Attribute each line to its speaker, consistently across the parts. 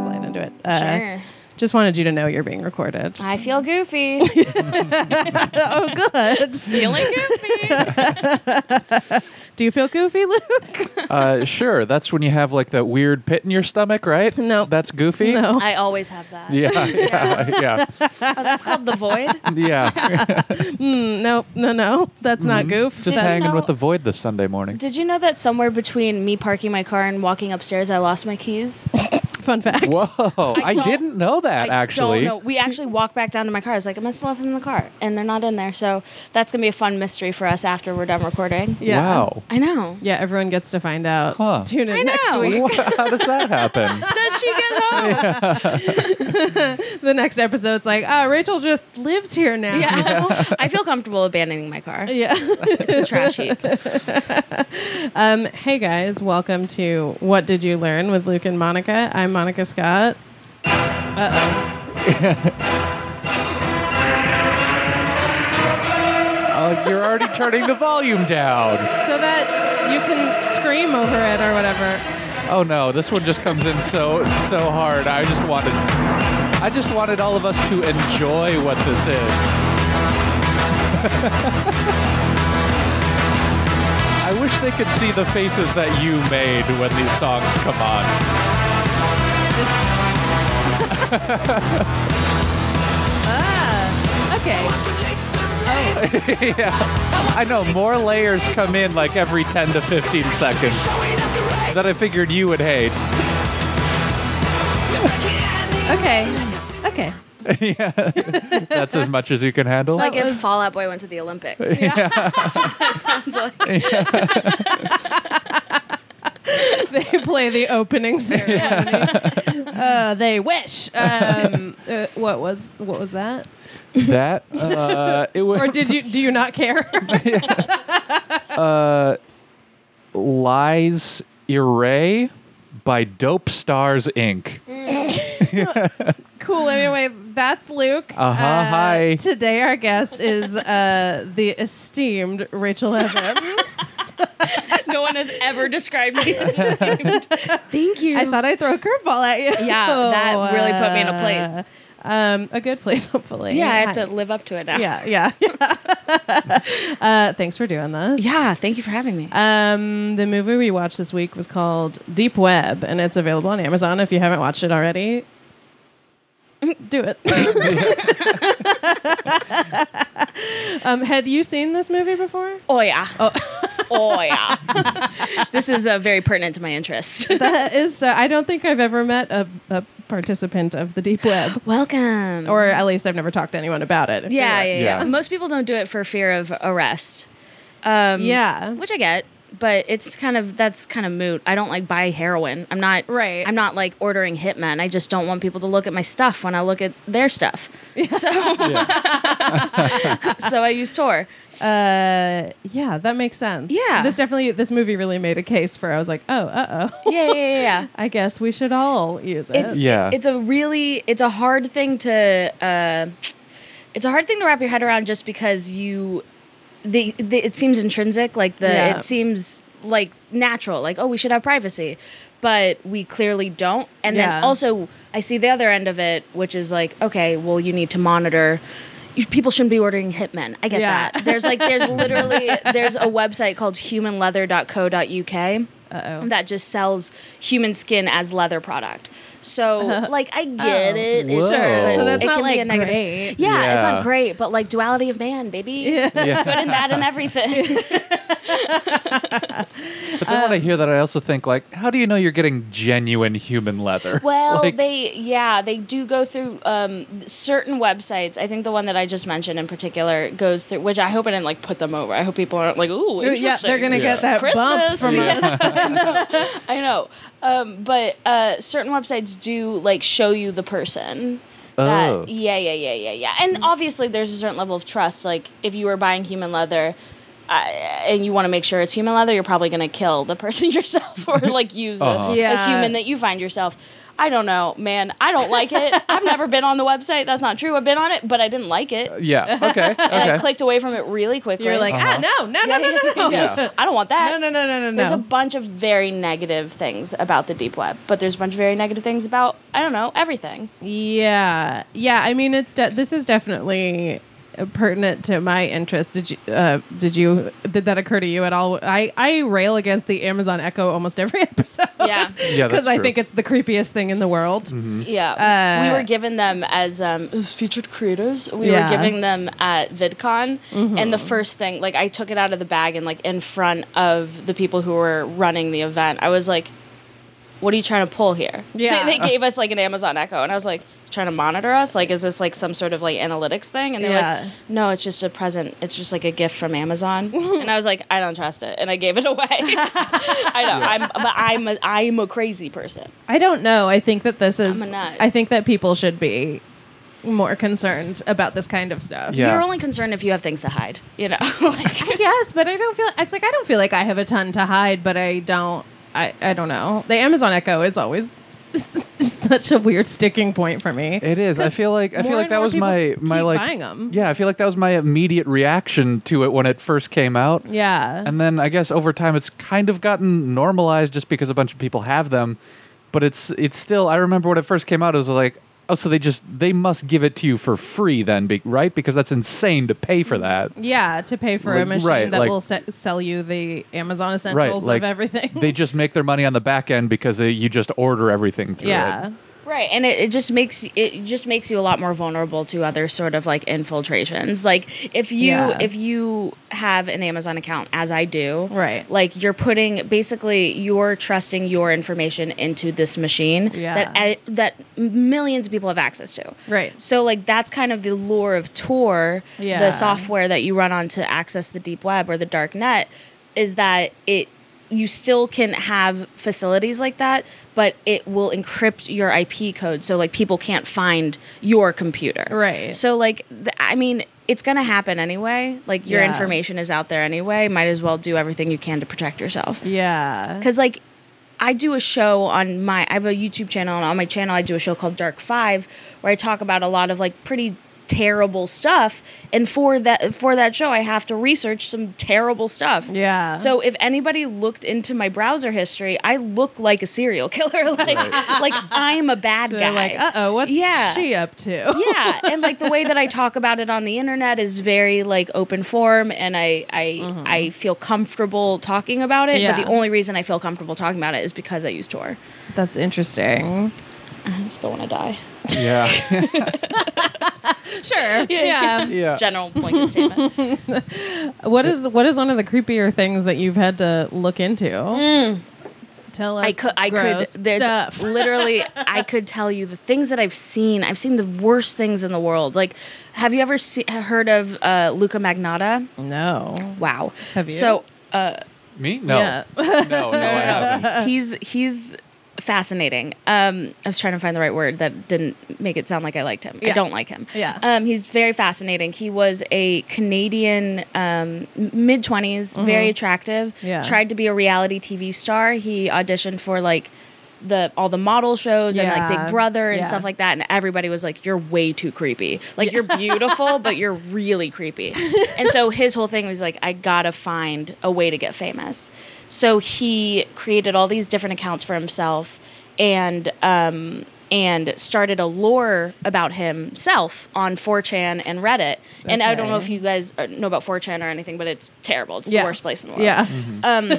Speaker 1: uh,
Speaker 2: Sure.
Speaker 1: just wanted you to know you're being recorded.
Speaker 2: I feel goofy.
Speaker 1: oh, good.
Speaker 2: Feeling goofy.
Speaker 1: Do you feel goofy, Luke?
Speaker 3: Uh, sure, that's when you have like that weird pit in your stomach, right?
Speaker 1: No.
Speaker 3: that's goofy.
Speaker 1: No.
Speaker 2: I always have that.
Speaker 3: Yeah, yeah,
Speaker 2: Oh, that's called the void.
Speaker 3: yeah, yeah.
Speaker 1: No, Mm, no, no. That's not goof.
Speaker 3: Mm-hmm. Just
Speaker 2: you
Speaker 1: That's-
Speaker 3: hanging
Speaker 2: know-
Speaker 3: with the void this Sunday morning.
Speaker 2: Did you know that somewhere between me parking my car and walking upstairs, I lost my keys?
Speaker 3: Uh,
Speaker 1: Fun fact.
Speaker 3: Whoa, I,
Speaker 2: don't-
Speaker 3: didn't know that
Speaker 2: I
Speaker 3: actually.
Speaker 2: don't know. We actually walked back down to my car. I was like, I must have left them in the car, and they're not in there. So that's gonna be a fun mystery for us after we're done recording.
Speaker 1: Yeah.
Speaker 3: Wow.
Speaker 2: I know.
Speaker 1: Yeah, everyone gets to find out.
Speaker 3: Huh.
Speaker 1: Tune in
Speaker 2: I
Speaker 1: next
Speaker 2: know.
Speaker 1: week.
Speaker 3: Wha- How does that happen?
Speaker 2: Does she get home?
Speaker 1: The next episode's like, ah, Rachel just lives here now.
Speaker 2: Yeah. I feel comfortable abandoning my car.
Speaker 1: Yeah.
Speaker 2: It's a trash heap.
Speaker 1: Um, hey guys, welcome to What Did You Learn with Luke and Monica. I'm Monica Scott.
Speaker 3: Uh, you're already turning the volume down.
Speaker 1: So that you can scream over it or whatever.
Speaker 3: Oh no, this one just comes in so so hard. I just wanted, I just wanted all of us to enjoy what this is. I wish they could see the faces that you made when these songs come on.
Speaker 1: Okay.
Speaker 3: I know more layers come in like every 10 to 15 seconds that I figured you would hate.
Speaker 1: Okay. Okay.
Speaker 3: That's as much as you can handle.
Speaker 2: Like
Speaker 1: That
Speaker 2: if
Speaker 1: was-
Speaker 2: Fall Out Boy went to the Olympics. Sounds like-
Speaker 1: They play the opening ceremony. uh, they wish. Um, uh, what was what was that?
Speaker 3: that uh, it
Speaker 1: Or
Speaker 3: was
Speaker 1: did you do you not care?
Speaker 3: lies Iray by Dope Stars Inc.
Speaker 1: cool. Anyway, that's Luke. Uh,
Speaker 3: Uh-huh, hi.
Speaker 1: Today our guest is uh, the esteemed Rachel Evans.
Speaker 2: no one has ever described me as ashamed. Thank you.
Speaker 1: I thought I'd throw a curveball at you. Uh,
Speaker 2: Yeah, that really put me in a place.
Speaker 1: Um, a good place, hopefully.
Speaker 2: yeah, I have
Speaker 1: Hi.
Speaker 2: to live up to it now.
Speaker 1: Yeah, yeah. uh, thanks for doing this.
Speaker 2: Yeah, thank you for having me.
Speaker 1: Um, the movie we watched this week was called Deep Web, and it's available on Amazon. If you haven't watched it already, do it. um, had you seen this movie before?
Speaker 2: oh yeah. Oh, yeah. this is uh, very pertinent to my interests.
Speaker 1: That is, uh, I don't think I've ever met a, a participant of the Deep Web,
Speaker 2: Welcome.
Speaker 1: or at least I've never talked to anyone about it. if
Speaker 2: yeah,
Speaker 1: you're-
Speaker 2: yeah, yeah,
Speaker 3: Yeah.
Speaker 2: Most people don't do it for fear of arrest. Um,
Speaker 1: yeah.
Speaker 2: which I get, but it's kind of that's kind of moot. I don't like buy heroin. I'm not
Speaker 1: Right.
Speaker 2: I'm not like ordering hitmen. I just don't want people to look at my stuff when I look at their stuff. So
Speaker 3: Yeah.
Speaker 2: so I use Tor.
Speaker 1: Uh, yeah, that makes sense.
Speaker 2: Yeah.
Speaker 1: this definitely, this movie really made a case for. I was like, oh, uh oh.
Speaker 2: Yeah, yeah, yeah. yeah.
Speaker 1: I guess we should all use it.
Speaker 2: It's
Speaker 3: Yeah.
Speaker 2: it's a really it's a hard thing to uh, it's a hard thing to wrap your head around just because you the, the it seems intrinsic like the
Speaker 1: Yeah.
Speaker 2: it seems like natural like oh we should have privacy but we clearly don't and
Speaker 1: Yeah.
Speaker 2: then also I see the other end of it which is like okay well you need to monitor you, people shouldn't be ordering hitmen I get
Speaker 1: Yeah.
Speaker 2: that there's like there's literally there's a website called humanleather.co.uk
Speaker 1: Uh-oh.
Speaker 2: that just sells human skin as leather product. So like I get
Speaker 1: Oh.
Speaker 2: it.
Speaker 3: Whoa.
Speaker 2: Sure.
Speaker 3: So that's
Speaker 2: it
Speaker 1: not,
Speaker 2: can be
Speaker 1: like,
Speaker 2: a negative-
Speaker 1: great.
Speaker 2: Yeah, it's
Speaker 3: Yeah.
Speaker 2: not great, but like duality of man, baby. There's good and bad in everything.
Speaker 3: But then when I hear that, I also think like, how do you know you're getting genuine human leather?
Speaker 2: well,
Speaker 3: Like,
Speaker 2: they yeah, they do go through um, certain websites. I think the one that I just mentioned in particular goes through which I hope I didn't like put them over. I hope people aren't like, ooh, interesting.
Speaker 1: Yeah, they're gonna
Speaker 3: Yeah.
Speaker 1: get that bump
Speaker 2: Christmas.
Speaker 1: from
Speaker 2: Yeah.
Speaker 1: us.
Speaker 2: I know. Um, but uh, certain websites do like show you the person. That,
Speaker 3: Oh.
Speaker 2: Yeah, yeah, yeah, yeah, yeah. And obviously, there's a certain level of trust. Like if you were buying human leather, I, and you want to make sure it's human leather, you're probably going to kill the person yourself or like use a,
Speaker 3: Uh-huh.
Speaker 2: a
Speaker 4: Yeah.
Speaker 2: human that you find yourself. I don't know, man. I don't like it. I've never been on the website. That's not true. I've been on it, but I didn't like it.
Speaker 3: Yeah. Okay.
Speaker 2: And I
Speaker 3: Uh, Okay.
Speaker 2: clicked away from it really quickly.
Speaker 1: You're like,
Speaker 3: Uh-huh.
Speaker 1: ah, no, no, no, no, no, no.
Speaker 3: Yeah.
Speaker 2: I don't want that.
Speaker 1: No, no, no, no, no,
Speaker 2: There's a
Speaker 1: no.
Speaker 2: bunch of very negative things about the deep web, but there's a bunch of very negative things about I don't know everything.
Speaker 1: yeah, yeah. I mean, it's de- this is definitely pertinent to my interest. Did you? Uh, did you? Did that occur to you at all? I I rail against the Amazon Echo almost every episode.
Speaker 2: Yeah.
Speaker 3: Yeah, that's
Speaker 1: because I
Speaker 3: true. Mm-hmm.
Speaker 1: think it's the creepiest thing in the world.
Speaker 2: Yeah,
Speaker 1: Uh,
Speaker 2: we were giving them as um, Mm-hmm. as featured creators. We
Speaker 1: Yeah. Mm-hmm.
Speaker 2: were giving them at VidCon, and the first thing, like, I took it out of the bag and like in front of the people who were running the event, I was like, "What are you trying to pull here?"
Speaker 1: Yeah.
Speaker 2: they, they gave us like an Amazon Echo, and I was like, "Trying to monitor us? Like, is this like some sort of like analytics thing?" And they were
Speaker 1: Yeah.
Speaker 2: like, "No, it's just a present. It's just like a gift from Amazon." and I was like, "I don't trust it," and I gave it away. I know, I'm, but I'm a, I'm a crazy person.
Speaker 1: I don't know. I think that this is.
Speaker 2: I'm a nut.
Speaker 1: I think that people should be more concerned about this kind of stuff.
Speaker 3: Yeah.
Speaker 2: You're only concerned if you have things to hide, you know. like,
Speaker 1: Yes, but I don't feel. It's like I don't feel like I have a ton to hide, but I don't. I I don't know. The Amazon Echo is always just such a weird sticking point for me.
Speaker 3: It is. I
Speaker 1: 'Cause
Speaker 3: feel like I feel
Speaker 1: more
Speaker 3: like
Speaker 1: and
Speaker 3: that
Speaker 1: more
Speaker 3: was my
Speaker 1: people
Speaker 3: my
Speaker 1: keep
Speaker 3: like
Speaker 1: buying 'em.
Speaker 3: Yeah, I feel like that was my immediate reaction to it when it first came out.
Speaker 1: Yeah.
Speaker 3: And then I guess over time it's kind of gotten normalized just because a bunch of people have them, but it's it's still I remember when it first came out it was like oh so they just they must give it to you for free then be, right because that's insane to pay for
Speaker 1: Mm-hmm.
Speaker 3: that.
Speaker 1: yeah, to pay for a
Speaker 3: Like,
Speaker 1: machine
Speaker 3: right,
Speaker 1: that
Speaker 3: like-
Speaker 1: will se- sell you the Amazon
Speaker 3: Right,
Speaker 1: essentials
Speaker 3: like
Speaker 1: of everything.
Speaker 3: they just make their money on the back end because they, you just order everything through
Speaker 1: yeah.
Speaker 3: it.
Speaker 2: right, and it, it just makes it just makes you a lot more vulnerable to other sort of like infiltrations. Like if you
Speaker 1: Yeah.
Speaker 2: if you have an Amazon account, as I do,
Speaker 1: Right.
Speaker 2: Like you're putting basically you're trusting your information into this machine
Speaker 1: Yeah.
Speaker 2: that I, that millions of people have access to,
Speaker 1: Right.
Speaker 2: So like that's kind of the lure of Tor,
Speaker 1: Yeah.
Speaker 2: the software that you run on to access the deep web or the dark net, is that it you still can have facilities like that, but it will encrypt your IP code so like people can't find your computer.
Speaker 1: Right.
Speaker 2: So like th- I mean it's gonna happen anyway. Like your
Speaker 1: Yeah.
Speaker 2: information is out there anyway. Might as well do everything you can to protect yourself
Speaker 1: Yeah.
Speaker 2: because like i do a show on my i have a youtube channel and on my channel i do a show called dark five where i talk about a lot of like pretty terrible stuff and for that for that show i have to research some terrible stuff
Speaker 1: Yeah.
Speaker 2: so if anybody looked into my browser history i look like a serial killer like like i'm a bad
Speaker 1: They're
Speaker 2: guy
Speaker 1: like, uh oh, what's
Speaker 2: Yeah.
Speaker 1: she up to?
Speaker 2: yeah and like the way that i talk about it on the internet is very like open form and i i i feel comfortable talking about it
Speaker 1: Mm-hmm. Yeah.
Speaker 2: but the only reason i feel comfortable talking about it is because i use tor
Speaker 1: That's interesting.
Speaker 2: i still want to die
Speaker 3: Yeah.
Speaker 1: Sure. yeah.
Speaker 3: yeah.
Speaker 2: general blanket statement
Speaker 1: What is what is one of the creepier things that you've had to look into? Tell us.
Speaker 2: Mm. i could i could
Speaker 1: gross
Speaker 2: there's
Speaker 1: stuff.
Speaker 2: literally i could tell you the things that i've seen i've seen the worst things in the world like have you ever se- heard of uh, luca magnotta
Speaker 1: No.
Speaker 2: wow
Speaker 1: Have you?
Speaker 2: so
Speaker 3: Me? No.
Speaker 1: Yeah.
Speaker 3: No, no, I haven't.
Speaker 2: he's he's fascinating. Um, I was trying to find the right word that didn't make it sound like I liked him.
Speaker 1: Yeah.
Speaker 2: I don't like him.
Speaker 1: Yeah.
Speaker 2: Um, he's very fascinating. He was a Canadian um, mid 20s very attractive.
Speaker 1: Mm-hmm. Yeah.
Speaker 2: Tried to be a reality TV star. He auditioned for like the all the model shows and like
Speaker 1: Yeah.
Speaker 2: Big Brother and
Speaker 1: Yeah.
Speaker 2: stuff like that, and everybody was like, "You're way too creepy. Like you're beautiful, but you're really creepy." And so his whole thing was like, "I gotta find a way to get famous." So he created all these different accounts for himself, and um, and started a lore about himself on 4chan and Reddit. And I don't know
Speaker 1: Okay.
Speaker 2: if you guys uh, know about 4chan or anything, but it's terrible. It's
Speaker 1: Yeah.
Speaker 2: the worst place in the world
Speaker 1: Yeah.
Speaker 3: Mm-hmm.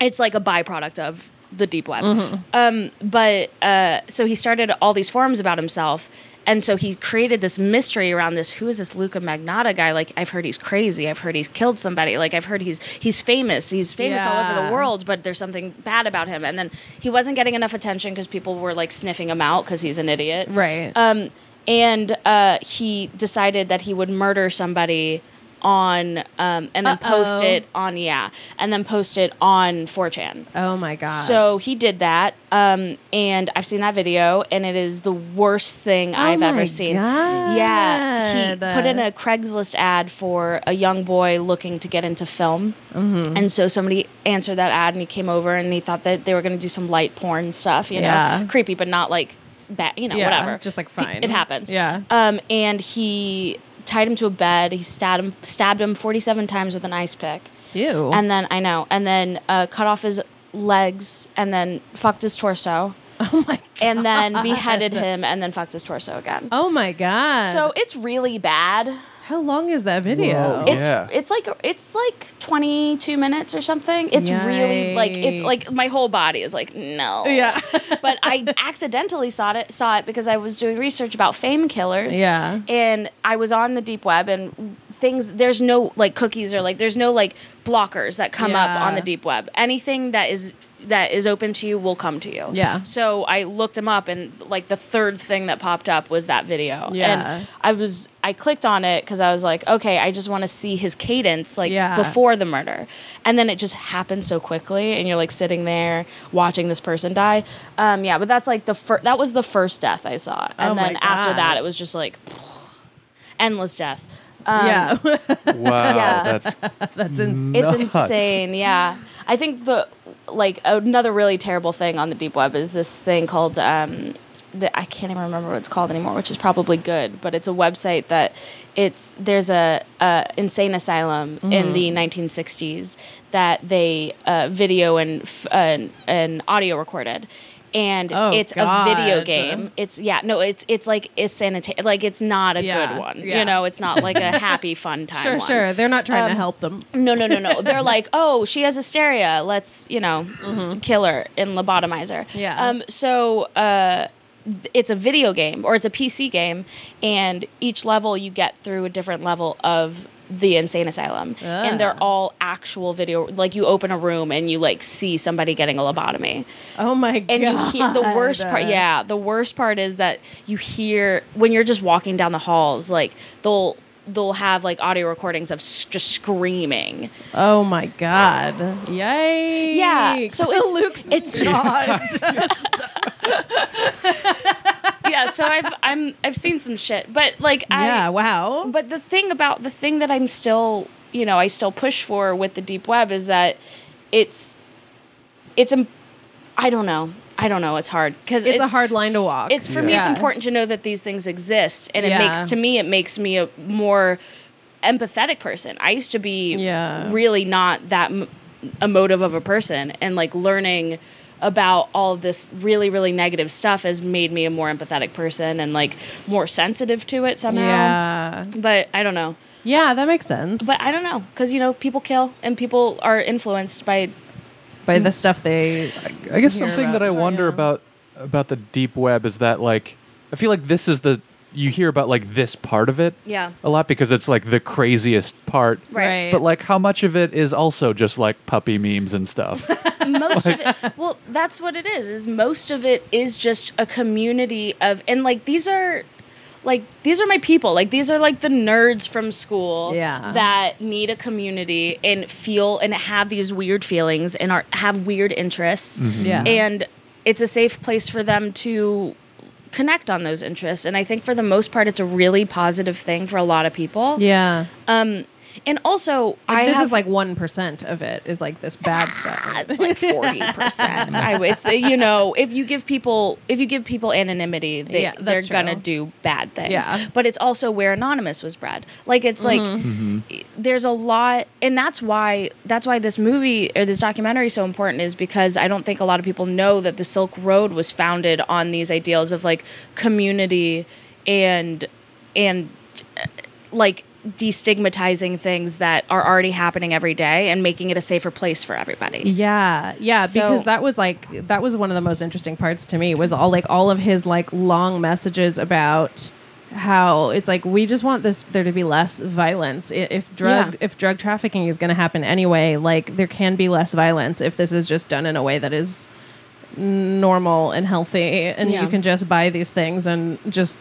Speaker 2: it's like a byproduct of the deep web. Um, but uh, so he started all these forums about himself. And so he created this mystery around this. Who is this Luca Magnotta guy? Like I've heard he's crazy. I've heard he's killed somebody. Like I've heard he's he's famous. He's famous all over
Speaker 1: Yeah.
Speaker 2: the world, but there's something bad about him. And then he wasn't getting enough attention because people were like sniffing him out because he's an idiot.
Speaker 1: Right.
Speaker 2: Um, and uh, he decided that he would murder somebody on um, and then post
Speaker 1: Uh-oh.
Speaker 2: it on yeah, and then post it on 4chan.
Speaker 1: Oh my god.
Speaker 2: So he did that, um, and I've seen that video, and it is the worst thing I've
Speaker 1: Oh my
Speaker 2: ever seen. Yeah, he
Speaker 1: God.
Speaker 2: put in a Craigslist ad for a young boy looking to get into film,
Speaker 1: Mm-hmm.
Speaker 2: and so somebody answered that ad, and he came over, and he thought that they were going to do some light porn stuff, you
Speaker 1: Yeah.
Speaker 2: know, creepy, but not like bad, you know,
Speaker 1: Yeah,
Speaker 2: whatever,
Speaker 1: just, like,
Speaker 2: He-
Speaker 1: fine.
Speaker 2: It happens.
Speaker 1: Yeah.
Speaker 2: Um, and he tied him to a bed. He stabbed him, stabbed him forty-seven times with an ice pick.
Speaker 1: Ew.
Speaker 2: And then I know, and then uh, cut off his legs, and then fucked his torso,
Speaker 1: oh my.
Speaker 2: and then beheaded him, and then fucked his torso again.
Speaker 1: Oh my god.
Speaker 2: So it's really bad.
Speaker 1: how long is that video?
Speaker 3: Whoa.
Speaker 2: It's
Speaker 3: Yeah.
Speaker 2: it's like it's like twenty two minutes or something. It's really like it's like my
Speaker 1: Yikes.
Speaker 2: whole body is like no.
Speaker 1: yeah.
Speaker 2: but I accidentally saw it saw it because I was doing research about fame killers.
Speaker 1: Yeah.
Speaker 2: And I was on the deep web and things there's no like cookies or like there's no like blockers that come up
Speaker 1: Yeah.
Speaker 2: on the deep web. Anything that is that is open to you will come to you.
Speaker 1: Yeah.
Speaker 2: So I looked him up and like the third thing that popped up was that video.
Speaker 1: Yeah.
Speaker 2: And I was I clicked on it cuz I was like, okay, I just want to see his cadence like
Speaker 1: Yeah.
Speaker 2: before the murder. And then it just happened so quickly and you're like sitting there watching this person die. Um yeah, but that's like the fir- that was the first death I saw. And
Speaker 1: Oh my
Speaker 2: then after that
Speaker 1: gosh.
Speaker 2: it was just like endless death.
Speaker 1: yeah.
Speaker 2: Um,
Speaker 3: Wow,
Speaker 2: Yeah.
Speaker 3: that's
Speaker 1: That's insane.
Speaker 2: It's
Speaker 3: Nuts.
Speaker 2: insane, yeah. I think the like another really terrible thing on the deep web is this thing called um, the, I can't even remember what it's called anymore, which is probably good, but it's a website that it's there's a, a insane asylum
Speaker 1: Mm-hmm.
Speaker 2: in the 1960s that they uh, video and f- and, and audio recorded. And
Speaker 1: Oh,
Speaker 2: it's a video
Speaker 1: God.
Speaker 2: game. It's yeah, no, it's it's like it's sanita- like it's not a
Speaker 1: Yeah,
Speaker 2: good one.
Speaker 1: yeah.
Speaker 2: You know, it's not like a happy fun time.
Speaker 1: Sure,
Speaker 2: one.
Speaker 1: sure. They're not trying to
Speaker 2: Um,
Speaker 1: help them.
Speaker 2: No, no, no, no. They're like, oh, she has hysteria. Let's, you know, kill her and lobotomize her.
Speaker 1: Mm-hmm. Yeah.
Speaker 2: Um, so uh, th- it's a video game or it's a PC game, and each level you get through a different level of the insane asylum, and
Speaker 1: Ah.
Speaker 2: they're all actual video. Like you open a room and you like see somebody getting a lobotomy
Speaker 1: Oh my god.
Speaker 2: and you hear the worst part yeah the worst part is that you hear when you're just walking down the halls like they'll they'll have like audio recordings of s- just screaming
Speaker 1: Oh my god. Yikes.
Speaker 2: Yeah, so it's-
Speaker 1: Luke's
Speaker 2: it's-
Speaker 1: not.
Speaker 2: yeah so i've i'm i've seen some shit but like i
Speaker 1: yeah, wow.
Speaker 2: but the thing about the thing that i'm still you know i still push for with the deep web is that it's it's im- i don't know i don't know it's hard because
Speaker 1: it's, a hard line to walk.
Speaker 2: it's for me it's
Speaker 1: Yeah.
Speaker 2: important to know that these things exist and it
Speaker 1: Yeah.
Speaker 2: makes to me it makes me a more empathetic person i used to be
Speaker 1: Yeah.
Speaker 2: really not that m- emotive of a person and like learning about all this really really negative stuff has made me a more empathetic person and like more sensitive to it somehow
Speaker 1: Yeah.
Speaker 2: but i don't know
Speaker 1: Yeah, that makes sense.
Speaker 2: but i don't know because you know people kill and people are influenced by
Speaker 1: by the stuff they
Speaker 3: I guess
Speaker 1: hear
Speaker 3: something
Speaker 1: about
Speaker 3: that I
Speaker 1: it.
Speaker 3: wonder
Speaker 2: yeah.
Speaker 3: about about the deep web is that like I feel like this is the you hear about like this part of it
Speaker 2: Yeah.
Speaker 3: a lot because it's like the craziest part.
Speaker 2: Right.
Speaker 3: But like how much of it is also just like puppy memes and stuff.
Speaker 2: most of it well that's what it is is most of it is just a community of and like these are like these are my people like these are like the nerds from school
Speaker 1: Yeah.
Speaker 2: that need a community and feel and have these weird feelings and are have weird interests
Speaker 1: yeah.
Speaker 2: and it's a safe place for them to connect on those interests and i think for the most part it's a really positive thing for a lot of people
Speaker 1: yeah.
Speaker 2: and also i
Speaker 1: Like, this
Speaker 2: have
Speaker 1: is like 1% of it is like this bad stuff.
Speaker 2: it's like forty percent. I would say, you know, if you give people if you give people anonymity, they
Speaker 1: Yeah,
Speaker 2: they're
Speaker 1: that's
Speaker 2: gonna
Speaker 1: true.
Speaker 2: do bad things.
Speaker 1: Yeah.
Speaker 2: But it's also where anonymous was bred. Like it's like there's a lot, and that's why that's why this movie or this documentary is so important is because I don't think a lot of people know that the Silk Road was founded on these ideals of like community and and uh, like destigmatizing things that are already happening every day and making it a safer place for everybody.
Speaker 1: Yeah, yeah,
Speaker 2: So-
Speaker 1: because that was like that was one of the most interesting parts to me was all like all of his like long messages about how it's like we just want this there to be less violence I- if drug
Speaker 2: Yeah.
Speaker 1: if drug trafficking is going to happen anyway like there can be less violence if this is just done in a way that is normal and healthy and
Speaker 2: Yeah.
Speaker 1: you can just buy these things and just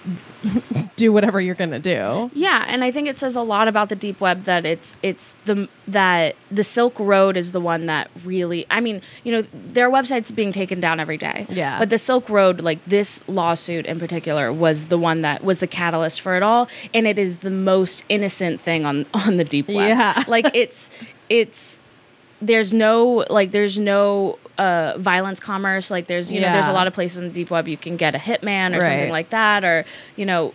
Speaker 1: do whatever you're going to do.
Speaker 2: Yeah, and I think it says a lot about the deep web that it's it's the that the Silk Road is the one that really I mean, you know, their website's being taken down every day.
Speaker 1: Yeah.
Speaker 2: But the Silk Road, like this lawsuit in particular, was the one that was the catalyst for it all. And it is the most innocent thing on on the deep web.
Speaker 1: Yeah.
Speaker 2: Like it's it's there's no like there's no uh, violence commerce like there's you know there's a
Speaker 1: Yeah.
Speaker 2: lot of places in the deep web you can get a hitman or something
Speaker 1: Right.
Speaker 2: like that or you know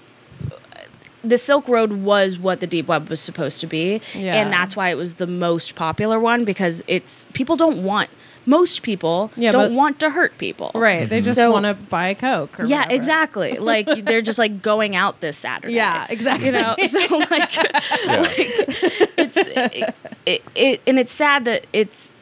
Speaker 2: the Silk Road was what the deep web was supposed to be,
Speaker 1: Yeah.
Speaker 2: and that's why it was the most popular one because it's people don't want most people
Speaker 1: Yeah,
Speaker 2: don't
Speaker 1: but-
Speaker 2: want to hurt people,
Speaker 1: Right. They just
Speaker 2: Mm-hmm. So-
Speaker 1: want to buy Coke. Or
Speaker 2: Yeah,
Speaker 1: whatever.
Speaker 2: exactly. like they're just like going out this Saturday.
Speaker 1: Yeah, exactly.
Speaker 2: You know, so like
Speaker 3: Yeah.
Speaker 2: it's it, it, it and it's sad that it's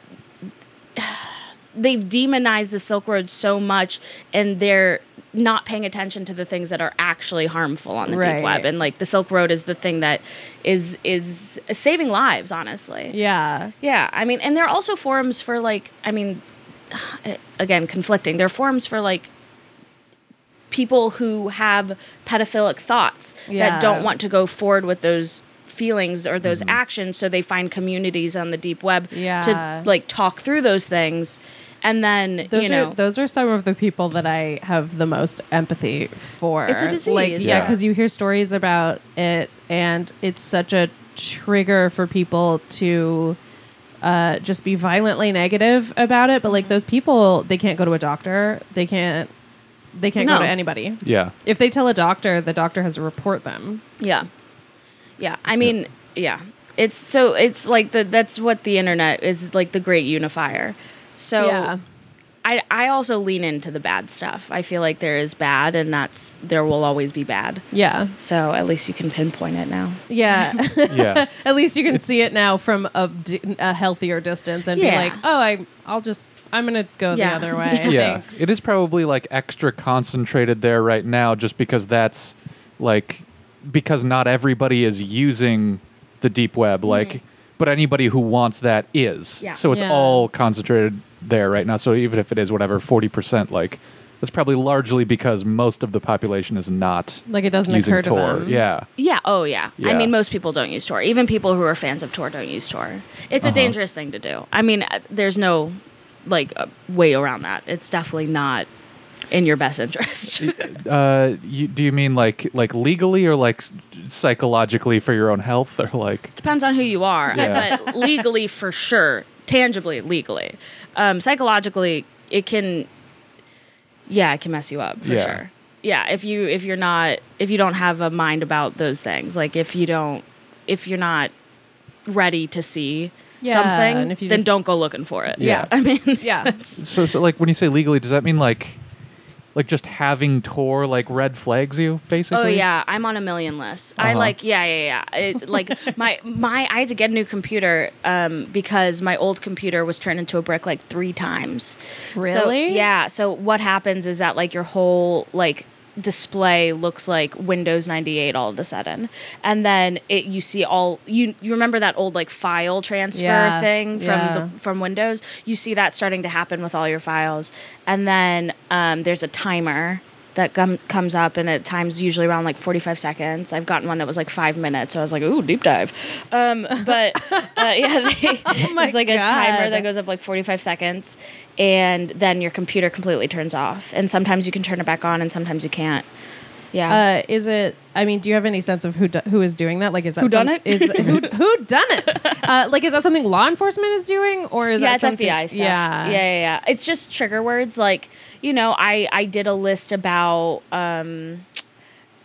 Speaker 2: they've demonized the Silk Road so much, and they're not paying attention to the things that are actually harmful on the deep
Speaker 1: Right.
Speaker 2: web. And like the Silk Road is the thing that is is saving lives, honestly.
Speaker 1: Yeah.
Speaker 2: Yeah, I mean, and there are also forums for like, I mean, again, conflicting. There are forums for like people who have pedophilic thoughts
Speaker 1: Yeah. Mm-hmm.
Speaker 2: that don't want to go forward with those feelings or those actions, so they find communities on the deep web
Speaker 1: Yeah.
Speaker 2: to like talk through those things, and then
Speaker 1: Those
Speaker 2: you know,
Speaker 1: are those are some of the people that I have the most empathy for.
Speaker 2: It's a disease.
Speaker 1: Like, yeah,
Speaker 3: Yeah.
Speaker 1: because you hear stories about it, and it's such a trigger for people to uh, just be violently negative about it. But like
Speaker 2: Mm-hmm.
Speaker 1: those people, they can't go to a doctor. They can't. They can't
Speaker 2: No.
Speaker 1: go to anybody.
Speaker 3: Yeah.
Speaker 1: If they tell a doctor, the doctor has to report them.
Speaker 2: Yeah. Yeah. I mean, yeah. It's so it's like the that's what the internet is like the great unifier. So
Speaker 1: Yeah.
Speaker 2: I I also lean into the bad stuff. I feel like there is bad and that's there will always be bad.
Speaker 1: Yeah,
Speaker 2: So at least you can pinpoint it now.
Speaker 1: yeah.
Speaker 3: Yeah.
Speaker 1: At least you can see it now from a, d- a healthier distance and
Speaker 2: Yeah.
Speaker 1: be like, oh, I, I'll just, I'm gonna go
Speaker 2: Yeah.
Speaker 1: the other way.
Speaker 3: yeah.
Speaker 1: Thanks.
Speaker 3: It is probably like extra concentrated there right now just because that's like because not everybody is using the deep web like but anybody who wants that is.
Speaker 2: Yeah.
Speaker 3: So it's
Speaker 1: Yeah.
Speaker 3: all concentrated there right now. So even if it is whatever 40% like that's probably largely because most of the population is not
Speaker 1: Like it doesn't
Speaker 3: using
Speaker 1: occur to
Speaker 3: Tor.
Speaker 1: them.
Speaker 3: Yeah.
Speaker 2: Yeah, oh yeah. I
Speaker 3: Yeah.
Speaker 2: mean most people don't use Tor. Even people who are fans of Tor don't use Tor. It's a dangerous thing to do. I mean, uh, there's no like uh, way around that. It's definitely not in your best interest.
Speaker 3: Uh, you, do you mean like like legally or like s- psychologically for your own health or like
Speaker 2: depends on who you are
Speaker 3: Yeah.
Speaker 2: but legally for sure tangibly legally um, psychologically it can yeah it can mess you up for
Speaker 3: Yeah.
Speaker 2: sure yeah if you if you're not if you don't have a mind about those things like if you don't if you're not ready to see
Speaker 1: Yeah,
Speaker 2: something
Speaker 1: and if you
Speaker 2: then
Speaker 1: just-
Speaker 2: don't go looking for it
Speaker 3: Yeah.
Speaker 2: i mean
Speaker 1: Yeah.
Speaker 3: So, so like when you say legally, does that mean like, like just having Tor like red flags you basically?
Speaker 2: Oh yeah, I'm on a million lists. I
Speaker 3: Uh-huh.
Speaker 2: like yeah yeah yeah. It, like my my I had to get a new computer um, because my old computer was turned into a brick like three times. So-
Speaker 1: Really?
Speaker 2: yeah. So what happens is that like your whole like display looks like Windows 98 all of a sudden, and then it you see all you you remember that old like file transfer
Speaker 1: Yeah,
Speaker 2: thing from
Speaker 1: yeah.
Speaker 2: the from Windows, you see that starting to happen with all your files. And then um, there's a timer that com- comes up, and at times usually around like 45 seconds. I've gotten one that was like five minutes, so I was like, ooh, deep dive. Um, but uh, yeah, they,
Speaker 1: Oh my
Speaker 2: it's like a timer
Speaker 1: God.
Speaker 2: that goes up like 45 seconds, and then your computer completely turns off. And sometimes you can turn it back on, and sometimes you can't. Yeah.
Speaker 1: Uh, is it? I mean, do you have any sense of who do, who is doing that? Like, is that
Speaker 2: Who done
Speaker 1: some- Is
Speaker 2: it?
Speaker 1: who, who done it? Uh, like, is that something law enforcement is doing, or is
Speaker 2: yeah,
Speaker 1: that
Speaker 2: it's
Speaker 1: something-
Speaker 2: FBI stuff.
Speaker 1: Yeah,
Speaker 2: yeah, yeah, yeah. It's just trigger words. Like you know, I I did a list about um,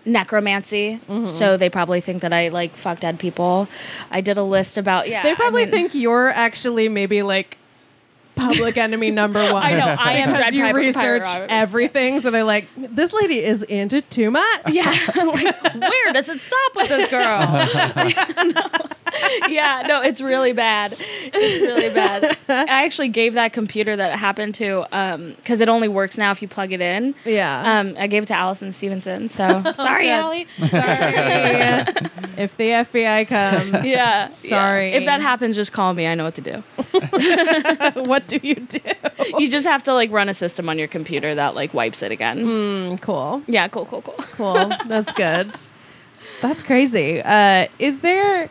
Speaker 2: necromancy,
Speaker 1: Mm-hmm.
Speaker 2: so they probably think that I like fuck dead people. I did a list about yeah.
Speaker 1: They probably
Speaker 2: I mean-
Speaker 1: think you're actually maybe like public enemy number one.
Speaker 2: I know. I am
Speaker 1: Because
Speaker 2: Dread
Speaker 1: you
Speaker 2: Pirate- Pirate
Speaker 1: research
Speaker 2: Roberts.
Speaker 1: everything, so they're like, this lady is into too much.
Speaker 2: Yeah, like, where does it stop with this girl? yeah, no, it's really bad. It's really bad. I actually gave that computer that it happened to because it only works now if you plug it in.
Speaker 1: Yeah. Oh,
Speaker 2: Um, I gave it to Allison Stevenson. So sorry,
Speaker 1: good.
Speaker 2: Allie.
Speaker 1: Sorry. if the FBI comes,
Speaker 2: Yeah.
Speaker 1: Sorry.
Speaker 2: yeah. If that happens, just call me. I know what to do.
Speaker 1: what do you do?
Speaker 2: You just have to like run a system on your computer that like wipes it again.
Speaker 1: Hmm. Cool.
Speaker 2: Yeah, cool, cool, cool.
Speaker 1: Cool. That's good. That's crazy. Uh, is there?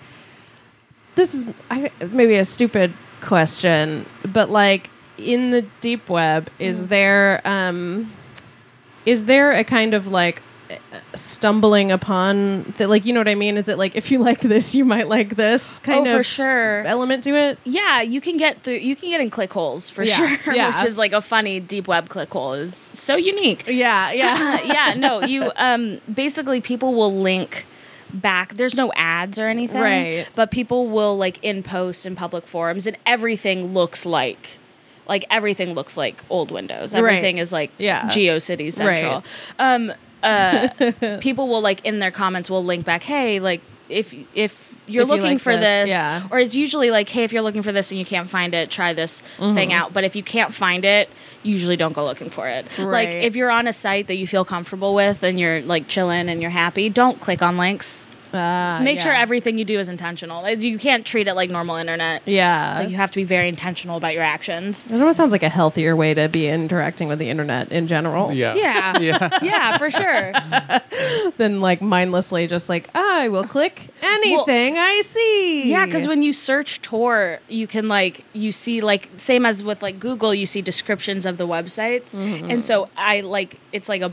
Speaker 1: This is I, maybe a stupid question, but like in the deep web,
Speaker 2: Mm.
Speaker 1: is there um, is there a kind of like stumbling upon that? Like you know what I mean? Is it like if you liked this, you might like this kind
Speaker 2: oh, for
Speaker 1: of
Speaker 2: sure.
Speaker 1: element to it?
Speaker 2: Yeah, you can get through. You can get in click holes for
Speaker 1: Yeah,
Speaker 2: sure,
Speaker 1: yeah.
Speaker 2: which is like a funny deep web click hole is so unique.
Speaker 1: Yeah. Yeah.
Speaker 2: Uh, yeah, no, you um basically people will link back. There's no ads or anything.
Speaker 1: Right.
Speaker 2: But people will like in posts in public forums and everything looks like like everything looks like old windows.
Speaker 1: Right.
Speaker 2: Everything is like
Speaker 1: Yeah.
Speaker 2: GeoCity Central. Um uh people will like in their comments will link back, "Hey, like if if you're
Speaker 1: If you
Speaker 2: looking
Speaker 1: like
Speaker 2: for
Speaker 1: this,
Speaker 2: this,
Speaker 1: yeah.
Speaker 2: or it's usually like, "Hey, if you're looking for this and you can't find it, try this
Speaker 1: Mm-hmm.
Speaker 2: thing out." But if you can't find it, usually don't go looking for it. Like
Speaker 1: Right.
Speaker 2: if you're on a site that you feel comfortable with and you're like chilling and you're happy, don't click on links.
Speaker 1: Uh,
Speaker 2: Make sure
Speaker 1: yeah.
Speaker 2: everything you do is intentional. Like, You can't treat it like normal internet.
Speaker 1: Yeah.
Speaker 2: Like, you have to be very intentional about your actions.
Speaker 1: That almost sounds like a healthier way to be interacting with the internet in general
Speaker 3: Yeah.
Speaker 2: Yeah.
Speaker 3: Yeah.
Speaker 2: Yeah, for sure.
Speaker 1: than like mindlessly just like, "Ah, I will click anything I see.
Speaker 2: Yeah, because when you search Tor, you can like you see like same as with like Google, you see descriptions of the websites,
Speaker 1: Mm-hmm.
Speaker 2: and so I like it's like a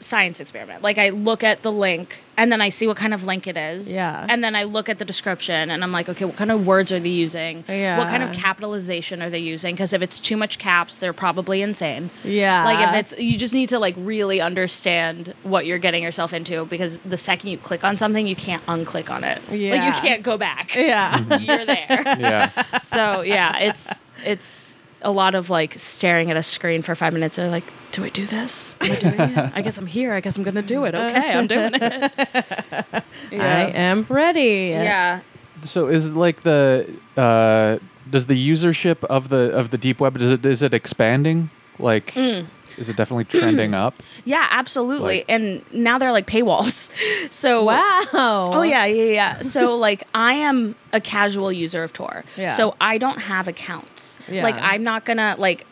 Speaker 2: science experiment. Like I look at the link and then I see what kind of link it is,
Speaker 1: Yeah.
Speaker 2: and then I look at the description and I'm like, okay, what kind of words are they using? What kind of
Speaker 1: Yeah.
Speaker 2: capitalization are they using? Because if it's too much caps, they're probably insane.
Speaker 1: Yeah.
Speaker 2: Like if it's you just need to like really understand what you're getting yourself into because the second you click on something you can't unclick on it. Like
Speaker 1: Yeah.
Speaker 2: you can't go back.
Speaker 1: Yeah.
Speaker 2: You're there.
Speaker 3: Yeah.
Speaker 2: so yeah, it's it's a lot of like staring at a screen for five minutes or like, do I do this? Am I doing it? I guess I'm here. I guess I'm gonna do it. Okay, I'm doing it.
Speaker 1: I am ready.
Speaker 2: yeah.
Speaker 3: So is it like the uh, does the usership of the of the deep web is it is it expanding? Like is it definitely trending up?
Speaker 2: Yeah, absolutely.
Speaker 3: Like-
Speaker 2: and now they're like paywalls. So
Speaker 1: Wow.
Speaker 2: Oh yeah, yeah, yeah. So like I am a casual user of Tor.
Speaker 1: Yeah.
Speaker 2: So I don't have accounts.
Speaker 1: Yeah.
Speaker 2: Like I'm not gonna like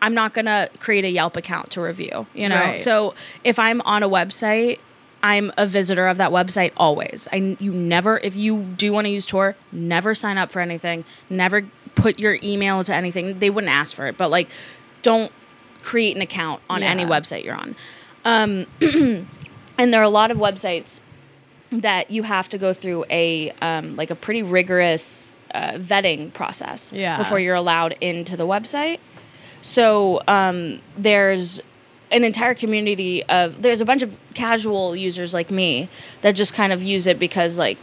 Speaker 2: I'm not gonna create a Yelp account to review, you know?
Speaker 1: Right.
Speaker 2: So if I'm on a website, I'm a visitor of that website always. I you never if you do want to use Tor, never sign up for anything, never put your email to anything. They wouldn't ask for it, but like don't create an account on any
Speaker 1: Yeah.
Speaker 2: website you're on. Um and there are a lot of websites that you have to go through a um, like a pretty rigorous uh, vetting process
Speaker 1: Yeah.
Speaker 2: before you're allowed into the website. So um, there's an entire community of there's a bunch of casual users like me that just kind of use it because like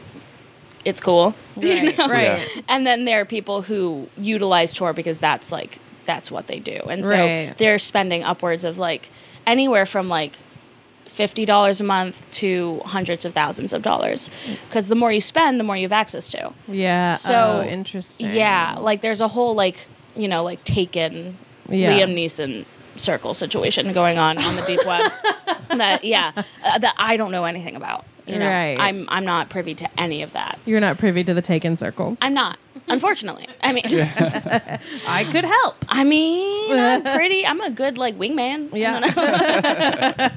Speaker 2: it's cool.
Speaker 1: Right. right.
Speaker 3: Yeah.
Speaker 2: And then there are people who utilize Tor because that's like that's what they do. And so
Speaker 1: Right.
Speaker 2: they're spending upwards of like anywhere from like fifty dollars a month to hundreds of thousands of dollars. Because the more you spend, the more you have access to.
Speaker 1: Yeah.
Speaker 2: So-
Speaker 1: oh, interesting.
Speaker 2: Yeah. Like there's a whole like, you know, like taken
Speaker 1: Yeah.
Speaker 2: Liam Neeson circle situation going on on the deep web that yeah uh, that I don't know anything about. You know,
Speaker 1: Right.
Speaker 2: I'm I'm not privy to any of that.
Speaker 1: You're not privy to the taken circles.
Speaker 2: I'm not, unfortunately. I mean,
Speaker 1: I could help.
Speaker 2: I mean, I'm pretty. I'm a good like wingman. I
Speaker 1: Yeah.
Speaker 2: don't know.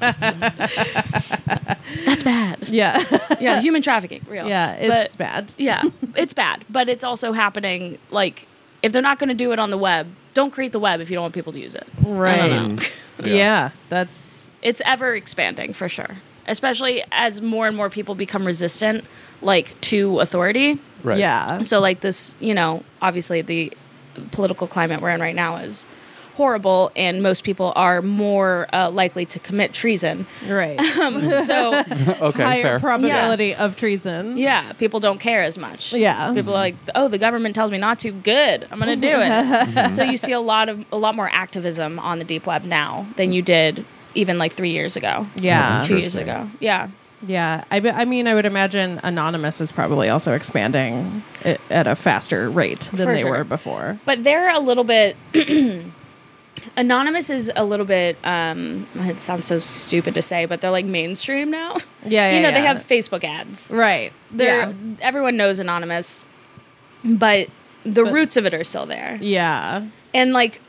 Speaker 2: That's bad.
Speaker 1: Yeah.
Speaker 2: Yeah, human trafficking, real.
Speaker 1: yeah.
Speaker 2: But-
Speaker 1: It's bad.
Speaker 2: yeah, it's bad, but it's also happening. Like, if they're not going to do it on the web, don't create the web if you don't want people to use it.
Speaker 1: Right. Yeah.
Speaker 3: Yeah.
Speaker 1: That's
Speaker 2: It's ever expanding for sure, especially as more and more people become resistant, like to authority.
Speaker 3: Right.
Speaker 1: yeah.
Speaker 2: So, like this, you know, obviously the political climate we're in right now is horrible, and most people are more uh, likely to commit treason. Um,
Speaker 1: Right.
Speaker 2: so,
Speaker 3: Okay.
Speaker 1: Higher
Speaker 3: fair.
Speaker 1: probability of treason.
Speaker 2: yeah, people don't care as much.
Speaker 1: Yeah.
Speaker 2: people are like, oh, the government tells me not to. Good, I'm gonna do it. so you see a lot of a lot more activism on the deep web now than you did even like three years ago,
Speaker 1: Yeah.
Speaker 2: two years
Speaker 3: Interesting.
Speaker 2: ago. Yeah,
Speaker 1: Yeah, I, be- I mean, I would imagine Anonymous is probably also expanding it at a faster rate than
Speaker 2: For
Speaker 1: they
Speaker 2: sure.
Speaker 1: were before.
Speaker 2: but they're a little bit anonymous is a little bit um it sounds so stupid to say but they're like mainstream now
Speaker 1: Yeah, yeah,
Speaker 2: you know they
Speaker 1: Oh, yeah.
Speaker 2: have facebook ads
Speaker 1: Right.
Speaker 2: they're
Speaker 1: Yeah.
Speaker 2: everyone knows anonymous but the
Speaker 1: But-
Speaker 2: roots of it are still there
Speaker 1: Yeah.
Speaker 2: and like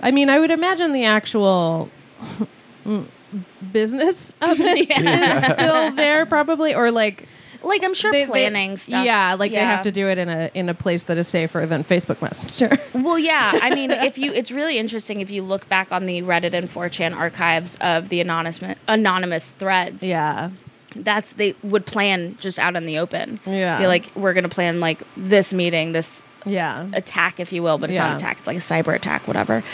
Speaker 1: I mean, I would imagine the actual mm, business of it is still there, probably, or like
Speaker 2: like i'm sure
Speaker 1: they- they-
Speaker 2: planning stuff
Speaker 1: Yeah, like they
Speaker 2: Yeah.
Speaker 1: have to do it in a in a place that is safer than Facebook Messenger.
Speaker 2: Well, yeah. I mean, if you, it's really interesting if you look back on the Reddit and 4chan archives of the anonymous anonymous threads.
Speaker 1: yeah.
Speaker 2: that's they would plan just out in the open.
Speaker 1: Yeah.
Speaker 2: be like, we're gonna plan like this meeting, this
Speaker 1: Yeah.
Speaker 2: attack, if you will, but it's not
Speaker 1: Yeah.
Speaker 2: an attack; it's like a cyber attack, whatever.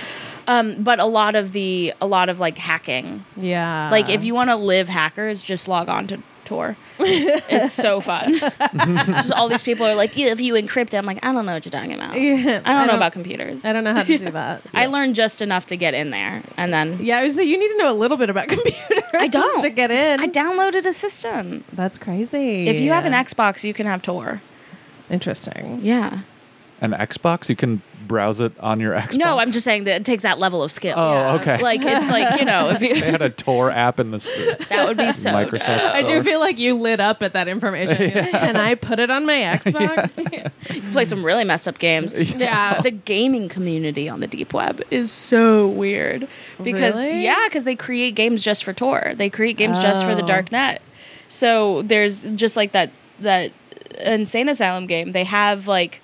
Speaker 2: Um, but a lot of the a lot of like hacking,
Speaker 1: Yeah.
Speaker 2: like if you want to live hackers, just log on to Tor. it's so fun. just all these people are like, yeah, if you encrypt, it, I'm like, I don't know what you're talking about.
Speaker 1: Yeah.
Speaker 2: I, don't
Speaker 1: I
Speaker 2: know
Speaker 1: don't-
Speaker 2: about computers.
Speaker 1: I don't know how to do that.
Speaker 2: I learned just enough to get in there, and then
Speaker 1: Yeah, so you need to know a little bit about computers.
Speaker 2: I don't.
Speaker 1: to get in.
Speaker 2: I downloaded a system.
Speaker 1: That's crazy.
Speaker 2: If you have an Xbox, you can have Tor.
Speaker 1: interesting.
Speaker 2: Yeah.
Speaker 3: An Xbox, you can browse it on your Xbox.
Speaker 2: No, I'm just saying that it takes that level of skill.
Speaker 3: Oh, okay.
Speaker 2: Like it's like you know, if
Speaker 3: They
Speaker 2: you,
Speaker 3: had a Tor app in the store.
Speaker 2: that would be so.
Speaker 3: Microsoft.
Speaker 2: good.
Speaker 1: I do
Speaker 3: store.
Speaker 1: feel like you lit up at that information. You're like, Can I put it on my Xbox?
Speaker 2: Play some really messed up games.
Speaker 1: Yeah.
Speaker 2: The gaming community on the deep web is so weird because
Speaker 1: Really?
Speaker 2: yeah, because they create games just for Tor. They create games just for the
Speaker 1: Oh.
Speaker 2: dark net. So there's just like that that insane asylum game. They have like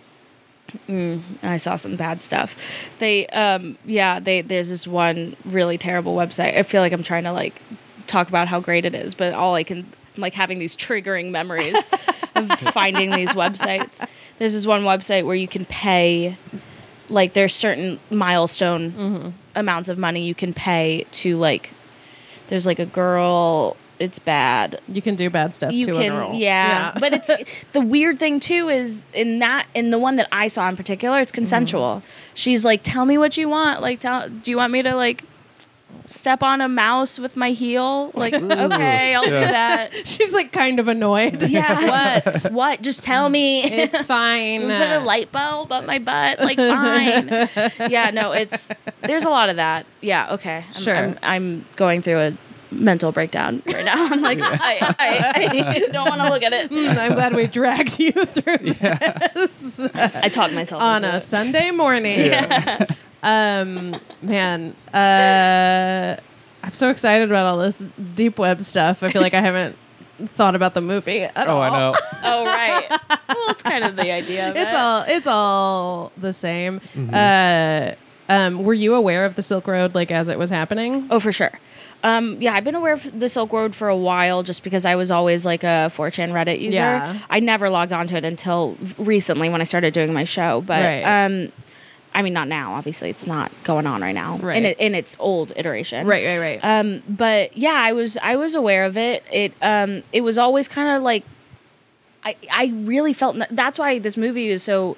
Speaker 2: mm, I saw some bad stuff. They, um, yeah, they. There's this one really terrible website. I feel like I'm trying to like talk about how great it is, but all I can, I'm like having these triggering memories of finding these websites. There's this one website where you can pay, like there's certain milestone amounts of money you can pay to like. There's like a girl. It's bad
Speaker 1: you can do bad stuff
Speaker 2: you
Speaker 1: to
Speaker 2: can
Speaker 1: a girl.
Speaker 2: yeah, but it's the weird thing too is in that in the one that i saw in particular it's consensual
Speaker 1: Mm-hmm.
Speaker 2: she's like tell me what you want like tell do you want me to like step on a mouse with my heel like okay i'll do
Speaker 3: Yeah.
Speaker 2: that
Speaker 1: She's like kind of annoyed.
Speaker 2: yeah what what just tell me
Speaker 1: It's fine.
Speaker 2: put a light bulb up my butt like fine yeah no it's there's a lot of that yeah okay I'm,
Speaker 1: Sure.
Speaker 2: I'm, I'm going through a mental breakdown right now i'm like I, I, I don't want to look at it
Speaker 1: Mm, I'm glad we dragged you through this
Speaker 2: I talked myself
Speaker 1: on
Speaker 2: into
Speaker 1: a
Speaker 2: it.
Speaker 1: Sunday morning. Um, man, uh, I'm so excited about all this deep web stuff. I feel like I haven't thought about the movie at
Speaker 3: Oh,
Speaker 1: all.
Speaker 3: I know.
Speaker 2: Oh right. well, it's kind of the idea. Of
Speaker 1: It's
Speaker 2: it.
Speaker 1: all it's all the same.
Speaker 3: Mm-hmm.
Speaker 1: Uh, um, were you aware of the Silk Road like as it was happening?
Speaker 2: Oh, for sure. Um, yeah, I've been aware of the Silk Road for a while, just because I was always like a 4chan Reddit user.
Speaker 1: Yeah.
Speaker 2: I never logged onto it until recently when I started doing my show. But
Speaker 1: Right.
Speaker 2: um, I mean, not now. Obviously, it's not going on right now.
Speaker 1: Right.
Speaker 2: In, it, in its old iteration.
Speaker 1: right, right.
Speaker 2: Um, but yeah, I was I was aware of it. It um, it was always kind of like I I really felt no- that's why this movie is so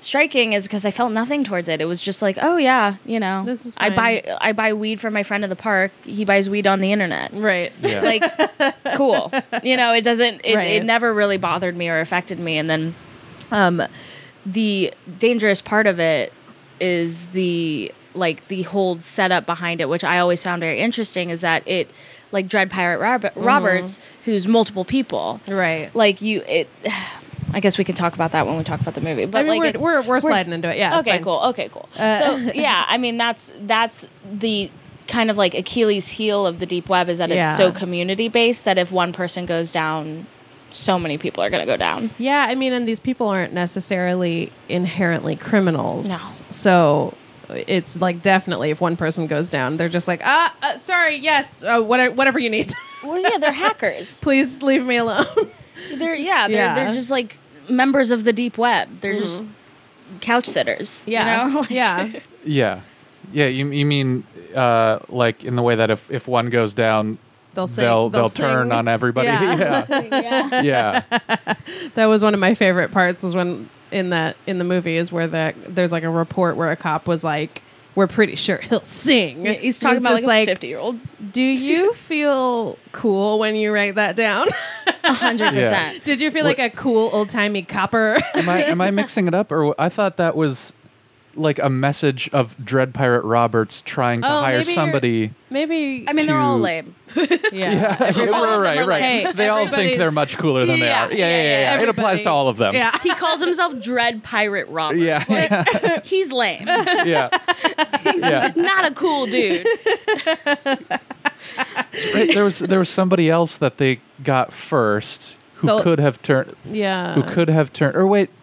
Speaker 2: striking is because I felt nothing towards it. It was just like, oh yeah, you know,
Speaker 1: This is
Speaker 2: I
Speaker 1: fine.
Speaker 2: buy I buy weed from my friend at the park. He buys weed on the internet.
Speaker 1: right.
Speaker 3: Yeah.
Speaker 2: Like, cool. You know, it doesn't. It,
Speaker 1: Right.
Speaker 2: it never really bothered me or affected me. And then, um, the dangerous part of it is the like the whole setup behind it, which I always found very interesting. Is that it, like Dread Pirate Robert,
Speaker 1: Mm-hmm.
Speaker 2: Roberts, who's multiple people,
Speaker 1: Right.
Speaker 2: like you it i guess we can talk about that when we talk about the movie but
Speaker 1: I mean,
Speaker 2: like
Speaker 1: we're,
Speaker 2: it's-
Speaker 1: we're, we're sliding into it. Yeah. it's
Speaker 2: okay
Speaker 1: fine.
Speaker 2: cool okay cool so yeah i mean that's that's the kind of like achilles heel of the deep web is that
Speaker 1: Yeah.
Speaker 2: it's so community based that if one person goes down so many people are going to go down
Speaker 1: Yeah, I mean, and these people aren't necessarily inherently criminals.
Speaker 2: No.
Speaker 1: So it's like definitely if one person goes down, they're just like, ah, uh, sorry, yes, uh, whatever, whatever you need.
Speaker 2: well yeah they're hackers
Speaker 1: Please leave me alone.
Speaker 2: they're yeah Mm-hmm. they're,
Speaker 1: Yeah.
Speaker 2: they're just like members of the deep web they're just couch sitters you know Like-
Speaker 1: yeah.
Speaker 3: Yeah, yeah. You you mean uh, like in the way that if, if one goes down,
Speaker 1: They'll sing-
Speaker 3: they'll,
Speaker 1: they'll
Speaker 3: turn
Speaker 1: sing.
Speaker 3: on everybody.
Speaker 1: Yeah.
Speaker 2: yeah
Speaker 3: Yeah, yeah.
Speaker 1: That was one of my favorite parts was when in that in the movie is where the there's like a report where a cop was like we're pretty sure he'll sing.
Speaker 2: He's talking
Speaker 1: It's
Speaker 2: about
Speaker 1: just
Speaker 2: like a fifty-year-old.
Speaker 1: Do you feel cool when you write that down?
Speaker 2: hundred percent.
Speaker 1: Did you feel
Speaker 3: What-
Speaker 1: like a cool old timey copper?
Speaker 3: Am I am I mixing it up, or I thought that was like a message of Dread Pirate Roberts trying to
Speaker 1: Oh,
Speaker 3: hire
Speaker 1: maybe you're-
Speaker 3: somebody?
Speaker 1: maybe
Speaker 2: I mean, they're all
Speaker 3: To-
Speaker 2: lame.
Speaker 1: yeah.
Speaker 3: we're
Speaker 2: all of them
Speaker 3: right,
Speaker 2: are
Speaker 3: right.
Speaker 1: like, hey,
Speaker 3: they all think they're
Speaker 1: everybody's-
Speaker 3: much cooler than
Speaker 2: Yeah,
Speaker 3: they are. Yeah, yeah,
Speaker 2: yeah,
Speaker 3: yeah.
Speaker 2: yeah,
Speaker 3: It applies
Speaker 1: everybody.
Speaker 3: to all of them.
Speaker 1: Yeah.
Speaker 2: He calls himself Dread Pirate Roberts.
Speaker 3: Yeah.
Speaker 2: Like, he's lame.
Speaker 3: yeah. yeah.
Speaker 2: Not a cool dude.
Speaker 3: Right, there was there was somebody else that they got first who
Speaker 1: The-
Speaker 3: could have turned
Speaker 1: Yeah.
Speaker 3: who could have turned or wait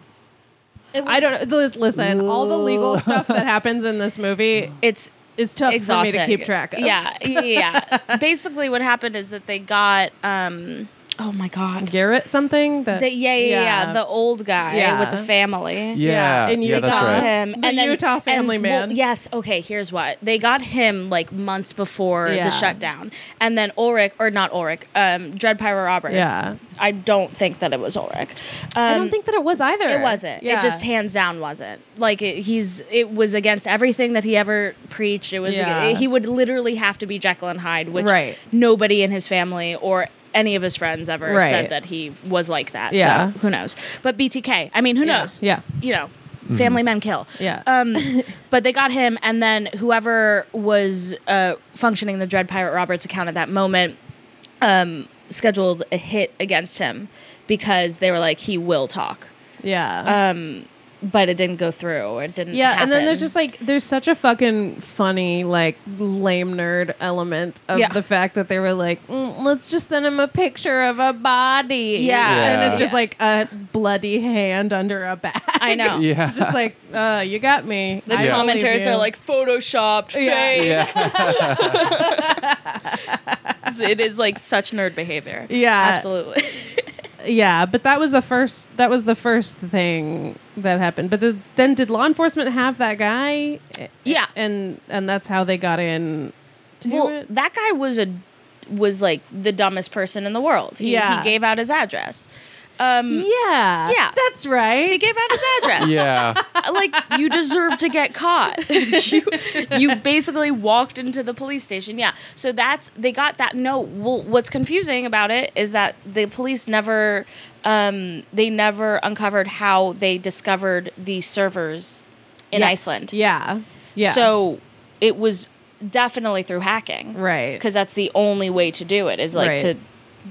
Speaker 2: It was-
Speaker 1: I don't know. Lis- Listen, all the legal stuff that happens in this movie
Speaker 2: It's
Speaker 1: is tough
Speaker 2: exhausting.
Speaker 1: for me to keep track of.
Speaker 2: Yeah, yeah, yeah. Basically, what happened is that they got. um Oh my god.
Speaker 1: Garrett something that
Speaker 2: The, yeah, yeah, yeah,
Speaker 1: Yeah.
Speaker 2: The old guy
Speaker 1: Yeah.
Speaker 2: with the family.
Speaker 1: Yeah,
Speaker 3: yeah
Speaker 1: in
Speaker 3: yeah, that's
Speaker 1: Utah.
Speaker 3: right.
Speaker 2: him
Speaker 1: The Utah family
Speaker 2: well,
Speaker 1: man.
Speaker 2: yes. Okay. Here's what they got him like months before
Speaker 1: Yeah.
Speaker 2: the shutdown, and then Ulrich or not Ulrich, um, Dread Pirate Roberts.
Speaker 1: Yeah.
Speaker 2: I don't think that it was Ulrich. Um,
Speaker 1: I don't think that it was either.
Speaker 2: it wasn't. It just hands down wasn't. Like it, he's it was against everything that he ever preached. It was
Speaker 1: Yeah.
Speaker 2: he would literally have to be Jekyll and Hyde, which
Speaker 1: Right.
Speaker 2: nobody in his family or any of his friends ever
Speaker 1: Right.
Speaker 2: said that he was like that.
Speaker 1: Yeah.
Speaker 2: So who knows? But BTK. I mean, who knows?
Speaker 1: Yeah.
Speaker 2: You know, family men kill.
Speaker 1: Yeah.
Speaker 2: Um, but they got him, and then whoever was uh, functioning the Dread Pirate Roberts account at that moment um, scheduled a hit against him because they were like, he will talk.
Speaker 1: yeah.
Speaker 2: But it didn't go through. It didn't.
Speaker 1: yeah, and then
Speaker 2: happen.
Speaker 1: there's just like there's such a fucking funny like lame nerd element of
Speaker 2: Yeah.
Speaker 1: the fact that they were like, "Mm, let's just send him a picture of a body.
Speaker 2: Yeah.
Speaker 1: and it's just
Speaker 2: Yeah.
Speaker 1: like a bloody hand under a bag.
Speaker 2: I know.
Speaker 3: Yeah.
Speaker 1: It's just like, uh, you got me.
Speaker 2: The
Speaker 1: I believe
Speaker 2: commenters
Speaker 1: you.
Speaker 2: are like photoshopped,
Speaker 1: Yeah.
Speaker 2: fake.
Speaker 3: yeah.
Speaker 2: It is like such nerd behavior.
Speaker 1: Yeah.
Speaker 2: absolutely.
Speaker 1: yeah, but that was the first. That was the first thing that happened. But the, then, did law enforcement have that guy?
Speaker 2: Yeah.
Speaker 1: and and that's how they got in. To
Speaker 2: well,
Speaker 1: it?
Speaker 2: that guy was a was like the dumbest person in the world. He,
Speaker 1: Yeah.
Speaker 2: he gave out his address. Um,
Speaker 1: yeah,
Speaker 2: Yeah.
Speaker 1: that's right.
Speaker 2: he gave out his address.
Speaker 3: yeah.
Speaker 2: like you deserve to get caught. you, you basically walked into the police station. Yeah. So that's they got that note. Well, what's confusing about it is that the police never um, they never uncovered how they discovered the servers in
Speaker 1: Yeah.
Speaker 2: Iceland.
Speaker 1: yeah, yeah.
Speaker 2: So it was definitely through hacking.
Speaker 1: Right.
Speaker 2: Because that's the only way to do it is like
Speaker 1: Right.
Speaker 2: to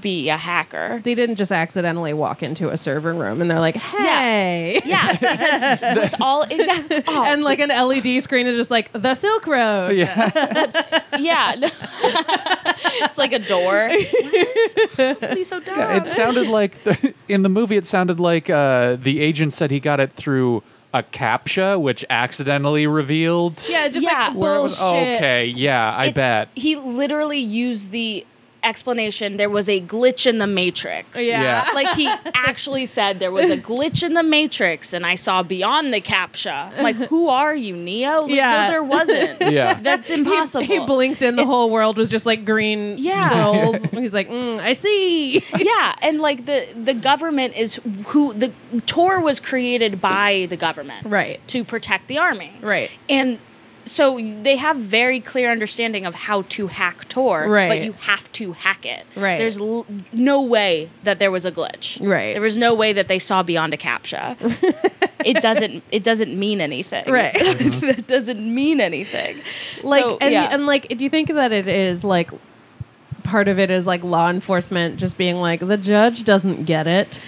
Speaker 2: be a hacker.
Speaker 1: they didn't just accidentally walk into a server room and they're like, "Hey."
Speaker 2: yeah, because with all exactly, oh,
Speaker 1: And like an LED screen is just like the Silk Road.
Speaker 3: Yeah.
Speaker 2: Yeah. no. it's like a door. What? Don't be so dumb.
Speaker 3: It sounded like the, in the movie it sounded like uh, the agent said he got it through a captcha which accidentally revealed
Speaker 1: Yeah, just
Speaker 2: Yeah.
Speaker 1: like
Speaker 3: where it
Speaker 1: bullshit.
Speaker 3: was- oh, Okay, yeah, I
Speaker 2: It's-
Speaker 3: bet.
Speaker 2: He literally used the explanation there was a glitch in the matrix.
Speaker 1: Oh, Yeah.
Speaker 2: Like he actually said there was a glitch in the matrix and I saw beyond the captcha. I'm like, who are you, Neo? Like,
Speaker 1: Yeah.
Speaker 2: No, there wasn't.
Speaker 3: Yeah.
Speaker 2: That's impossible.
Speaker 1: He blinked and the
Speaker 2: It's-
Speaker 1: whole world was just like green
Speaker 2: Yeah.
Speaker 1: scrolls. He's like, mm, I see.
Speaker 2: yeah, and like the the government is who the Tor was created by the government,
Speaker 1: Right.
Speaker 2: To protect the army,
Speaker 1: Right.
Speaker 2: And so they have very clear understanding of how to hack Tor,
Speaker 1: Right.
Speaker 2: But you have to hack it,
Speaker 1: Right.
Speaker 2: There's l- no way that there was a glitch,
Speaker 1: Right.
Speaker 2: There was no way that they saw beyond a captcha. it doesn't. It doesn't mean anything,
Speaker 1: Right.
Speaker 2: that doesn't mean anything.
Speaker 1: Like
Speaker 2: So,
Speaker 1: and
Speaker 2: yeah.
Speaker 1: and like do you think that it is like part of it is like law enforcement just being like the judge doesn't get it.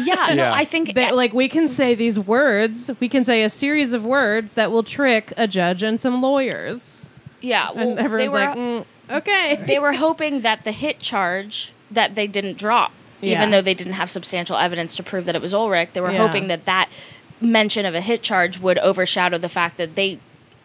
Speaker 2: yeah, no,
Speaker 3: Yeah.
Speaker 2: I think e,
Speaker 1: That like we can say these words, we can say a series of words that will trick a judge and some lawyers.
Speaker 2: yeah, well,
Speaker 1: And
Speaker 2: they
Speaker 1: everyone's
Speaker 2: were-
Speaker 1: like, mm, okay.
Speaker 2: they were hoping that the hit charge that they didn't drop,
Speaker 1: Yeah.
Speaker 2: even though they didn't have substantial evidence to prove that it was Ulrich, they were
Speaker 1: Yeah.
Speaker 2: hoping that that mention of a hit charge would overshadow the fact that they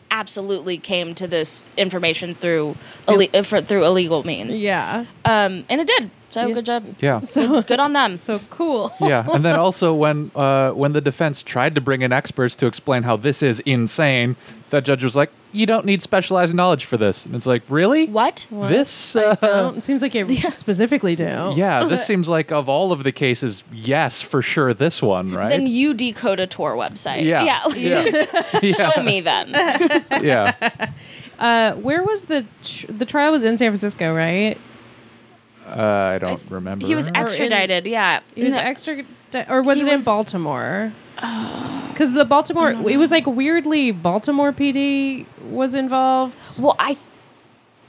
Speaker 2: absolutely came to this information through, ille- uh, for, through illegal means.
Speaker 1: Yeah.
Speaker 2: Um, and it did. So
Speaker 1: Yeah.
Speaker 2: good job.
Speaker 3: Yeah.
Speaker 1: So
Speaker 2: Good on them.
Speaker 1: so cool.
Speaker 3: yeah, and then also when uh, when the defense tried to bring in experts to explain how this is insane, that judge was like, "You don't need specialized knowledge for this." And it's like, really?
Speaker 2: What?
Speaker 3: This?
Speaker 1: I
Speaker 3: Uh,
Speaker 1: don't. Seems like you specifically do.
Speaker 3: yeah, this seems like of all of the cases, yes, for sure, this one, right?
Speaker 2: Then you decode a tour website.
Speaker 3: yeah,
Speaker 2: Yeah. like,
Speaker 3: yeah, yeah,
Speaker 2: Show me then.
Speaker 3: yeah.
Speaker 1: Uh, where was the tr- the trial? Was in San Francisco, right?
Speaker 3: Uh, I don't remember.
Speaker 2: He was extradited. yeah.
Speaker 1: It was
Speaker 2: No.
Speaker 1: extra, or was
Speaker 2: He
Speaker 1: it in
Speaker 2: was- Oh.
Speaker 1: Baltimore? Because the Baltimore, it was like weirdly Baltimore PD was involved.
Speaker 2: well, I.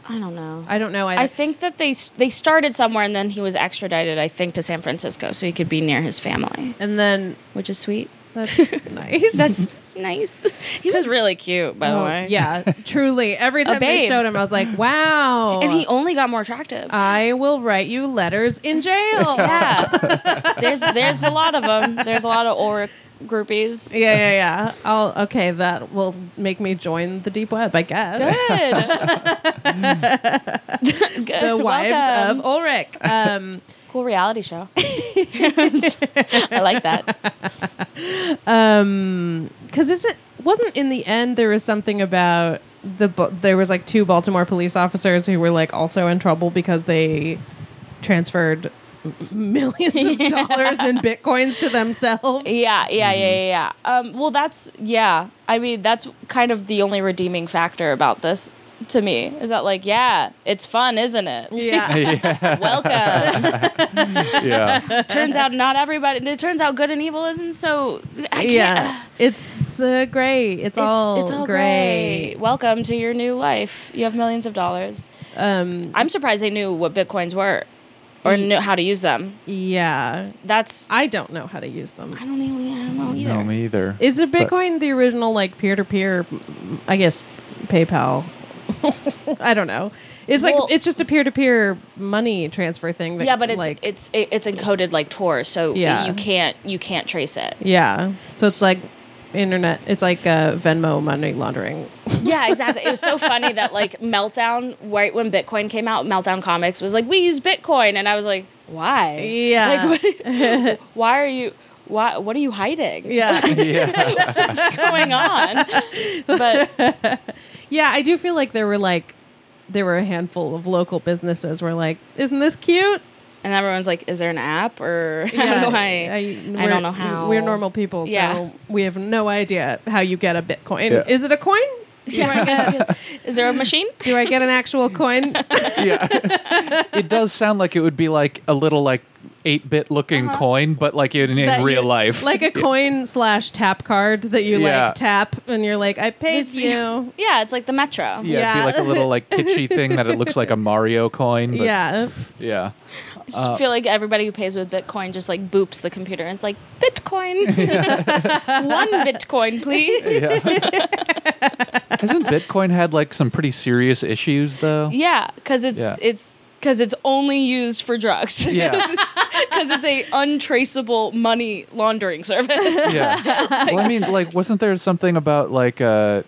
Speaker 2: I don't know.
Speaker 1: I don't know. I,
Speaker 2: I think that they s- they started somewhere and then he was extradited, I think, to San Francisco so he could be near his family,
Speaker 1: and then
Speaker 2: which is sweet.
Speaker 1: that's nice.
Speaker 2: That's nice. He was really cute, by the
Speaker 1: Oh,
Speaker 2: way.
Speaker 1: yeah, truly. Every time they
Speaker 2: babe.
Speaker 1: showed him, I was like, wow.
Speaker 2: And he only got more attractive.
Speaker 1: I will write you letters in jail.
Speaker 2: yeah. there's there's a lot of them. There's a lot of auric groupies.
Speaker 1: Yeah, yeah, yeah. I'll okay. That will make me join the deep web, I guess.
Speaker 2: Good. Good.
Speaker 1: The wives
Speaker 2: Welcome.
Speaker 1: of Ulrich. Um,
Speaker 2: cool reality show. I like that.
Speaker 1: um, because is it wasn't in the end there was something about the Ba- there was like two Baltimore police officers who were like also in trouble because they transferred m- millions of dollars in bitcoins to themselves.
Speaker 2: Yeah, yeah, yeah,
Speaker 1: Mm-hmm.
Speaker 2: yeah, yeah. Um, well, that's yeah. I mean, that's kind of the only redeeming factor about this to me is that like, yeah, it's fun, isn't it?
Speaker 1: Yeah.
Speaker 3: yeah,
Speaker 2: Welcome.
Speaker 3: yeah,
Speaker 2: turns out not everybody. It turns out good and evil isn't so. I can't,
Speaker 1: yeah, it's uh, great. It's, all great.
Speaker 2: Welcome to your new life. You have millions of dollars.
Speaker 1: Um,
Speaker 2: I'm surprised they knew what bitcoins were, or
Speaker 1: Ye-
Speaker 2: knew how to use them.
Speaker 1: yeah,
Speaker 2: That's
Speaker 1: I don't know how to use them.
Speaker 2: I don't even I don't know either.
Speaker 3: no, me either.
Speaker 1: Is it Bitcoin the original like peer to peer? I guess PayPal. I don't know. It's like
Speaker 2: Well-
Speaker 1: it's just a peer to peer money transfer thing. That,
Speaker 2: yeah, but it's
Speaker 1: like
Speaker 2: it's it, it's encoded like Tor, so
Speaker 1: Yeah.
Speaker 2: you can't you can't trace it.
Speaker 1: yeah. So it's
Speaker 2: S-
Speaker 1: like internet. It's like uh, Venmo money laundering.
Speaker 2: Yeah, exactly. it was so funny that like Meltdown, right when Bitcoin came out, Meltdown Comics was like, "We use Bitcoin," and I was like, "Why?
Speaker 1: Yeah.
Speaker 2: like what? why are you? Why? What are you hiding?
Speaker 1: Yeah,
Speaker 3: yeah,
Speaker 2: What's going on?" But
Speaker 1: yeah. I do feel like there were like there were a handful of local businesses were like, isn't this cute?
Speaker 2: and everyone's like, "Is there an app or how
Speaker 1: Yeah,
Speaker 2: do I?" I
Speaker 1: we're-
Speaker 2: don't know how.
Speaker 1: We're normal people, so
Speaker 2: Yeah.
Speaker 1: we have no idea how you get a Bitcoin.
Speaker 3: Yeah.
Speaker 1: Is it a coin?
Speaker 2: Yeah. Is there a machine?
Speaker 1: Do I get an actual coin?
Speaker 3: yeah. it does sound like it would be like a little like eight bit looking coin, but like in,
Speaker 1: that
Speaker 3: in
Speaker 1: you-
Speaker 3: real life,
Speaker 1: like a coin slash tap card that you
Speaker 3: Yeah.
Speaker 1: like tap and you're like, I paid
Speaker 2: It's-
Speaker 1: you.
Speaker 2: Yeah, it's like the metro.
Speaker 3: Yeah,
Speaker 1: Yeah.
Speaker 3: it'd be like a little like kitschy thing that it looks like a Mario coin. But yeah,
Speaker 1: Yeah,
Speaker 3: yeah,
Speaker 2: I just feel like everybody who pays with Bitcoin just like boops the computer and it's like Bitcoin. One Bitcoin, please.
Speaker 3: Hasn't Bitcoin had like some pretty serious issues though?
Speaker 2: Yeah, because it's
Speaker 3: Yeah.
Speaker 2: it's because it's only used for drugs.
Speaker 3: Yeah,
Speaker 2: because it's a untraceable money laundering service.
Speaker 3: yeah. Well, I mean, like, wasn't there something about like, uh,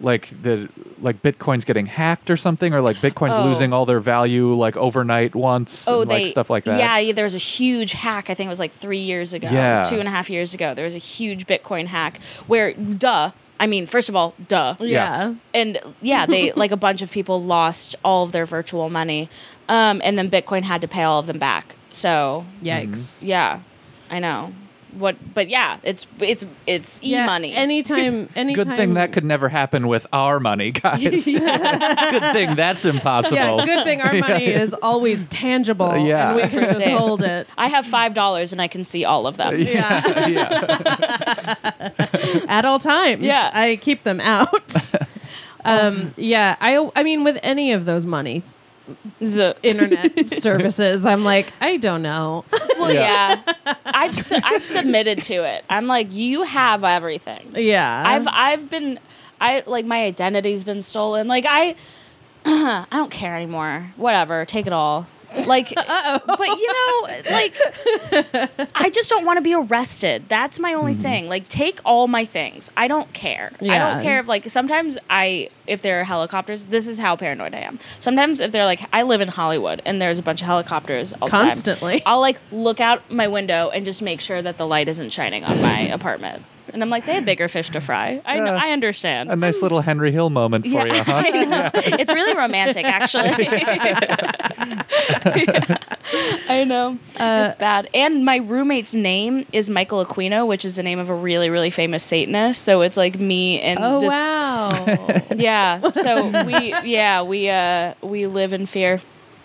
Speaker 3: like the like Bitcoin's getting hacked or something, or like Bitcoin's
Speaker 2: Oh.
Speaker 3: losing all their value like overnight once,
Speaker 1: Oh,
Speaker 3: and, like stuff like that.
Speaker 2: Yeah, yeah, there was a huge hack. I think it was like three years ago,
Speaker 3: Yeah.
Speaker 2: two and a half years ago. There was a huge Bitcoin hack where, duh. I mean, first of all, duh.
Speaker 1: yeah,
Speaker 2: and yeah, they like a bunch of people lost all of their virtual money, um, and then Bitcoin had to pay all of them back. So
Speaker 1: Yikes!
Speaker 2: yeah, I know what, but yeah, it's it's it's e
Speaker 1: Yeah,
Speaker 2: money.
Speaker 1: Anytime, anytime.
Speaker 3: Good thing that could never happen with our money, guys. Good thing that's impossible.
Speaker 1: Yeah, good thing our money is always tangible.
Speaker 3: Uh, yeah.
Speaker 1: and we can just
Speaker 2: 100%.
Speaker 1: hold it.
Speaker 2: I have five dollars and I can see all of them.
Speaker 1: Yeah,
Speaker 3: yeah.
Speaker 1: at all times.
Speaker 2: Yeah.
Speaker 1: I keep them out. Um, yeah, I, I mean, with any of those money
Speaker 2: Z-
Speaker 1: internet services, I'm like, I don't know.
Speaker 2: well,
Speaker 3: Yeah.
Speaker 2: yeah, I've su- I've submitted to it. I'm like, you have everything.
Speaker 1: Yeah,
Speaker 2: I've I've been I like my identity's been stolen. Like I I don't care anymore. Whatever, take it all. Like, but you know, like, I just don't want to be arrested. That's my
Speaker 1: Mm-hmm.
Speaker 2: only thing. Like, take all my things. I don't care. I
Speaker 1: Yeah.
Speaker 2: don't care if like sometimes I if there are helicopters. This is how paranoid I am. Sometimes if they're like, I live in Hollywood and there's a bunch of helicopters all the time,
Speaker 1: Constantly.
Speaker 2: I'll like look out my window and just make sure that the light isn't shining on my apartment. And I'm like, they have bigger fish to fry. I know,
Speaker 3: Yeah.
Speaker 2: I understand.
Speaker 3: A nice little Henry Hill moment for you, huh?
Speaker 2: I know. It's really romantic, actually. Yeah. I know. it's bad. And my roommate's name is Michael Aquino, which is the name of a really, really famous Satanist. So it's like me and
Speaker 1: Oh
Speaker 2: this.
Speaker 1: wow,
Speaker 2: Yeah. So we, yeah, we, uh, we live in fear.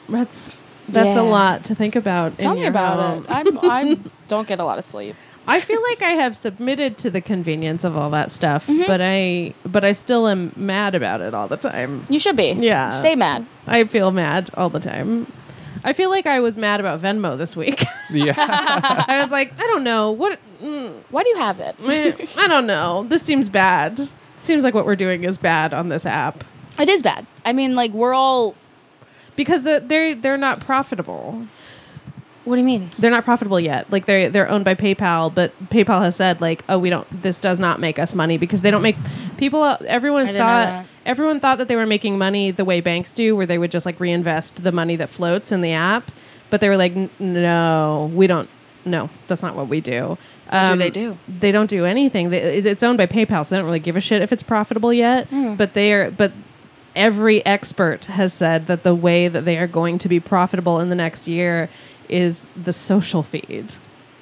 Speaker 1: that's that's
Speaker 2: Yeah.
Speaker 1: a lot to think about.
Speaker 2: Tell
Speaker 1: in
Speaker 2: me
Speaker 1: your
Speaker 2: about
Speaker 1: home.
Speaker 2: it. I'm, I'm, don't get a lot of sleep.
Speaker 1: I feel like I have submitted to the convenience of all that stuff,
Speaker 2: Mm-hmm.
Speaker 1: but I but I still am mad about it all the time.
Speaker 2: You should be.
Speaker 1: Yeah.
Speaker 2: Stay mad.
Speaker 1: I feel mad all the time. I feel like I was mad about Venmo this week.
Speaker 3: yeah.
Speaker 1: I was like, I don't know what
Speaker 2: Why do you have it?
Speaker 1: eh, I don't know. This seems bad. Seems like what we're doing is bad on this app
Speaker 2: It is bad. I mean, like, we're all,
Speaker 1: because the, they're they're not profitable.
Speaker 2: what do you mean?
Speaker 1: They're not profitable yet. Like they they're owned by PayPal, but PayPal has said like, oh, we don't. This does not make us money because they don't make people. Everyone
Speaker 2: I didn't know
Speaker 1: thought
Speaker 2: that.
Speaker 1: everyone thought that they were making money the way banks do, where they would just like reinvest the money that floats in the app. But they were like, "N- no, we don't. No, that's not what we do.
Speaker 2: What do they do?
Speaker 1: Um, They don't do anything. They, it- it's owned by PayPal, so they don't really give a shit if it's profitable yet.
Speaker 2: Hmm.
Speaker 1: But they are. But every expert has said that the way that they are going to be profitable in the next year is the social feed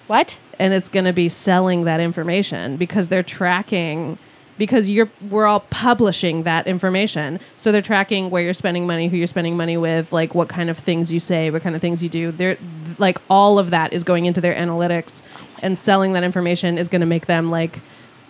Speaker 2: What?
Speaker 1: and it's going to be selling that information because they're tracking because you're we're all publishing that information so they're tracking where you're spending money who you're spending money with like what kind of things you say what kind of things you do they're like all of that is going into their analytics and selling that information is going to make them like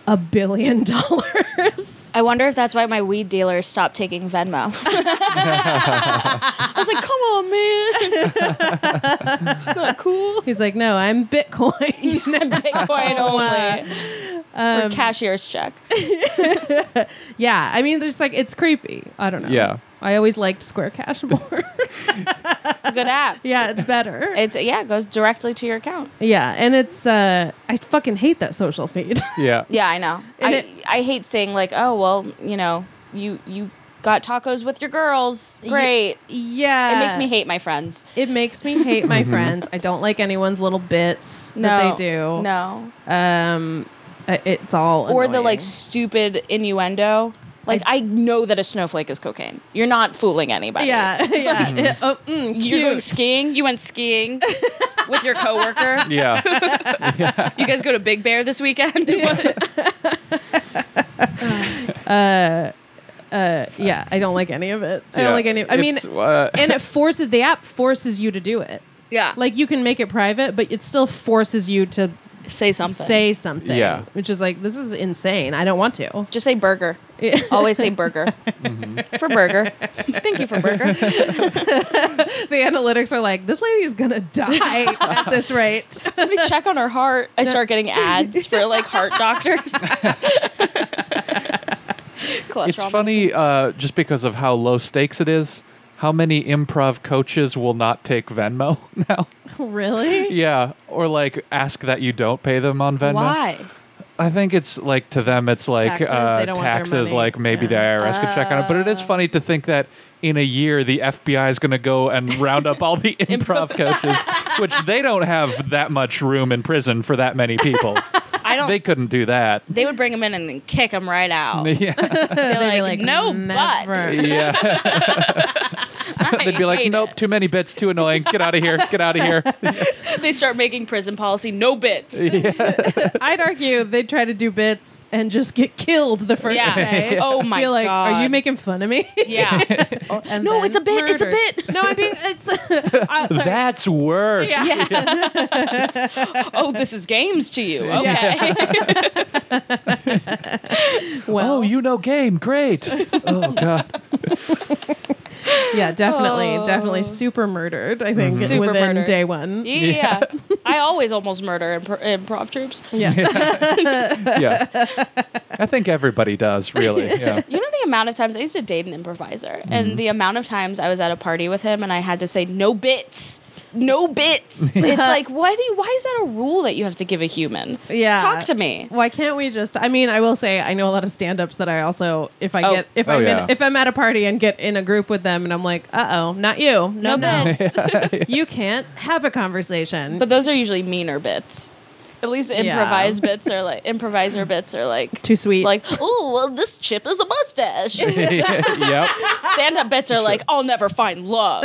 Speaker 1: a billion dollars
Speaker 2: I wonder if that's why my weed dealer stopped taking Venmo. I was like, come on, man. it's not cool. Oh,
Speaker 1: he's like no i'm bitcoin
Speaker 2: Bitcoin only. or cashier's check.
Speaker 1: yeah i mean there's like it's creepy i don't know
Speaker 3: Yeah.
Speaker 1: i always liked square cash more
Speaker 2: It's a good app.
Speaker 1: yeah it's better
Speaker 2: It's yeah, it goes directly to your account.
Speaker 1: Yeah, and it's uh I fucking hate that social feed.
Speaker 3: Yeah.
Speaker 2: Yeah, I know.
Speaker 1: And
Speaker 2: I,
Speaker 1: it-
Speaker 2: I hate saying like, oh well, you know, you you got tacos with your girls. Great.
Speaker 1: yeah.
Speaker 2: it makes me hate my friends.
Speaker 1: It makes me hate
Speaker 3: Mm-hmm.
Speaker 1: my friends. I don't like anyone's little bits
Speaker 2: No,
Speaker 1: that they do.
Speaker 2: No,
Speaker 1: Um uh, it's all
Speaker 2: or the
Speaker 1: annoying.
Speaker 2: like stupid innuendo. Like I, know that a snowflake is cocaine. You're not fooling anybody.
Speaker 1: Yeah, yeah. It- oh, mm,
Speaker 2: You're going
Speaker 1: cute.
Speaker 2: skiing. You went skiing with your coworker.
Speaker 3: Yeah.
Speaker 2: You guys go to Big Bear this weekend. What?
Speaker 1: Uh, yeah, I don't like any of it. I don't like any I mean
Speaker 3: It's, uh,
Speaker 1: and it forces the app forces you to do it.
Speaker 2: yeah,
Speaker 1: Like you can make it private, but it still forces you to
Speaker 2: say something.
Speaker 1: say something.
Speaker 3: Yeah.
Speaker 1: Which is like this is insane. I don't want to.
Speaker 2: just say burger. Always say burger
Speaker 1: Mm-hmm.
Speaker 2: for burger. Thank you for burger.
Speaker 1: the analytics are like, this lady's gonna die at this rate.
Speaker 2: Somebody check on her heart. I start getting ads for like heart doctors. Cholesterol
Speaker 3: it's funny uh, just because of how low stakes it is. How many improv coaches will not take Venmo now?
Speaker 1: really?
Speaker 3: yeah, or like ask that you don't pay them on Venmo.
Speaker 2: medicine. Why?
Speaker 3: I think it's like to them, it's like
Speaker 1: Taxes, they
Speaker 3: uh,
Speaker 1: don't want their
Speaker 3: taxes.
Speaker 1: money.
Speaker 3: Like
Speaker 1: Yeah.
Speaker 3: maybe
Speaker 1: Oh.
Speaker 3: the IRS could check on it, but it is funny to think that in a year the FBI is going to go and round up all the improv coaches, which they don't have that much room in prison for that many people.
Speaker 2: I don't.
Speaker 3: they
Speaker 2: They,
Speaker 3: couldn't do that.
Speaker 2: would bring him in and then kick him right
Speaker 1: Oh.
Speaker 2: out.
Speaker 3: Yeah,
Speaker 2: They're
Speaker 1: They'd be
Speaker 2: like, no,
Speaker 1: "Never."
Speaker 2: but
Speaker 3: yeah.
Speaker 2: I
Speaker 3: They'd be like,
Speaker 2: hate
Speaker 3: nope,
Speaker 2: it."
Speaker 3: too many bits, too annoying. Get out of here. Get out of here.
Speaker 2: They start making prison policy no bits.
Speaker 1: I'd argue they try to do bits and just get killed the first
Speaker 2: Yeah.
Speaker 1: day.
Speaker 2: Oh my
Speaker 1: Be like, are you
Speaker 2: God.
Speaker 1: making fun of me?
Speaker 2: Yeah.
Speaker 1: And
Speaker 2: No,
Speaker 1: then
Speaker 2: it's a bit, it's a
Speaker 1: murdered.
Speaker 2: bit.
Speaker 1: No, I mean it's. I- sorry.
Speaker 3: That's worse.
Speaker 2: oh, this is games to you. Okay.
Speaker 1: well,
Speaker 3: Oh, you know game. Great. Oh god.
Speaker 1: yeah, definitely,
Speaker 2: Oh.
Speaker 1: definitely Oh. super murdered. I think
Speaker 2: Super
Speaker 1: within
Speaker 2: murdered.
Speaker 1: day one.
Speaker 2: Yeah. I always almost murder impro- improv troops.
Speaker 1: Yeah.
Speaker 3: yeah. I think everybody does, really. Yeah.
Speaker 2: You know the amount of times I used to date an improviser,
Speaker 3: Mm-hmm.
Speaker 2: and the amount of times I was at a party with him and I had to say no bits, no bits. it's like why do you, why is that a rule that you have to give a human?
Speaker 1: Yeah.
Speaker 2: talk to me.
Speaker 1: Why can't we just? I mean, I will say I know a lot of stand-ups that I also if I
Speaker 2: Oh.
Speaker 1: get if
Speaker 3: Oh,
Speaker 1: I'm
Speaker 3: yeah.
Speaker 1: in, if I'm at a party and get in a group with them and I'm like, uh oh, not you, no,
Speaker 2: No,
Speaker 1: no,
Speaker 2: bits.
Speaker 1: you can't have a conversation.
Speaker 2: but those are usually meaner bits. At least improvised bits are like improviser bits are like
Speaker 1: Too sweet.
Speaker 2: Like oh well, this chip is a mustache.
Speaker 3: yep.
Speaker 2: Stand up bits are like I'll never find love,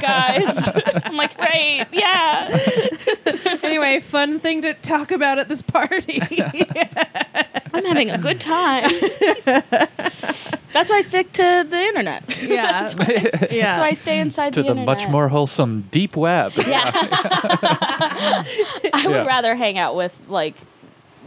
Speaker 2: guys? I'm like right, yeah.
Speaker 1: anyway, fun thing to talk about at this party.
Speaker 2: I'm having a good time. That's why I stick to the internet.
Speaker 1: yeah,
Speaker 2: That's why,
Speaker 1: yeah.
Speaker 2: that's why I stay inside
Speaker 3: To
Speaker 2: the,
Speaker 3: the
Speaker 2: internet.
Speaker 3: much more wholesome deep web.
Speaker 2: Yeah. I would
Speaker 3: Yeah.
Speaker 2: rather hang out with like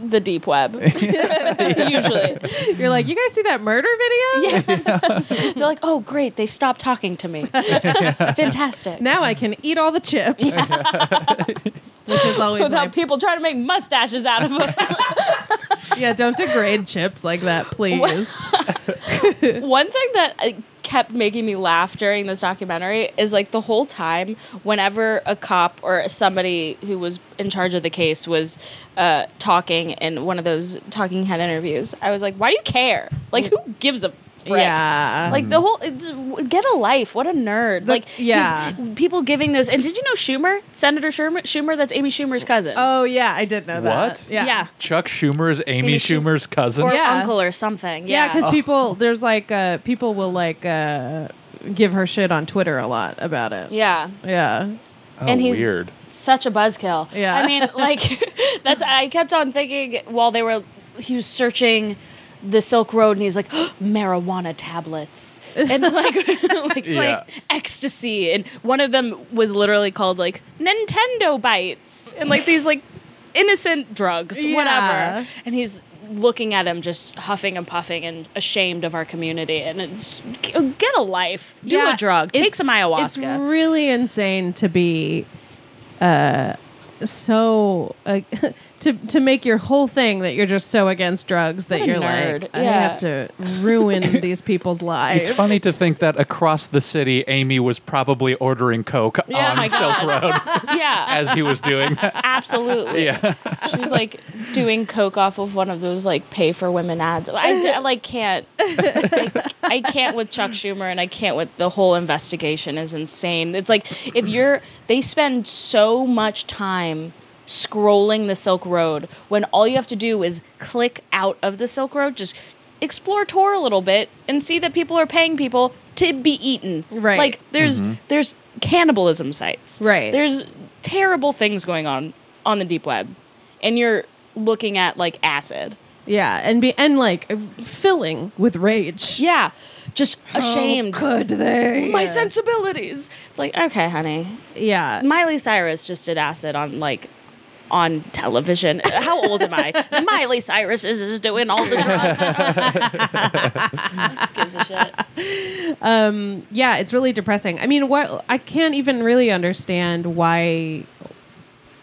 Speaker 2: the deep web. Usually.
Speaker 1: You're like, you guys see that murder video?
Speaker 2: Yeah. They're like, "Oh, great. They've stopped talking to me." Fantastic.
Speaker 1: Now I can eat all the chips. Which is always
Speaker 2: Without
Speaker 1: my,
Speaker 2: people trying to make mustaches out of them.
Speaker 1: yeah. Don't degrade chips like that, please.
Speaker 2: One thing that uh, kept making me laugh during this documentary is like the whole time, whenever a cop or somebody who was in charge of the case was uh, talking in one of those talking head interviews, I was like, why do you care? Like, who gives a frick?
Speaker 1: Yeah.
Speaker 2: Like the whole it's- w- get a life. What a nerd! Like he's-
Speaker 1: yeah.
Speaker 2: people giving those. And did you know Schumer, Senator Schumer? Schumer, that's Amy Schumer's cousin.
Speaker 1: oh yeah, I did know that.
Speaker 3: What?
Speaker 1: Yeah.
Speaker 2: Yeah.
Speaker 3: Chuck Schumer is Amy,
Speaker 2: Amy Schum-
Speaker 3: Schumer's cousin.
Speaker 2: or
Speaker 1: Yeah.
Speaker 2: uncle or something.
Speaker 1: Yeah,
Speaker 2: Yeah, Oh.
Speaker 1: because people there's like uh, people will like uh, give her shit on Twitter a lot about it.
Speaker 2: yeah.
Speaker 1: yeah,
Speaker 3: Oh,
Speaker 2: and he's-
Speaker 3: weird.
Speaker 2: such a buzzkill.
Speaker 1: Yeah.
Speaker 2: I mean, like that's I kept on thinking while they were he was searching the Silk Road and he's like marijuana tablets and like like,
Speaker 3: Yeah.
Speaker 2: like ecstasy and one of them was literally called like Nintendo bites and like these like innocent drugs
Speaker 1: Yeah.
Speaker 2: whatever and he's looking at him just huffing and puffing and ashamed of our community and it's get a life do
Speaker 1: Yeah,
Speaker 2: a drug take
Speaker 1: it's-
Speaker 2: some ayahuasca
Speaker 1: It's really insane to be uh, so uh, to to make your whole thing that you're just so against drugs that
Speaker 2: What a
Speaker 1: you're
Speaker 2: nerd.
Speaker 1: like I
Speaker 2: Yeah.
Speaker 1: have to ruin these people's lives.
Speaker 3: It's funny to think that across the city, Amy was probably ordering coke
Speaker 2: Yeah,
Speaker 3: on
Speaker 2: my
Speaker 3: Silk
Speaker 2: God.
Speaker 3: Road
Speaker 2: yeah
Speaker 3: as he was doing that.
Speaker 2: Absolutely.
Speaker 3: Yeah.
Speaker 2: She was like doing coke off of one of those like pay for women ads. I, I, like can't. I, I can't with Chuck Schumer, and I can't with the whole investigation is insane. It's like if you're, they spend so much time scrolling the Silk Road when all you have to do is click out of the Silk Road, just explore tour a little bit, and see that people are paying people to be eaten.
Speaker 1: Right.
Speaker 2: Like there's there's cannibalism sites.
Speaker 1: Right.
Speaker 2: There's terrible things going on on the deep web, and you're looking at like acid.
Speaker 1: yeah, and be and like filling with rage.
Speaker 2: Yeah, just
Speaker 1: Oh,
Speaker 2: ashamed. Oh,
Speaker 1: Could they?
Speaker 2: My sensibilities. It's like okay, honey.
Speaker 1: Yeah,
Speaker 2: Miley Cyrus just did acid on like on television. How old am I? Miley Cyrus is, is doing all the drugs. Gives a shit.
Speaker 1: yeah, it's really depressing. I mean, what I can't even really understand why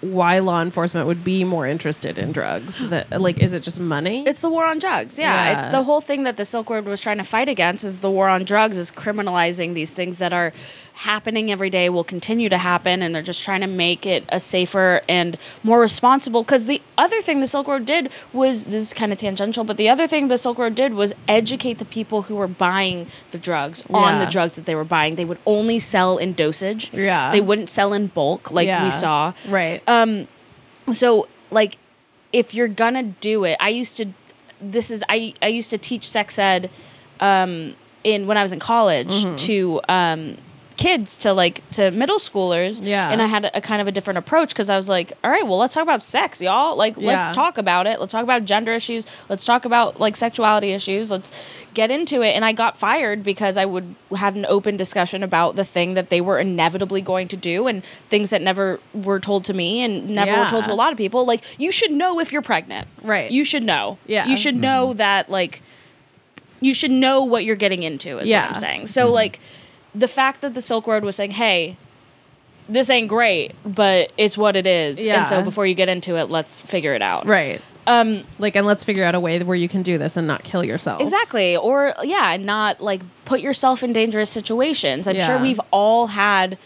Speaker 1: why law enforcement would be more interested in drugs. That like, is it just money?
Speaker 2: It's the war on drugs. Yeah.
Speaker 1: Yeah.
Speaker 2: It's the whole thing that the Silk Road was trying to fight against is the war on drugs is criminalizing these things that are happening every day will continue to happen and they're just trying to make it a safer and more responsible cuz the other thing the Silk Road did was this is kind of tangential but the other thing the Silk Road did was educate the people who were buying the drugs on
Speaker 1: Yeah.
Speaker 2: the drugs that they were buying they would only sell in dosage
Speaker 1: Yeah.
Speaker 2: they wouldn't sell in bulk like
Speaker 1: Yeah.
Speaker 2: we saw Um,
Speaker 1: right.
Speaker 2: so like if you're gonna do it i used to this is i i used to teach sex ed um in when i was in college
Speaker 1: Mm-hmm.
Speaker 2: to um kids to like to middle schoolers
Speaker 1: Yeah.
Speaker 2: and i had a, a kind of a different approach because i was like all right well let's talk about sex y'all like
Speaker 1: Yeah.
Speaker 2: let's talk about it let's talk about gender issues let's talk about like sexuality issues let's get into it and i got fired because i would had an open discussion about the thing that they were inevitably going to do and things that never were told to me and never were told to
Speaker 1: Yeah.
Speaker 2: a lot of people. Like, you should know if you're pregnant.
Speaker 1: Right.
Speaker 2: You should know.
Speaker 1: Yeah.
Speaker 2: You should know that, like, you should know what you're getting into, is
Speaker 1: Yeah.
Speaker 2: what I'm saying. So, like, the fact that the Silk Road was saying, hey, this ain't great, but it's what it is.
Speaker 1: Yeah.
Speaker 2: And so before you get into it, let's figure it out.
Speaker 1: Right.
Speaker 2: Um,
Speaker 1: Like, and let's figure out a way where you can do this and not kill yourself.
Speaker 2: Exactly. Or yeah, not like put yourself in dangerous situations. I'm sure
Speaker 1: Yeah.
Speaker 2: we've all had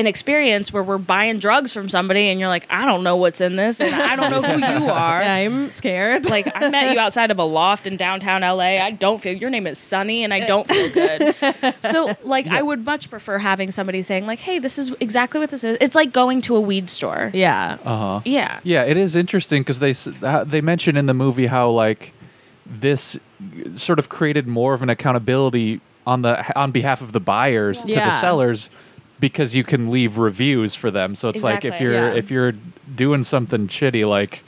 Speaker 2: an experience where we're buying drugs from somebody and you're like, I don't know what's in this and I don't know who you are.
Speaker 1: I'm scared.
Speaker 2: Like I met you outside of a loft in downtown LA. I don't feel your name is Sunny and I don't feel good. So like I would much prefer having somebody saying like, "Hey, this is exactly what this is." It's like going to a weed store.
Speaker 1: yeah.
Speaker 3: Uh huh.
Speaker 2: Yeah.
Speaker 3: Yeah, it is interesting because they s- how- they mention in the movie how like this sort of created more of an accountability on the on behalf of the buyers to the
Speaker 1: Yeah.
Speaker 3: sellers because you can leave reviews for them. So it's like if
Speaker 2: Exactly,
Speaker 3: you're
Speaker 1: yeah.
Speaker 3: if you're doing something shitty, like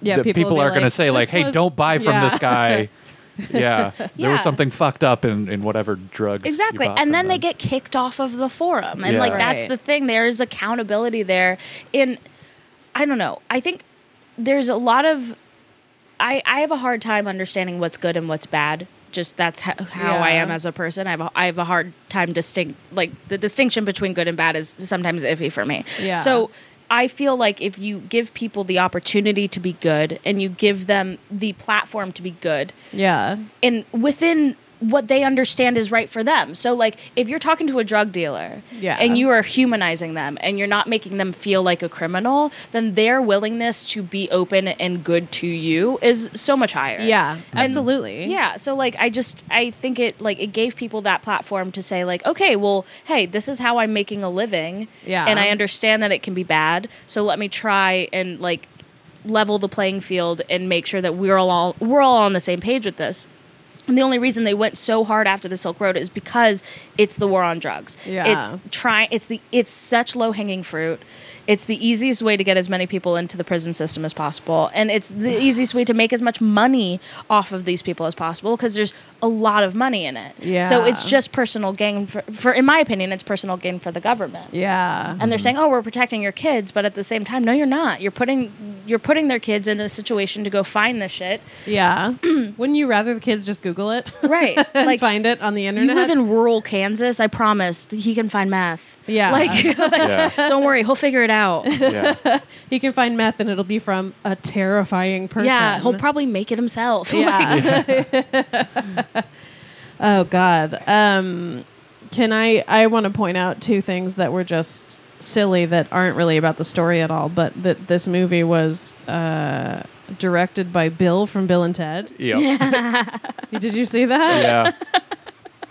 Speaker 1: yeah.
Speaker 3: that people,
Speaker 1: will be
Speaker 3: are going to say like,
Speaker 1: "This
Speaker 3: "Hey,
Speaker 1: was-
Speaker 3: don't buy from
Speaker 1: yeah.
Speaker 3: this guy." yeah, there
Speaker 2: Yeah.
Speaker 3: was something fucked up in in whatever drugs. you
Speaker 2: Exactly.
Speaker 3: bought
Speaker 2: And
Speaker 3: from
Speaker 2: then they
Speaker 3: them.
Speaker 2: get kicked off of the forum. And
Speaker 3: Yeah.
Speaker 2: like that's
Speaker 1: Right.
Speaker 2: the thing. There is accountability there. In I don't know. I think there's a lot of I I have a hard time understanding what's good and what's bad. Just that's how, how I
Speaker 1: Yeah.
Speaker 2: am as a person. I have a, I have a hard time distinct like the distinction between good and bad is sometimes iffy for me.
Speaker 1: Yeah.
Speaker 2: So I feel like if you give people the opportunity to be good and you give them the platform to be good,
Speaker 1: Yeah.
Speaker 2: and within what they understand is right for them. So like if you're talking to a drug dealer
Speaker 1: Yeah.
Speaker 2: and you are humanizing them and you're not making them feel like a criminal, then their willingness to be open and good to you is so much higher.
Speaker 1: Yeah. Absolutely.
Speaker 2: Yeah, so like I just I think it like it gave people that platform to say like, okay, well, hey, this is how I'm making a living.
Speaker 1: Yeah.
Speaker 2: And I understand that it can be bad. So let me try and like level the playing field and make sure that we're all we're all on the same page with this. And the only reason they went so hard after the Silk Road is because it's the war on drugs.
Speaker 1: Yeah.
Speaker 2: It's try it's the it's such low hanging fruit. It's the easiest way to get as many people into the prison system as possible. And it's the easiest way to make as much money off of these people as possible because there's a lot of money in it. So it's
Speaker 1: Yeah.
Speaker 2: just personal gain for, for in my opinion, it's personal gain for the government
Speaker 1: Yeah.
Speaker 2: and they're saying, "Oh, we're protecting your kids," but at the same time, no, you're not. You're putting you're putting their kids in a situation to go find this shit.
Speaker 1: Yeah. Wouldn't you rather the kids just Google it
Speaker 2: Right?
Speaker 1: and
Speaker 2: like
Speaker 1: find it on the
Speaker 2: you
Speaker 1: internet?
Speaker 2: live in rural Kansas. I promise that he can find meth.
Speaker 1: Yeah.
Speaker 2: Like,
Speaker 3: yeah,
Speaker 2: don't worry, he'll figure it out.
Speaker 3: yeah.
Speaker 1: he can find meth and it'll be from a terrifying person.
Speaker 2: Yeah, he'll probably make it himself. Like,
Speaker 1: Yeah. oh God. Um, can I? I want to point out two things that were just silly that aren't really about the story at all, but that this movie was uh, directed by Bill from Bill and Ted.
Speaker 3: Yep.
Speaker 1: Did you see that?
Speaker 3: yeah.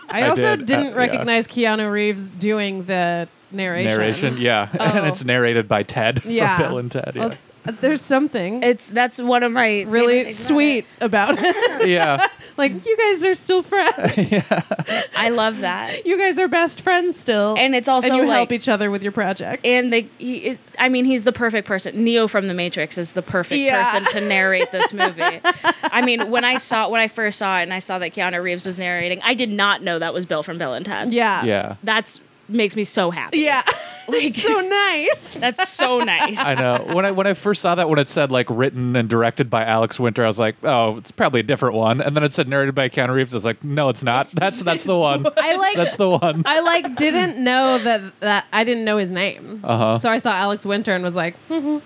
Speaker 1: I,
Speaker 3: I
Speaker 1: also
Speaker 3: did.
Speaker 1: did.
Speaker 3: Uh,
Speaker 1: not
Speaker 3: yeah.
Speaker 1: recognize Keanu Reeves doing the narration.
Speaker 3: narration. Yeah,
Speaker 2: Oh.
Speaker 3: and it's narrated by Ted
Speaker 1: Yeah. Oh,
Speaker 3: from Bill and Ted. Yeah,
Speaker 1: Well, there's something
Speaker 2: it's that's one of my favorite
Speaker 1: really
Speaker 2: things about
Speaker 1: sweet about it.
Speaker 3: yeah.
Speaker 1: like you guys are still friends.
Speaker 2: it. I love that.
Speaker 1: you guys are best friends still,
Speaker 2: And it's also
Speaker 1: and you help
Speaker 2: like-
Speaker 1: each other with your projects.
Speaker 2: And they, he, it, I mean, he's the perfect person. Neo from The Matrix is the perfect
Speaker 1: Yeah.
Speaker 2: person to narrate this movie. I mean, when I saw when I first saw it, and I saw that Keanu Reeves was narrating, I did not know that was Bill from Bill and Ted.
Speaker 1: yeah,
Speaker 3: yeah.
Speaker 2: that's makes me so happy.
Speaker 1: yeah,
Speaker 2: like
Speaker 1: so nice.
Speaker 2: that's so nice.
Speaker 3: I know. When I when I first saw that, when it said like written and directed by Alex Winter, I was like, oh, it's probably a different one. And then it said narrated by Keanu Reeves. I was like, no, it's not. That's that's the one.
Speaker 1: I like.
Speaker 3: That's the one.
Speaker 1: I like didn't know that that I didn't know his name.
Speaker 3: Uh-huh.
Speaker 1: So I saw Alex Winter and was like, hmm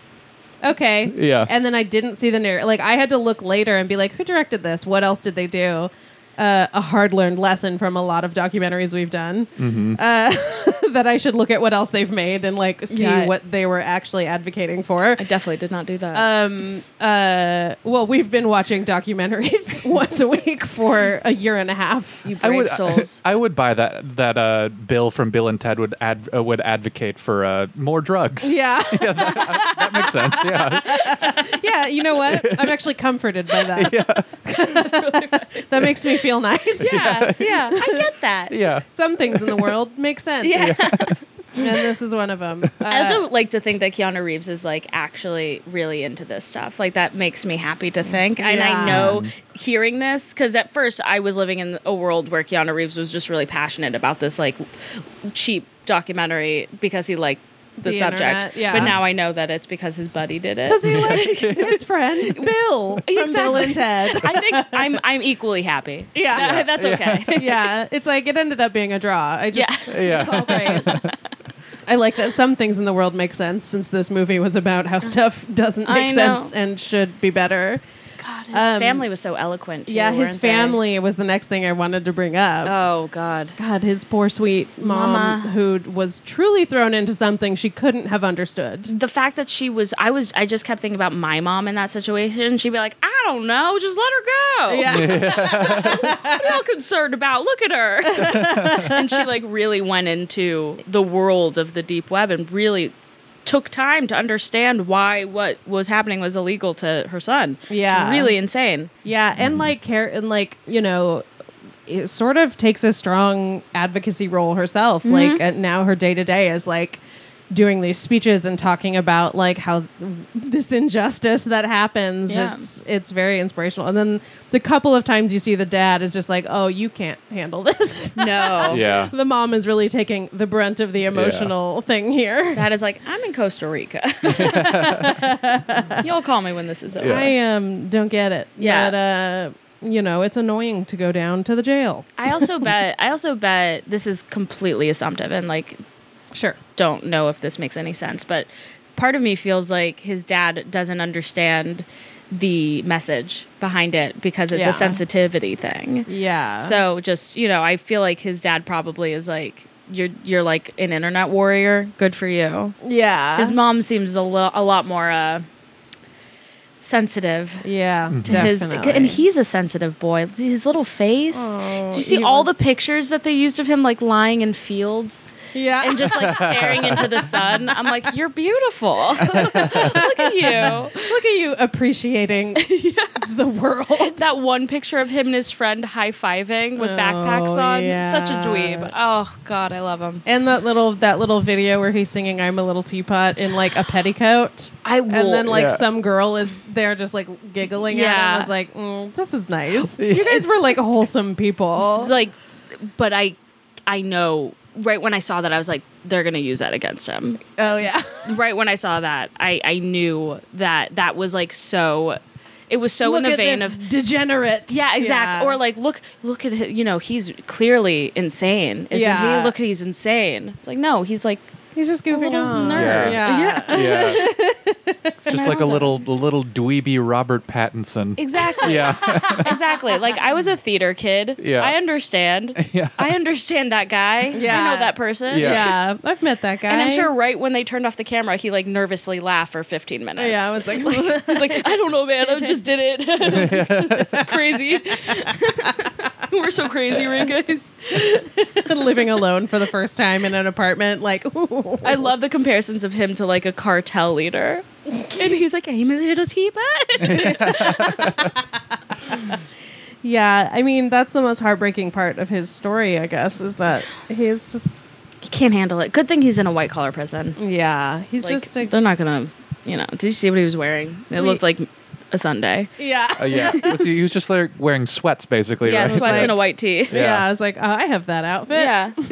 Speaker 1: okay,
Speaker 3: Yeah.
Speaker 1: And then I didn't see the narrative. Like I had to look later and be like, who directed this? What else did they do? Uh, a hard learned lesson from a lot of documentaries we've done
Speaker 3: Mm-hmm.
Speaker 1: uh, that I should look at what else they've made and like see
Speaker 2: Yeah.
Speaker 1: what they were actually advocating for.
Speaker 2: I definitely did not do that.
Speaker 1: Um, uh, well, we've been watching documentaries once a week for a year and a half.
Speaker 2: you brave
Speaker 3: I would, uh,
Speaker 2: souls.
Speaker 3: I, would buy that that uh, Bill from Bill and Ted would ad, uh, would advocate for uh, more drugs.
Speaker 1: Yeah.
Speaker 3: Yeah, that, that makes sense. Yeah,
Speaker 1: yeah, you know what? I'm actually comforted by that. that makes me feel nice.
Speaker 2: yeah, yeah, I get that.
Speaker 3: yeah.
Speaker 1: Some things in the world make sense.
Speaker 2: Yeah.
Speaker 1: And this is one of them. Uh,
Speaker 2: I also like to think that Keanu Reeves is like actually really into this stuff. Like that makes me happy to think. And
Speaker 1: Yeah.
Speaker 2: I know hearing this because at first I was living in a world where Keanu Reeves was just really passionate about this like cheap documentary because he liked the,
Speaker 1: The
Speaker 2: subject.
Speaker 1: internet, yeah.
Speaker 2: But now I know that it's because his buddy did it.
Speaker 1: because he like his friend Bill from Bill
Speaker 2: Exactly.
Speaker 1: and Ted.
Speaker 2: I think I'm I'm equally happy.
Speaker 1: Yeah.
Speaker 2: That- that's okay.
Speaker 1: Yeah, it's like it ended up being a draw. I just
Speaker 2: Yeah.
Speaker 3: Yeah.
Speaker 1: it's all great. I like that some things in the world make sense since this movie was about how stuff doesn't
Speaker 2: I
Speaker 1: make
Speaker 2: know.
Speaker 1: sense and should be better.
Speaker 2: God, his
Speaker 1: Um,
Speaker 2: family was so eloquent. Too,
Speaker 1: yeah, his
Speaker 2: weren't they?
Speaker 1: family was the next thing I wanted to bring up.
Speaker 2: Oh God.
Speaker 1: God, his poor sweet mom
Speaker 2: Mama.
Speaker 1: who was truly thrown into something she couldn't have understood.
Speaker 2: The fact that she was, I was, I just kept thinking about my mom in that situation. She'd be like, "I don't know, just let her go.
Speaker 1: Yeah.
Speaker 2: What are y'all concerned about? Look at her." and she like really went into the world of the deep web and really took time to understand why what was happening was illegal to her son. It's
Speaker 1: Yeah.
Speaker 2: really insane.
Speaker 1: Yeah, and like care and like you know, it sort of takes a strong advocacy role herself. Like uh, now, her day to day is like doing these speeches and talking about like how this injustice that happens.
Speaker 2: Yeah.
Speaker 1: It's it's very inspirational. And then the couple of times you see the dad is just like, oh, you can't handle this.
Speaker 2: No.
Speaker 3: yeah.
Speaker 1: the mom is really taking the brunt of the emotional thing here.
Speaker 2: That is like, I'm in Costa Rica. You'll call me when this is over.
Speaker 3: Yeah.
Speaker 1: I um don't get it.
Speaker 2: Yeah.
Speaker 1: But, uh, you know, it's annoying to go down to the jail.
Speaker 2: I also bet I also bet this is completely assumptive and like
Speaker 1: Sure.
Speaker 2: don't know if this makes any sense, but part of me feels like his dad doesn't understand the message behind it because it's
Speaker 1: Yeah.
Speaker 2: a sensitivity thing.
Speaker 1: Yeah.
Speaker 2: So just, you know, I feel like his dad probably is like you're you're like an internet warrior. Good for you.
Speaker 1: Yeah.
Speaker 2: His mom seems a, lo- a lot more uh sensitive
Speaker 1: Yeah.
Speaker 2: to his
Speaker 1: definitely.
Speaker 2: and he's a sensitive boy. His little face.
Speaker 1: Oh,
Speaker 2: Do you see
Speaker 1: he
Speaker 2: all
Speaker 1: was-
Speaker 2: the pictures that they used of him like lying in fields
Speaker 1: yeah.
Speaker 2: and just like staring into the sun? I'm like, you're beautiful. Look at you.
Speaker 1: look at you appreciating the world.
Speaker 2: That one picture of him and his friend high fiving with
Speaker 1: Oh,
Speaker 2: backpacks on. Such a
Speaker 1: yeah.
Speaker 2: dweeb. Oh God, I love him.
Speaker 1: and that little that little video where he's singing "I'm a Little Teapot" in like a petticoat,
Speaker 2: I will.
Speaker 1: and then like
Speaker 3: Yeah.
Speaker 1: some girl is there just like giggling at
Speaker 2: Yeah.
Speaker 1: him. I was like, mm, "This is nice. You guys were like wholesome people."
Speaker 2: like, but I, I know. Right when I saw that, I was like, they're gonna use that against him.
Speaker 1: oh yeah,
Speaker 2: right when I saw that, I, I knew that that was like so. It was so
Speaker 1: Look
Speaker 2: in the
Speaker 1: at
Speaker 2: vein
Speaker 1: this
Speaker 2: of
Speaker 1: degenerate.
Speaker 2: yeah, exact.
Speaker 1: Yeah.
Speaker 2: Or like look look at him, you know he's clearly insane, isn't
Speaker 1: Yeah.
Speaker 2: he? Look at he's insane. It's like no, he's like
Speaker 1: he's just
Speaker 2: a
Speaker 1: goofing
Speaker 2: little
Speaker 1: on.
Speaker 2: nerd.
Speaker 1: Yeah.
Speaker 3: Yeah. It's just like a
Speaker 2: love it.
Speaker 3: little a little dweeby Robert Pattinson.
Speaker 2: Exactly.
Speaker 3: Yeah.
Speaker 2: Exactly. Like I was a theater kid.
Speaker 3: Yeah.
Speaker 2: I understand.
Speaker 3: yeah.
Speaker 2: I understand that guy. I
Speaker 1: Yeah.
Speaker 2: know that person.
Speaker 3: Yeah.
Speaker 1: Yeah, I've met that guy,
Speaker 2: And I'm sure right when they turned off the camera, he like nervously laughed for 15 minutes.
Speaker 1: Yeah, I was like,
Speaker 2: He's like, I don't know, man. I just did it. it's crazy. We're so crazy, right, guys?
Speaker 1: living alone for the first time in an apartment. Like,
Speaker 2: I love the comparisons of him to like a cartel leader. And he's like, I'm a little teapot.
Speaker 1: Yeah, I mean that's the most heartbreaking part of his story, I guess, is that he's just
Speaker 2: he can't handle it. Good thing he's in a white collar prison.
Speaker 1: yeah, he's
Speaker 2: Like,
Speaker 1: just a,
Speaker 2: they're not gonna, you know. Did you see what he was wearing? It
Speaker 1: We-
Speaker 2: looked like a Sunday.
Speaker 1: yeah.
Speaker 3: Uh, yeah. Was he, he was just like wearing sweats basically,
Speaker 2: Yeah,
Speaker 3: right?
Speaker 2: sweats
Speaker 1: like-
Speaker 2: and a white tee.
Speaker 1: yeah,
Speaker 3: Yeah.
Speaker 1: I was like, oh, I have that outfit.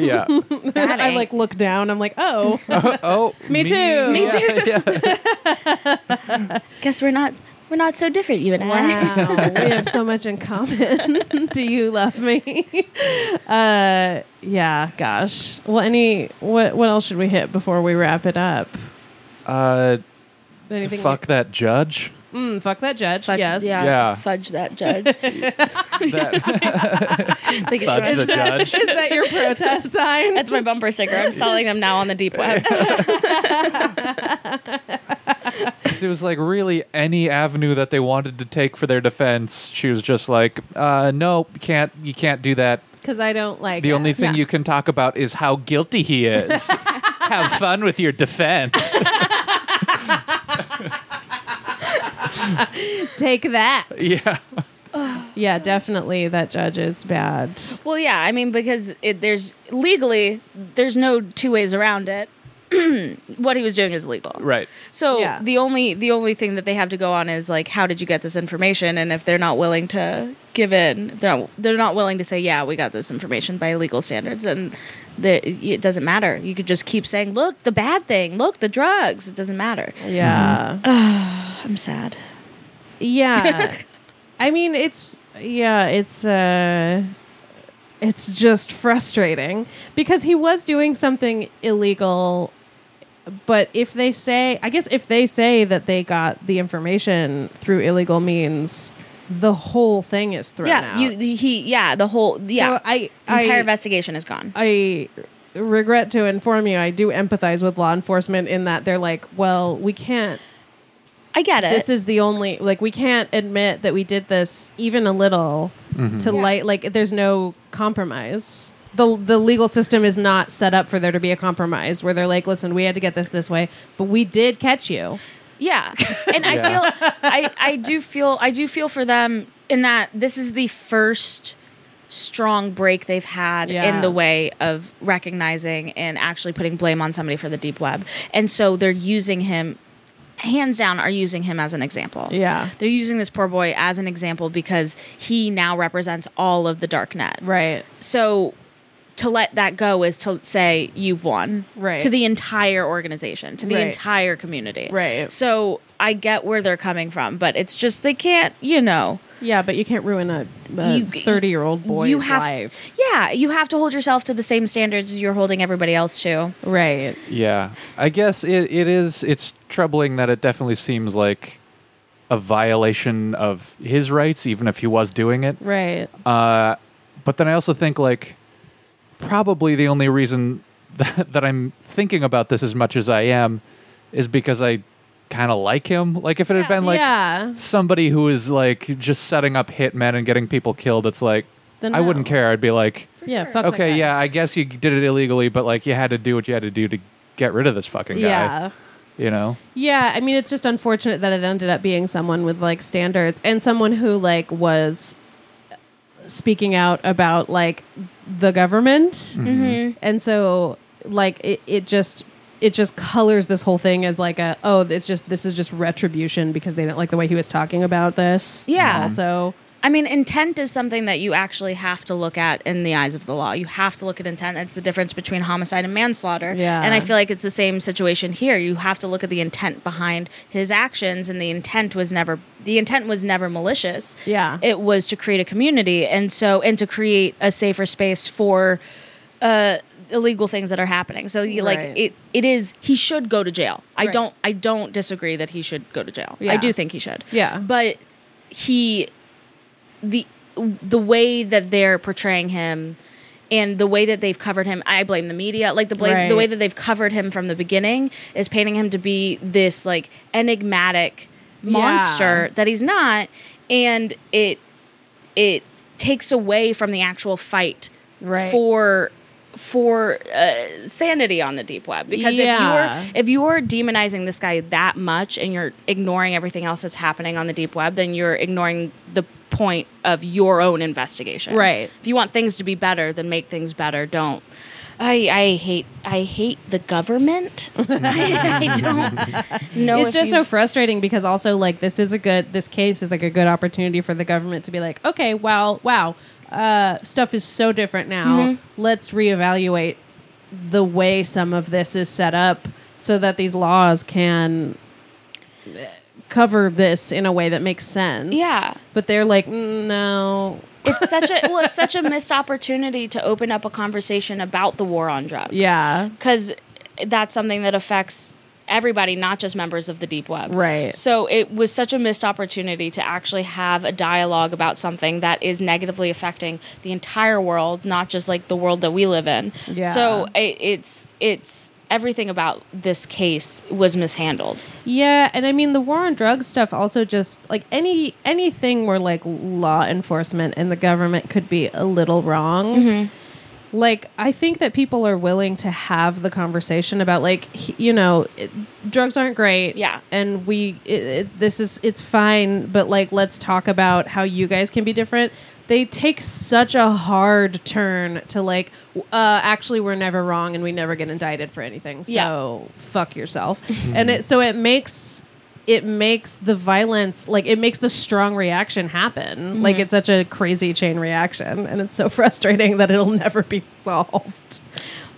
Speaker 2: Yeah.
Speaker 3: Yeah.
Speaker 2: That
Speaker 1: I
Speaker 2: ain't-
Speaker 1: like look down. I'm like, oh,
Speaker 3: oh,
Speaker 1: Me too. Me
Speaker 3: too.
Speaker 2: Guess we're not we're not so different, you and
Speaker 1: wow, we have so much in common. Do you love me? Uh, yeah, gosh. Well, any what what else should we hit before we wrap it up?
Speaker 3: Uh,
Speaker 1: Anything?
Speaker 3: fuck that judge.
Speaker 1: Mm, fuck that judge.
Speaker 2: Fudge,
Speaker 1: yes.
Speaker 2: Yeah,
Speaker 3: Yeah.
Speaker 2: Fudge that judge. I
Speaker 3: That,
Speaker 2: think it's
Speaker 3: fudge the
Speaker 2: right.
Speaker 3: judge.
Speaker 1: Is that your protest sign?
Speaker 2: That's my bumper sticker. I'm selling them now on the deep web.
Speaker 3: 'Cause It was like really any avenue that they wanted to take for their defense. She was just like, uh, no, you can't you can't do that.
Speaker 1: Because I don't like
Speaker 3: The
Speaker 1: it.
Speaker 3: only thing you can talk about is how guilty he is. Have fun with your defense.
Speaker 1: take that.
Speaker 3: yeah.
Speaker 1: Yeah, definitely that judge is bad.
Speaker 3: Mm-hmm.
Speaker 2: Well, yeah, I mean because it, there's legally there's no two ways around it. what he was doing is legal.
Speaker 3: Right.
Speaker 2: So
Speaker 1: Yeah.
Speaker 2: the only the only thing that they have to go on is like how did you get this information and if they're not willing to give in, if they're not, they're not willing to say yeah, we got this information by legal standards and the, it doesn't matter. You could just keep saying, "Look, the bad thing. Look, the drugs." It doesn't matter.
Speaker 1: Yeah.
Speaker 2: I'm sad.
Speaker 1: Yeah. I mean, it's yeah, it's uh it's just frustrating because he was doing something illegal but if they say, I guess if they say that they got the information through illegal means, the whole thing is thrown
Speaker 2: yeah,
Speaker 1: out.
Speaker 2: you he yeah the whole yeah
Speaker 1: So I,
Speaker 2: the entire
Speaker 1: I,
Speaker 2: investigation is gone.
Speaker 1: I regret to inform you, I do empathize with law enforcement in that they're like, well, we can't.
Speaker 2: I get it.
Speaker 1: This is the only like we can't admit that we did this even a little
Speaker 3: Mm-hmm.
Speaker 1: to
Speaker 2: Yeah.
Speaker 1: light like there's no compromise. The the legal system is not set up for there to be a compromise where they're like, listen, we had to get this this way, but we did catch you.
Speaker 2: Yeah. And I
Speaker 3: Yeah.
Speaker 2: feel I, I do feel I do feel for them in that this is the first strong break they've had
Speaker 1: Yeah.
Speaker 2: in the way of recognizing and actually putting blame on somebody for the deep web. And so they're using him hands down are using him as an example.
Speaker 1: Yeah.
Speaker 2: They're using this poor boy as an example because he now represents all of the dark net.
Speaker 1: Right.
Speaker 2: So to let that go is to say you've won
Speaker 1: Right.
Speaker 2: to the entire organization, to the
Speaker 1: Right.
Speaker 2: entire community.
Speaker 1: Right.
Speaker 2: So I get where they're coming from, but it's just they can't, you know.
Speaker 1: Yeah, but you can't ruin a
Speaker 2: You-
Speaker 1: thirty year old boy's
Speaker 2: you have
Speaker 1: life.
Speaker 2: Yeah, you have to hold yourself to the same standards as you're holding everybody else to.
Speaker 1: Right.
Speaker 3: Yeah, I guess it, it is. It's troubling that it definitely seems like a violation of his rights, even if he was doing it.
Speaker 1: Right.
Speaker 3: Uh, but then I also think like probably the only reason that, that I'm thinking about this as much as I am is because I kind of like him. Like if it had
Speaker 2: Yeah.
Speaker 3: been like
Speaker 1: yeah.
Speaker 3: somebody who is like just setting up hitmen and getting people killed, it's like
Speaker 1: Then
Speaker 3: I wouldn't
Speaker 1: no.
Speaker 3: care. I'd be like,
Speaker 1: Yeah.
Speaker 2: sure.
Speaker 1: Fuck that
Speaker 3: okay,
Speaker 1: guy.
Speaker 3: yeah, I guess you did it illegally, but like you had to do what you had to do to get rid of this fucking guy.
Speaker 1: Yeah.
Speaker 3: You know?
Speaker 1: Yeah, I mean it's just unfortunate that it ended up being someone with like standards and someone who like was speaking out about like the government. And so like it, it just it just colors this whole thing as like a oh it's just this is just retribution because they didn't like the way he was talking about this.
Speaker 2: Yeah.
Speaker 1: Also,
Speaker 2: I mean, intent is something that you actually have to look at in the eyes of the law. You have to look at intent. That's the difference between homicide and manslaughter.
Speaker 1: Yeah.
Speaker 2: And I feel like it's the same situation here. You have to look at the intent behind his actions, and the intent was never the intent was never malicious.
Speaker 1: Yeah.
Speaker 2: It was to create a community, and so and to create a safer space for uh, illegal things that are happening. So you, like
Speaker 1: Right.
Speaker 2: it, it is he should go to jail. I
Speaker 1: Right.
Speaker 2: don't I don't disagree that he should go to jail.
Speaker 1: Yeah.
Speaker 2: I do think he should.
Speaker 1: Yeah.
Speaker 2: But he the the way that they're portraying him and the way that they've covered him i blame the media like the, bla-
Speaker 1: Right.
Speaker 2: the way that they've covered him from the beginning is painting him to be this like enigmatic monster that he's not and it it takes away from the actual fight
Speaker 1: Right.
Speaker 2: for for uh, sanity on the deep web because
Speaker 1: Yeah.
Speaker 2: if you're if you're demonizing this guy that much and you're ignoring everything else that's happening on the deep web then you're ignoring the point of your own investigation
Speaker 1: Right.
Speaker 2: if you want things to be better then make things better don't i i hate i hate the government I, I don't know
Speaker 1: it's
Speaker 2: if
Speaker 1: just
Speaker 2: you've-
Speaker 1: so frustrating because also like this is a good this case is like a good opportunity for the government to be like okay well wow uh, stuff is so different now
Speaker 2: Mm-hmm.
Speaker 1: let's reevaluate the way some of this is set up so that these laws can uh, cover this in a way that makes sense
Speaker 2: Yeah.
Speaker 1: but they're like "Mm, no
Speaker 2: it's such a well it's such a missed opportunity to open up a conversation about the war on drugs
Speaker 1: yeah
Speaker 2: because that's something that affects everybody, not just members of the deep web.
Speaker 1: Right.
Speaker 2: So it was such a missed opportunity to actually have a dialogue about something that is negatively affecting the entire world, not just like the world that we live in.
Speaker 1: Yeah.
Speaker 2: So it, it's it's everything about this case was mishandled.
Speaker 1: Yeah, and I mean the war on drugs stuff also just like any anything where like law enforcement and the government could be a little wrong. Like I think that people are willing to have the conversation about like he- you know it, drugs aren't great.
Speaker 2: Yeah.
Speaker 1: and we it, it, this is it's fine, but like let's talk about how you guys can be different. They take such a hard turn to like w- uh, actually we're never wrong and we never get indicted for anything. So
Speaker 2: Yeah.
Speaker 1: fuck yourself and it so it makes it makes the violence like it makes the strong reaction happen like it's such a crazy chain reaction and it's so frustrating that it'll never be solved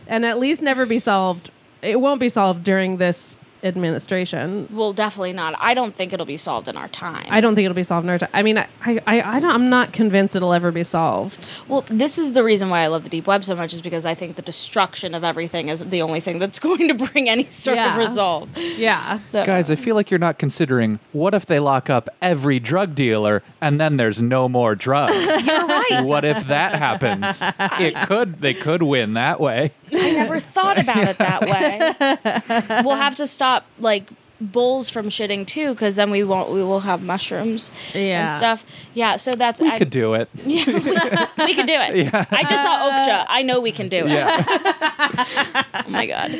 Speaker 1: and at least never be solved it won't be solved during this administration.
Speaker 2: Well, definitely not. I don't think it'll be solved in our time.
Speaker 1: I don't think it'll be solved in our time. I mean, I, I, I, I don't, I'm not convinced it'll ever be solved.
Speaker 2: Well, this is the reason why I love the deep web so much is because I think the destruction of everything is the only thing that's going to bring any sort
Speaker 1: Yeah.
Speaker 2: of result.
Speaker 1: Yeah.
Speaker 2: So
Speaker 3: Guys, I feel like you're not considering what if they lock up every drug dealer and then there's no more drugs?
Speaker 2: you're right.
Speaker 3: what if that happens? It could they could win that way.
Speaker 2: I never thought about it that way. we'll have to stop like bulls from shitting too, because then we won't. We will have mushrooms
Speaker 1: Yeah.
Speaker 2: and stuff. Yeah. So that's
Speaker 3: We
Speaker 2: I,
Speaker 3: could do it.
Speaker 2: we can do it.
Speaker 3: Yeah.
Speaker 2: I just saw Okja. I know we can do it.
Speaker 3: Yeah. Mm.
Speaker 2: Oh my god.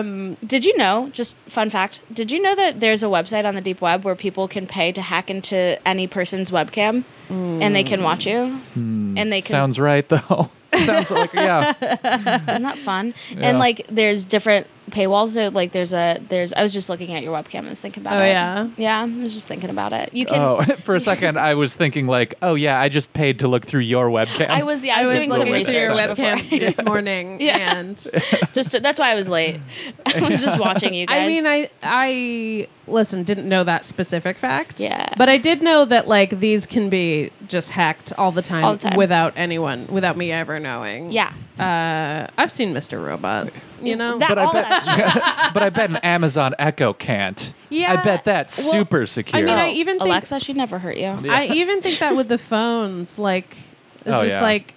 Speaker 2: Um, did you know? Just fun fact. Did you know that there's a website on the deep web where people can pay to hack into any person's webcam and they can watch you and they can.
Speaker 3: Mm. Hmm. Sounds right though. Sounds like yeah.
Speaker 2: Isn't that fun?
Speaker 3: Yeah.
Speaker 2: And like, there's different paywalls. So like, there's a there's. I was just looking at your webcam. and was thinking about
Speaker 1: Oh,
Speaker 2: it.
Speaker 1: yeah?
Speaker 2: Yeah. I was just thinking about it. You can.
Speaker 3: Oh, for a second I was thinking like, oh yeah, I just paid to look through your webcam.
Speaker 2: I was yeah.
Speaker 1: I
Speaker 2: I was,
Speaker 1: was
Speaker 2: doing some
Speaker 1: looking
Speaker 2: research
Speaker 1: through your
Speaker 2: before.
Speaker 1: webcam this morning,
Speaker 2: Yeah.
Speaker 1: and
Speaker 2: just that's why I was late. I was just watching you guys.
Speaker 1: I mean, I I listen didn't know that specific fact.
Speaker 2: Yeah.
Speaker 1: but I did know that like these can be just hacked all the time,
Speaker 2: All the time.
Speaker 1: without anyone, without me ever knowing.
Speaker 2: yeah.
Speaker 1: uh, I've seen Mr. Robot. You know,
Speaker 2: That,
Speaker 3: But I
Speaker 2: all
Speaker 3: bet-
Speaker 2: that's true.
Speaker 3: but I bet an Amazon Echo can't.
Speaker 1: Yeah.
Speaker 3: I bet that's
Speaker 1: Well,
Speaker 3: super secure.
Speaker 1: I mean, I even think-
Speaker 2: Alexa, she never hurt you.
Speaker 1: I even think that with the phones, like it's
Speaker 3: Oh,
Speaker 1: just
Speaker 3: yeah.
Speaker 1: like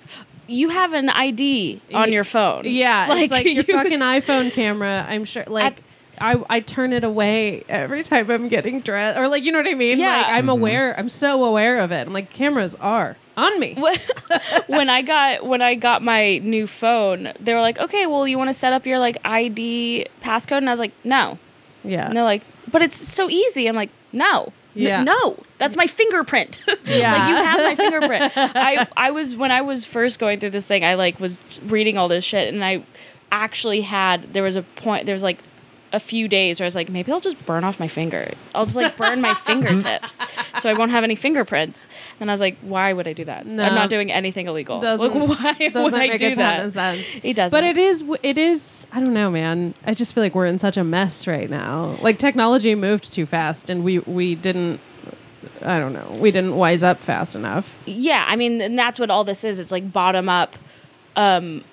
Speaker 2: You have an ID on
Speaker 1: Y-
Speaker 2: your phone.
Speaker 1: yeah, it's like your
Speaker 2: you-
Speaker 1: fucking iPhone camera. I'm sure, like. I, I turn it away every time I'm getting dressed, or like you know what I mean.
Speaker 2: Yeah.
Speaker 1: Like I'm aware, I'm so aware of it. I'm like cameras are on me.
Speaker 2: when I got when I got my new phone, they were like, "Okay, well, you want to set up your like ID passcode?" And I was like, "No."
Speaker 1: Yeah,
Speaker 2: And they're like, "But it's so easy." I'm like, "No." N-
Speaker 1: Yeah.
Speaker 2: no, that's my fingerprint.
Speaker 1: Yeah.
Speaker 2: like you have my fingerprint. I I was when I was first going through this thing, I like was reading all this shit and I actually had there was a point there was like a few days where I was like, maybe I'll just burn off my finger. I'll just like burn my fingertips so I won't have any fingerprints. And I was like, why would I do that?
Speaker 1: No.
Speaker 2: I'm not doing anything illegal.
Speaker 1: doesn't
Speaker 2: like, why would
Speaker 1: doesn't
Speaker 2: I
Speaker 1: make
Speaker 2: do
Speaker 1: a
Speaker 2: that?
Speaker 1: ton of sense.
Speaker 2: It doesn't.
Speaker 1: But it is w- it is I don't know, man. I just feel like we're in such a mess right now. Like technology moved too fast, and we we didn't. I don't know. We didn't wise up fast enough.
Speaker 2: yeah i mean and that's what all this is it's like bottom up um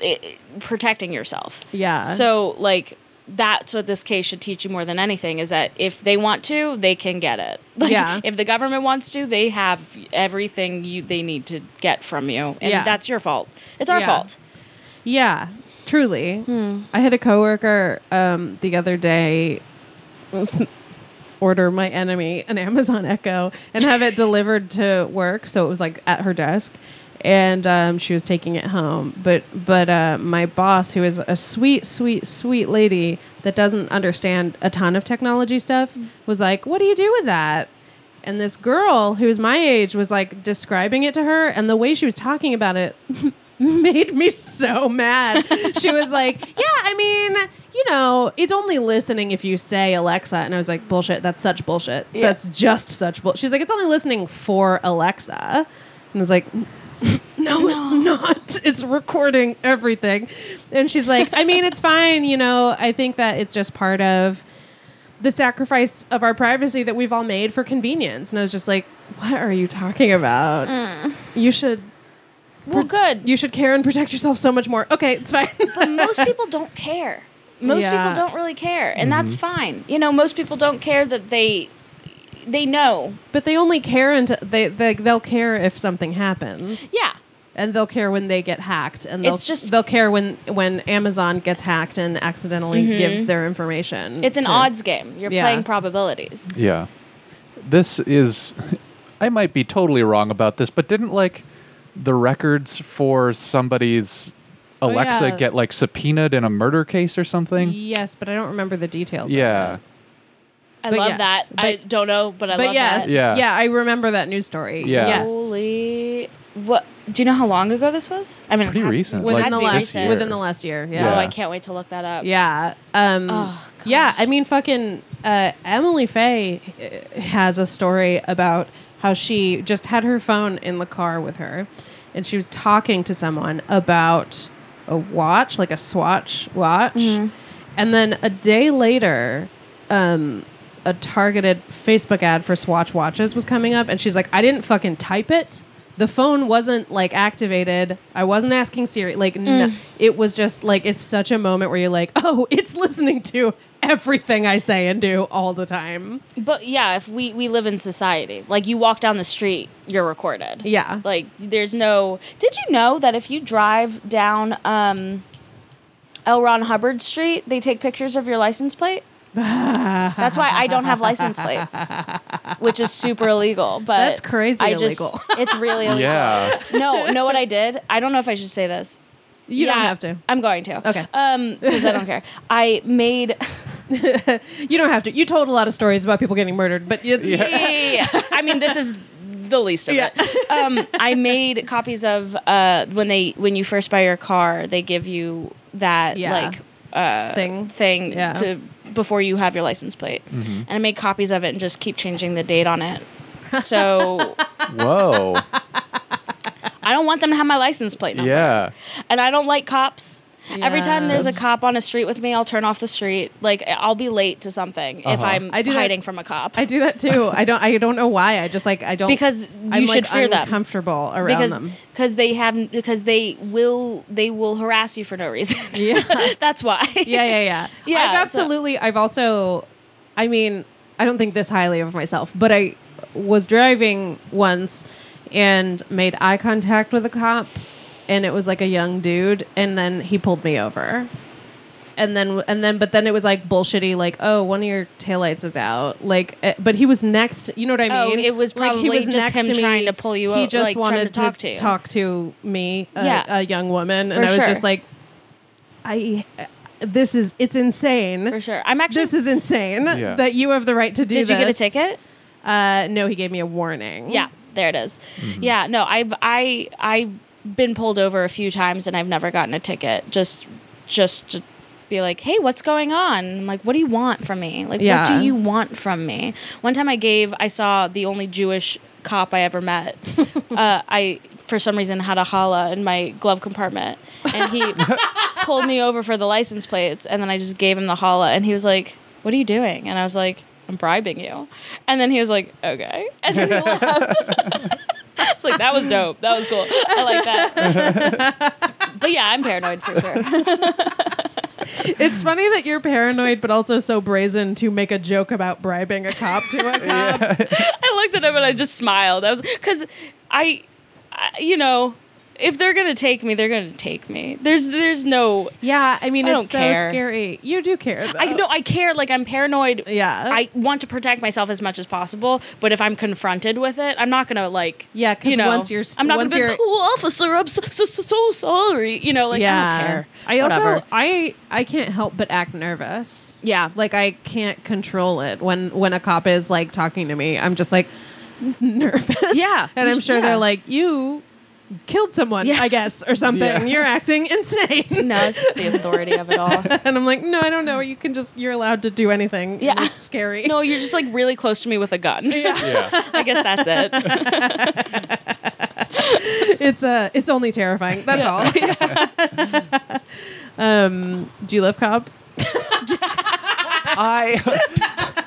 Speaker 2: i i- protecting yourself
Speaker 1: Yeah.
Speaker 2: so like that's what this case should teach you more than anything is that if they want to they can get it like,
Speaker 1: Yeah.
Speaker 2: if the government wants to they have everything you they need to get from you and
Speaker 1: Yeah.
Speaker 2: that's your fault it's our
Speaker 1: Yeah.
Speaker 2: fault
Speaker 1: Yeah, truly. I had a coworker um, the other day order my enemy an Amazon Echo and have it delivered to work, so it was like at her desk, and um, she was taking it home. But but uh, my boss, who is a sweet, sweet, sweet lady that doesn't understand a ton of technology stuff, was like, "What do you do with that?" And this girl who's my age was like describing it to her, and the way she was talking about it made me so mad. she was like, Yeah, I mean, you know, it's only listening if you say Alexa. And I was like, Bullshit, that's such bullshit. That's just such bullshit. She's like, It's only listening for Alexa. And I was like, no, it's not. It's recording everything. And she's like, I mean, it's fine. You know, I think that it's just part of the sacrifice of our privacy that we've all made for convenience. And I was just like, what are you talking about? You should
Speaker 2: well good
Speaker 1: you should care and protect yourself so much more. Okay, it's fine.
Speaker 2: but most people don't care. Most
Speaker 1: Yeah.
Speaker 2: people don't really care, and that's fine. You know, most people don't care that they they know.
Speaker 1: but they only care and they, they they'll care if something happens.
Speaker 2: Yeah.
Speaker 1: And they'll care when they get hacked and they'll
Speaker 2: It's just-
Speaker 1: they'll care when when Amazon gets hacked and accidentally gives their information.
Speaker 2: Mm-hmm. It's an
Speaker 1: to-
Speaker 2: odds game. You're
Speaker 1: Mm-hmm. Yeah.
Speaker 2: playing probabilities.
Speaker 3: Yeah. This is I might be totally wrong about this, but didn't like the records for somebody's Alexa
Speaker 1: Oh, yeah.
Speaker 3: get like subpoenaed in a murder case or something?
Speaker 1: Yes, but I don't remember the details. of
Speaker 3: yeah.
Speaker 1: it.
Speaker 2: I
Speaker 1: But
Speaker 2: love
Speaker 1: yes,
Speaker 2: that. I
Speaker 1: but-
Speaker 2: don't know, but I
Speaker 1: But
Speaker 2: love
Speaker 1: yes,
Speaker 2: that.
Speaker 1: yeah.
Speaker 3: Yeah.
Speaker 1: I remember that news story.
Speaker 3: Yeah.
Speaker 1: Yes.
Speaker 2: Holy what do you know how long ago this was? I mean, it
Speaker 3: Pretty
Speaker 2: had to be-
Speaker 3: recent,
Speaker 2: it
Speaker 1: Within
Speaker 2: had
Speaker 3: Like
Speaker 1: the
Speaker 2: to be
Speaker 3: this
Speaker 1: last
Speaker 2: recent.
Speaker 3: year.
Speaker 1: within the last year.
Speaker 2: Oh,
Speaker 1: Yeah.
Speaker 2: I can't wait to look that up.
Speaker 1: Yeah. Um
Speaker 2: Oh, God.
Speaker 1: Yeah, I mean fucking uh, Emily Faye uh, has a story about how she just had her phone in the car with her and she was talking to someone about a watch, like a Swatch watch. And then a day later, um, a targeted Facebook ad for Swatch watches was coming up, and she's like, "I didn't fucking type it. The phone wasn't like activated. I wasn't asking Siri. Like, no, it was just like it's such a moment where you're like, oh, it's listening to everything I say and do all the time.
Speaker 2: But yeah, if we we live in society, like you walk down the street, you're recorded.
Speaker 1: Yeah.
Speaker 2: Like there's no. Did you know that if you drive down um, L. Ron Hubbard Street, they take pictures of your license plate? That's why I don't have license plates, which is super illegal. But
Speaker 1: That's crazy
Speaker 2: I just,
Speaker 1: illegal.
Speaker 2: It's really
Speaker 1: Oh,
Speaker 2: illegal.
Speaker 3: Yeah.
Speaker 2: No, know what I did? I don't know if I should say this.
Speaker 1: You
Speaker 2: Yeah,
Speaker 1: don't have to.
Speaker 2: I'm going to.
Speaker 1: Okay.
Speaker 2: Um, because I don't care. I made.
Speaker 1: You don't have to. You told a lot of stories about people getting murdered, but you,
Speaker 2: Yeah, yeah, yeah. I mean, this is the least of
Speaker 1: Yeah.
Speaker 2: it. Um, I made copies of uh, when they when you first buy your car, they give you that
Speaker 1: Yeah.
Speaker 2: like
Speaker 1: thing.
Speaker 2: thing
Speaker 1: Yeah.
Speaker 2: to before you have your license plate,
Speaker 3: Mm-hmm.
Speaker 2: and I made copies of it and just keep changing the date on it. So
Speaker 3: Whoa.
Speaker 2: I don't want them to have my license plate number,
Speaker 3: yeah.
Speaker 2: and I don't like cops. Every time there's a
Speaker 1: Yes.
Speaker 2: cop on a street with me, I'll turn off the street. Like I'll be late to something if
Speaker 3: Uh-huh.
Speaker 2: I'm
Speaker 1: I do that-
Speaker 2: hiding from a cop.
Speaker 1: I do that too. I don't. I don't know why. I just like I don't
Speaker 2: because you
Speaker 1: I'm
Speaker 2: should
Speaker 1: like
Speaker 2: fear them.
Speaker 1: uncomfortable around
Speaker 2: because
Speaker 1: them.
Speaker 2: because they have because they will they will harass you for no reason.
Speaker 1: Yeah.
Speaker 2: That's why.
Speaker 1: yeah, yeah, yeah.
Speaker 2: Yeah,
Speaker 1: I've
Speaker 2: so-
Speaker 1: absolutely. I've also. I mean, I don't think this highly of myself, but I was driving once and made eye contact with a cop, and it was like a young dude, and then he pulled me over. And then, and then, but then it was like bullshitty, like, oh, one of your taillights is out. Like, eh, but he was next, you know what I
Speaker 2: Oh,
Speaker 1: mean?
Speaker 2: it was probably just him trying to pull you
Speaker 1: He
Speaker 2: out,
Speaker 1: just
Speaker 2: like, trying
Speaker 1: wanted
Speaker 2: to talk to you.
Speaker 1: talk to me, a,
Speaker 2: Yeah.
Speaker 1: a young woman.
Speaker 2: For
Speaker 1: and I was
Speaker 2: sure.
Speaker 1: just like, I this is it's insane.
Speaker 2: For sure. I'm actually.
Speaker 1: This is insane
Speaker 3: Yeah.
Speaker 1: that you have the right to do
Speaker 2: did you get a
Speaker 1: this.
Speaker 2: ticket?
Speaker 1: Uh, no, he gave me a warning.
Speaker 2: Yeah. There it is. Yeah. No. I've I I've been pulled over a few times and I've never gotten a ticket. Just just to be like, hey, what's going on? I'm like, what do you want from me? Like,
Speaker 1: Yeah.
Speaker 2: what do you want from me? One time I gave I saw the only Jewish cop I ever met. uh, I for some reason had a challah in my glove compartment and he pulled me over for the license plates and then I just gave him the challah and he was like, "What are you doing?" And I was like, "I'm bribing you." And then he was like, "Okay." And then he left. It's like that was dope. That was cool. I like that. but yeah, I'm paranoid for sure.
Speaker 1: It's funny that you're paranoid, but also so brazen to make a joke about bribing a cop to a cop.
Speaker 2: I looked at him and I just smiled. I was because I, I, you know, if they're gonna take me, they're gonna take me. There's there's no.
Speaker 1: Yeah, I mean, it's
Speaker 2: I don't
Speaker 1: so
Speaker 2: care.
Speaker 1: scary. You do care. Though.
Speaker 2: I no, I care. Like I'm paranoid.
Speaker 1: Yeah.
Speaker 2: I want to protect myself as much as possible, but if I'm confronted with it, I'm not gonna like.
Speaker 1: Yeah, 'cause
Speaker 2: you know,
Speaker 1: once you're-
Speaker 2: I'm not
Speaker 1: once
Speaker 2: gonna be
Speaker 1: you're-
Speaker 2: like, oh, officer, I'm so, so, so- so sorry. You know, like
Speaker 1: yeah.
Speaker 2: I don't care.
Speaker 1: I also
Speaker 2: Whatever.
Speaker 1: I I can't help but act nervous.
Speaker 2: Yeah.
Speaker 1: Like I can't control it when when a cop is like talking to me. I'm just like nervous.
Speaker 2: Yeah.
Speaker 1: And
Speaker 2: You
Speaker 1: I'm
Speaker 2: sh-
Speaker 1: sure
Speaker 2: yeah.
Speaker 1: they're like you killed someone,
Speaker 2: Yeah.
Speaker 1: I guess, or something.
Speaker 3: Yeah.
Speaker 1: You're acting insane.
Speaker 2: No, it's just the authority of it all.
Speaker 1: and I'm like, "No, I don't know. You can just you're allowed to do anything." and
Speaker 2: Yeah.
Speaker 1: It's scary.
Speaker 2: No, you're just like really close to me with a gun.
Speaker 3: Yeah.
Speaker 2: I guess that's it.
Speaker 1: It's uh it's only terrifying. That's all. um do you love cops?
Speaker 3: I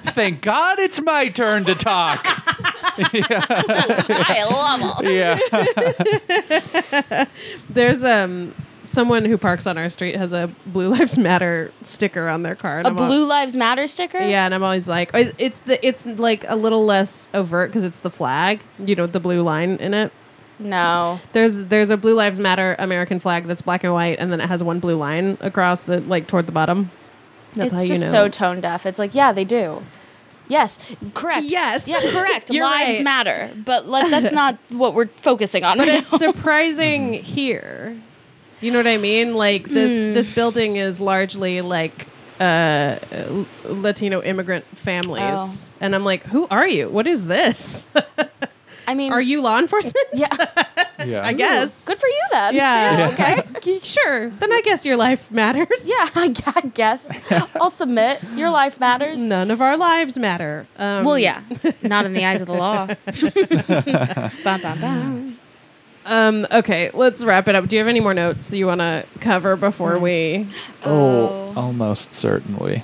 Speaker 3: thank God it's my turn to talk.
Speaker 2: I love them.
Speaker 3: Yeah.
Speaker 1: There's um someone who parks on our street has a Blue Lives Matter sticker on their car. and
Speaker 2: A
Speaker 1: I'm al-
Speaker 2: Blue Lives Matter sticker?
Speaker 1: yeah, and I'm always like, I- it's the it's like a little less overt because it's the flag, you know, the blue line in it.
Speaker 2: No.
Speaker 1: There's there's a Blue Lives Matter American flag that's black and white, and then it has one blue line across the like toward the bottom. That's how
Speaker 2: it's just
Speaker 1: you
Speaker 2: so
Speaker 1: know.
Speaker 2: tone deaf. It's like, yeah, they do. Yes, correct.
Speaker 1: Yes.
Speaker 2: Yeah, correct.
Speaker 1: You're
Speaker 2: Lives
Speaker 1: right.
Speaker 2: matter. But let, that's not what we're focusing on
Speaker 1: but
Speaker 2: right
Speaker 1: it's surprising here. You know what I mean? Like this
Speaker 2: Hmm.
Speaker 1: this building is largely like uh L- Latino immigrant families.
Speaker 2: Oh.
Speaker 1: And I'm like, who are you? What is this?
Speaker 2: now. I mean,
Speaker 1: Are you law enforcement?
Speaker 2: Yeah.
Speaker 3: Yeah.
Speaker 1: I guess.
Speaker 2: Good for you then.
Speaker 1: Yeah.
Speaker 2: Okay.
Speaker 1: Okay. Sure. Then I guess your life matters.
Speaker 2: Yeah, I gu- I guess. I'll submit. Your life matters.
Speaker 1: None of our lives matter. Um,
Speaker 2: Well, yeah. Not in the eyes of the law. bum, bum, bum. Mm.
Speaker 1: Um, okay, let's wrap it up. Do you have any more notes that you want to cover before we?
Speaker 3: Oh, Almost certainly.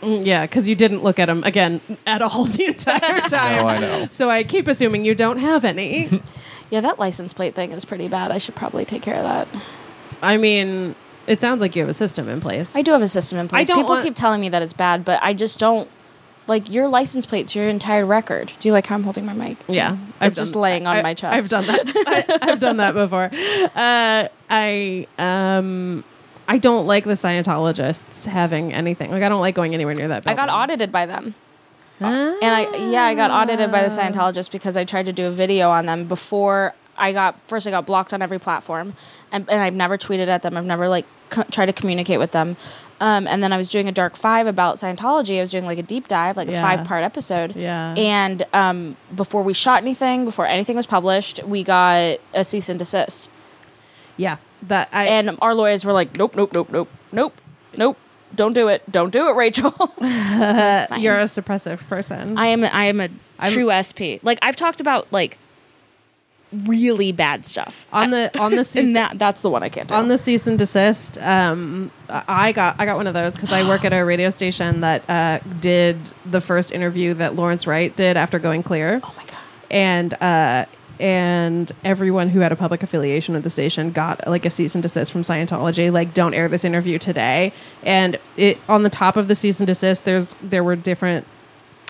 Speaker 1: Mm, Yeah, because you didn't look at them again at all the entire time.
Speaker 3: I know.
Speaker 1: So I keep assuming you don't have any.
Speaker 2: Yeah, that license plate thing is pretty bad. I should probably take care of that.
Speaker 1: I mean, it sounds like you have a system in place.
Speaker 2: I do have a system in place.
Speaker 1: don't
Speaker 2: People
Speaker 1: want-
Speaker 2: keep telling me that it's bad, but I just don't. Like your license plate's your entire record. Do you like how I'm holding my mic?
Speaker 1: yeah,
Speaker 2: It's just laying on
Speaker 1: I-
Speaker 2: my chest.
Speaker 1: I've done that. I, I've done that before. Uh, I um, I don't like the Scientologists having anything. Like I don't like going anywhere near that.
Speaker 2: I
Speaker 1: Building.
Speaker 2: got audited by them.
Speaker 1: Ah.
Speaker 2: And I yeah, I got audited by the Scientologist because I tried to do a video on them before I got first I got blocked on every platform and, and I've never tweeted at them. I've never like co- tried to communicate with them. Um, and then I was doing a dark five about Scientology. I was doing like a deep dive, like
Speaker 1: Yeah.
Speaker 2: a five part episode.
Speaker 1: Yeah.
Speaker 2: And um, before we shot anything, before anything was published, we got a cease and desist.
Speaker 1: yeah, that I
Speaker 2: And our lawyers were like, nope, nope, nope, nope, nope, nope, don't do it, don't do it, Rachel. Fine.
Speaker 1: you're a suppressive person.
Speaker 2: I am I am a
Speaker 1: I'm-
Speaker 2: true SP. Like I've talked about like really bad stuff.
Speaker 1: on the on the season.
Speaker 2: and that that's the one I can't do.
Speaker 1: on the cease and desist um, i got i got one of those because i work at a radio station that uh, did the first interview that lawrence wright did after going clear
Speaker 2: Oh my god.
Speaker 1: and uh, and everyone who had a public affiliation with the station got like a cease and desist from Scientology, like don't air this interview today. And it on the top of the cease and desist, there's there were different.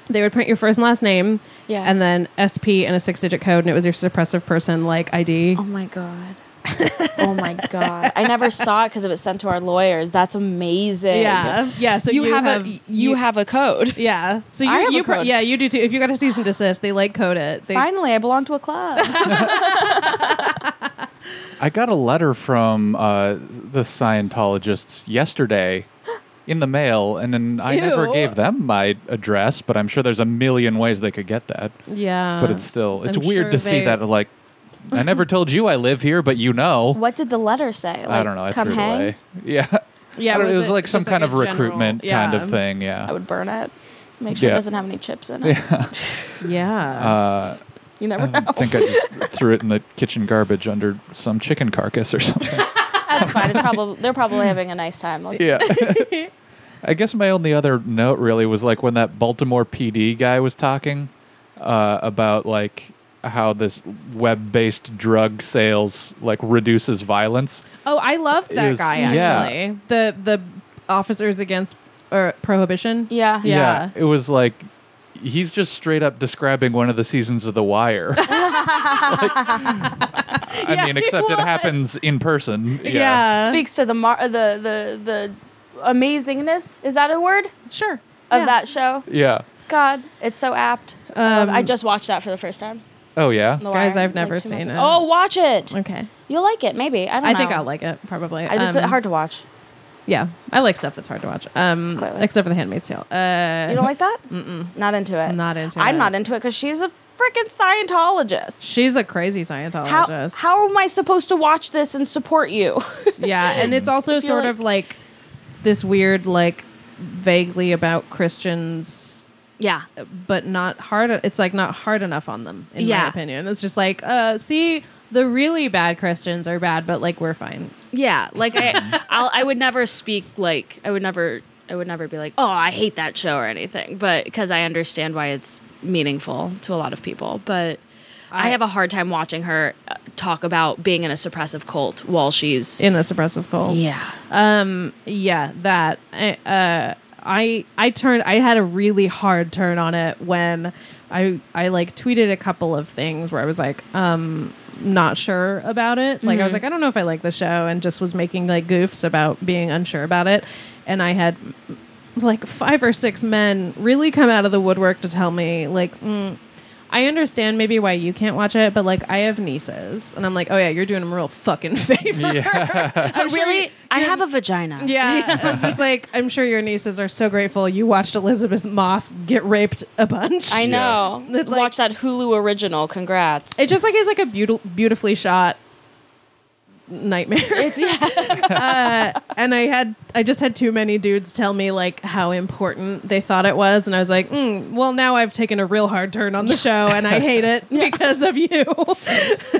Speaker 1: They would print your first and last name,
Speaker 2: Yeah.
Speaker 1: and then SP and a six digit code, and it was your suppressive person like ID.
Speaker 2: Oh my god. oh my god. I never saw it because it was sent to our lawyers. That's amazing.
Speaker 1: Yeah, yeah. So
Speaker 2: you, have, a you,
Speaker 1: you, have.
Speaker 2: have a code.
Speaker 1: Yeah. So you,
Speaker 2: I have
Speaker 1: you
Speaker 2: a
Speaker 1: pro-
Speaker 2: code.
Speaker 1: yeah, you do too. If you got a cease and desist, they like code it. They,
Speaker 2: Finally, I belong to a club.
Speaker 3: I got a letter from uh, the Scientologists yesterday in the mail, and then I never
Speaker 1: Ew.
Speaker 3: gave them my address, but I'm sure there's a million ways they could get that.
Speaker 1: Yeah.
Speaker 3: But it's still, it's
Speaker 1: Uh, I'm
Speaker 3: weird
Speaker 1: sure
Speaker 3: to see
Speaker 1: they-
Speaker 3: that, like, I never told you I live here, but you know.
Speaker 2: what did the letter say?
Speaker 3: I don't know. I
Speaker 2: come
Speaker 3: threw
Speaker 2: hang.
Speaker 3: it away. Yeah.
Speaker 1: Yeah,
Speaker 3: I don't- it was like
Speaker 1: just
Speaker 3: some kind
Speaker 1: a
Speaker 3: of
Speaker 1: general-
Speaker 3: recruitment kind
Speaker 1: yeah.
Speaker 3: of thing.
Speaker 2: I
Speaker 3: Yeah.
Speaker 2: would burn it. Make sure
Speaker 3: Yeah.
Speaker 2: it doesn't have any chips in it.
Speaker 1: Yeah.
Speaker 3: Uh,
Speaker 2: You never know.
Speaker 3: I think I just threw it in the kitchen garbage under some chicken carcass or something.
Speaker 2: That's fine. It's probably they're probably having a nice time. Let's-
Speaker 3: yeah. I guess my only other note really was like when that Baltimore PD guy was talking uh, about like how this web-based drug sales like reduces violence.
Speaker 1: oh, I loved that
Speaker 3: It was-
Speaker 1: guy
Speaker 3: yeah.
Speaker 1: actually. The the officers against or prohibition.
Speaker 2: Yeah.
Speaker 1: Yeah.
Speaker 3: It was like he's just straight up describing one of the seasons of The Wire. Like, I
Speaker 1: Yeah,
Speaker 3: mean,
Speaker 1: he
Speaker 3: except it
Speaker 1: was.
Speaker 3: happens in person. Yeah.
Speaker 1: Yeah.
Speaker 2: speaks to the mar- the the the amazingness is that a word
Speaker 1: Sure.
Speaker 2: of
Speaker 1: Yeah.
Speaker 2: that show
Speaker 3: Yeah.
Speaker 2: god it's so apt um, i just watched that for the first time
Speaker 3: Oh yeah.
Speaker 2: The
Speaker 1: Guys,
Speaker 2: Wire,
Speaker 1: I've never
Speaker 2: two months
Speaker 1: seen
Speaker 2: ago.
Speaker 1: it.
Speaker 2: oh watch it
Speaker 1: Okay.
Speaker 2: you'll like it maybe i don't
Speaker 1: I
Speaker 2: know
Speaker 1: think I'll like it probably.
Speaker 2: I- it's uh,
Speaker 1: Um,
Speaker 2: hard to watch
Speaker 1: Yeah, I like stuff that's hard to watch. Um,
Speaker 2: Clearly.
Speaker 1: except for The Handmaid's Tale. Uh,
Speaker 2: you don't like that Mm-mm. not into it
Speaker 1: Not into
Speaker 2: i'm
Speaker 1: it.
Speaker 2: not into it because she's a freaking scientologist
Speaker 1: she's a crazy
Speaker 2: how,
Speaker 1: Scientologist.
Speaker 2: how am i supposed to watch this and support you
Speaker 1: yeah and it's also
Speaker 2: feel
Speaker 1: sort
Speaker 2: like-
Speaker 1: of like this weird like vaguely about christians
Speaker 2: yeah
Speaker 1: but not hard it's like not hard enough on them in my
Speaker 2: Yeah.
Speaker 1: opinion it's just like uh see the really bad christians are bad but like we're fine
Speaker 2: Yeah, like
Speaker 1: Mm-hmm.
Speaker 2: I, I'll, I would never speak like I would never, I would never be like, oh, I hate that show or anything, but because I understand why it's meaningful to a lot of people. But I,
Speaker 1: I-
Speaker 2: have a hard time watching her uh, talk about being in a suppressive cult while she's
Speaker 1: in a suppressive cult
Speaker 2: yeah,
Speaker 1: yeah that I, uh i i turned i had a really hard turn on it when i i like tweeted a couple of things where i was like um not sure about it like i was like i don't know if i like the show and just was making like goofs about being unsure about it and i had mm, like five or six men really come out of the woodwork to tell me like mm, I understand maybe why you can't watch it, but like I have nieces, and I'm like, oh yeah, you're doing them a real fucking favor. I'm sure
Speaker 2: Oh, really,
Speaker 1: you-
Speaker 2: I have a vagina.
Speaker 1: yeah, it's just like I'm sure your nieces are so grateful you watched Elizabeth Moss get raped a bunch.
Speaker 2: I
Speaker 3: know.
Speaker 2: know.
Speaker 1: Yeah. It's like-
Speaker 2: Watch that Hulu original. Congrats.
Speaker 1: It just like is like a beautiful, beautifully shot nightmare.
Speaker 2: It's yeah.
Speaker 1: uh, and I had I just had too many dudes tell me like how important they thought it was, and I was like, mm, well, now I've taken a real hard turn on the show, and I hate it because of you.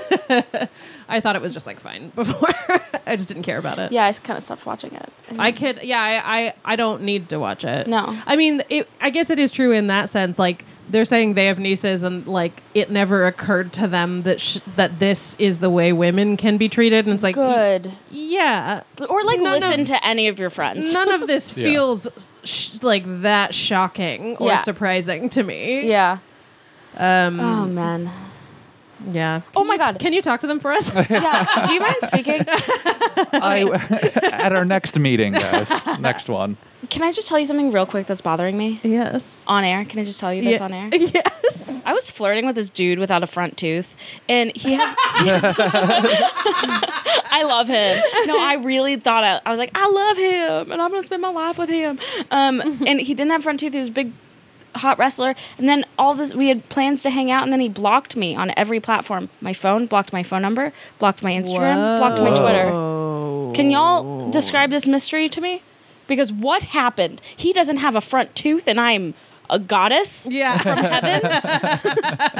Speaker 1: I thought it was just like fine before. I just didn't care about it.
Speaker 2: Yeah, I kind of stopped watching it.
Speaker 1: I could, yeah, I, I, I don't need to watch it.
Speaker 2: No.
Speaker 1: I mean, it, I guess it is true in that sense. Like they're saying they have nieces, and like it never occurred to them that sh- that this is the way women can be treated, and it's like,
Speaker 2: Good.
Speaker 1: yeah,
Speaker 2: Or like
Speaker 1: None
Speaker 2: listen
Speaker 1: of-
Speaker 2: to any of your friends.
Speaker 1: none of this
Speaker 3: Yeah.
Speaker 1: feels sh- like that shocking or
Speaker 2: Yeah.
Speaker 1: surprising to me.
Speaker 2: Yeah. Um, oh man.
Speaker 1: yeah.
Speaker 2: Oh my god.
Speaker 1: Can you talk to them for us?
Speaker 2: yeah. Do you mind speaking?
Speaker 3: I, at our next meeting, guys. next one.
Speaker 2: Can I just tell you something real quick that's bothering me
Speaker 1: yes.
Speaker 2: on air? Can I just tell you this
Speaker 1: Ye-
Speaker 2: on air?
Speaker 1: Yes.
Speaker 2: I was flirting with this dude without a front tooth, and he has. he has- I love him. No, I really thought I, I was like, I love him, and I'm gonna spend my life with him. Um, and he didn't have front tooth. He was a big, hot wrestler. And then all this, we had plans to hang out, and then he blocked me on every platform. My phone blocked my phone number, blocked my Instagram, blocked my
Speaker 3: Whoa.
Speaker 2: Twitter. Can y'all describe this mystery to me? Because what happened? He doesn't have a front tooth, and I'm a goddess.
Speaker 1: Yeah.
Speaker 2: Heaven.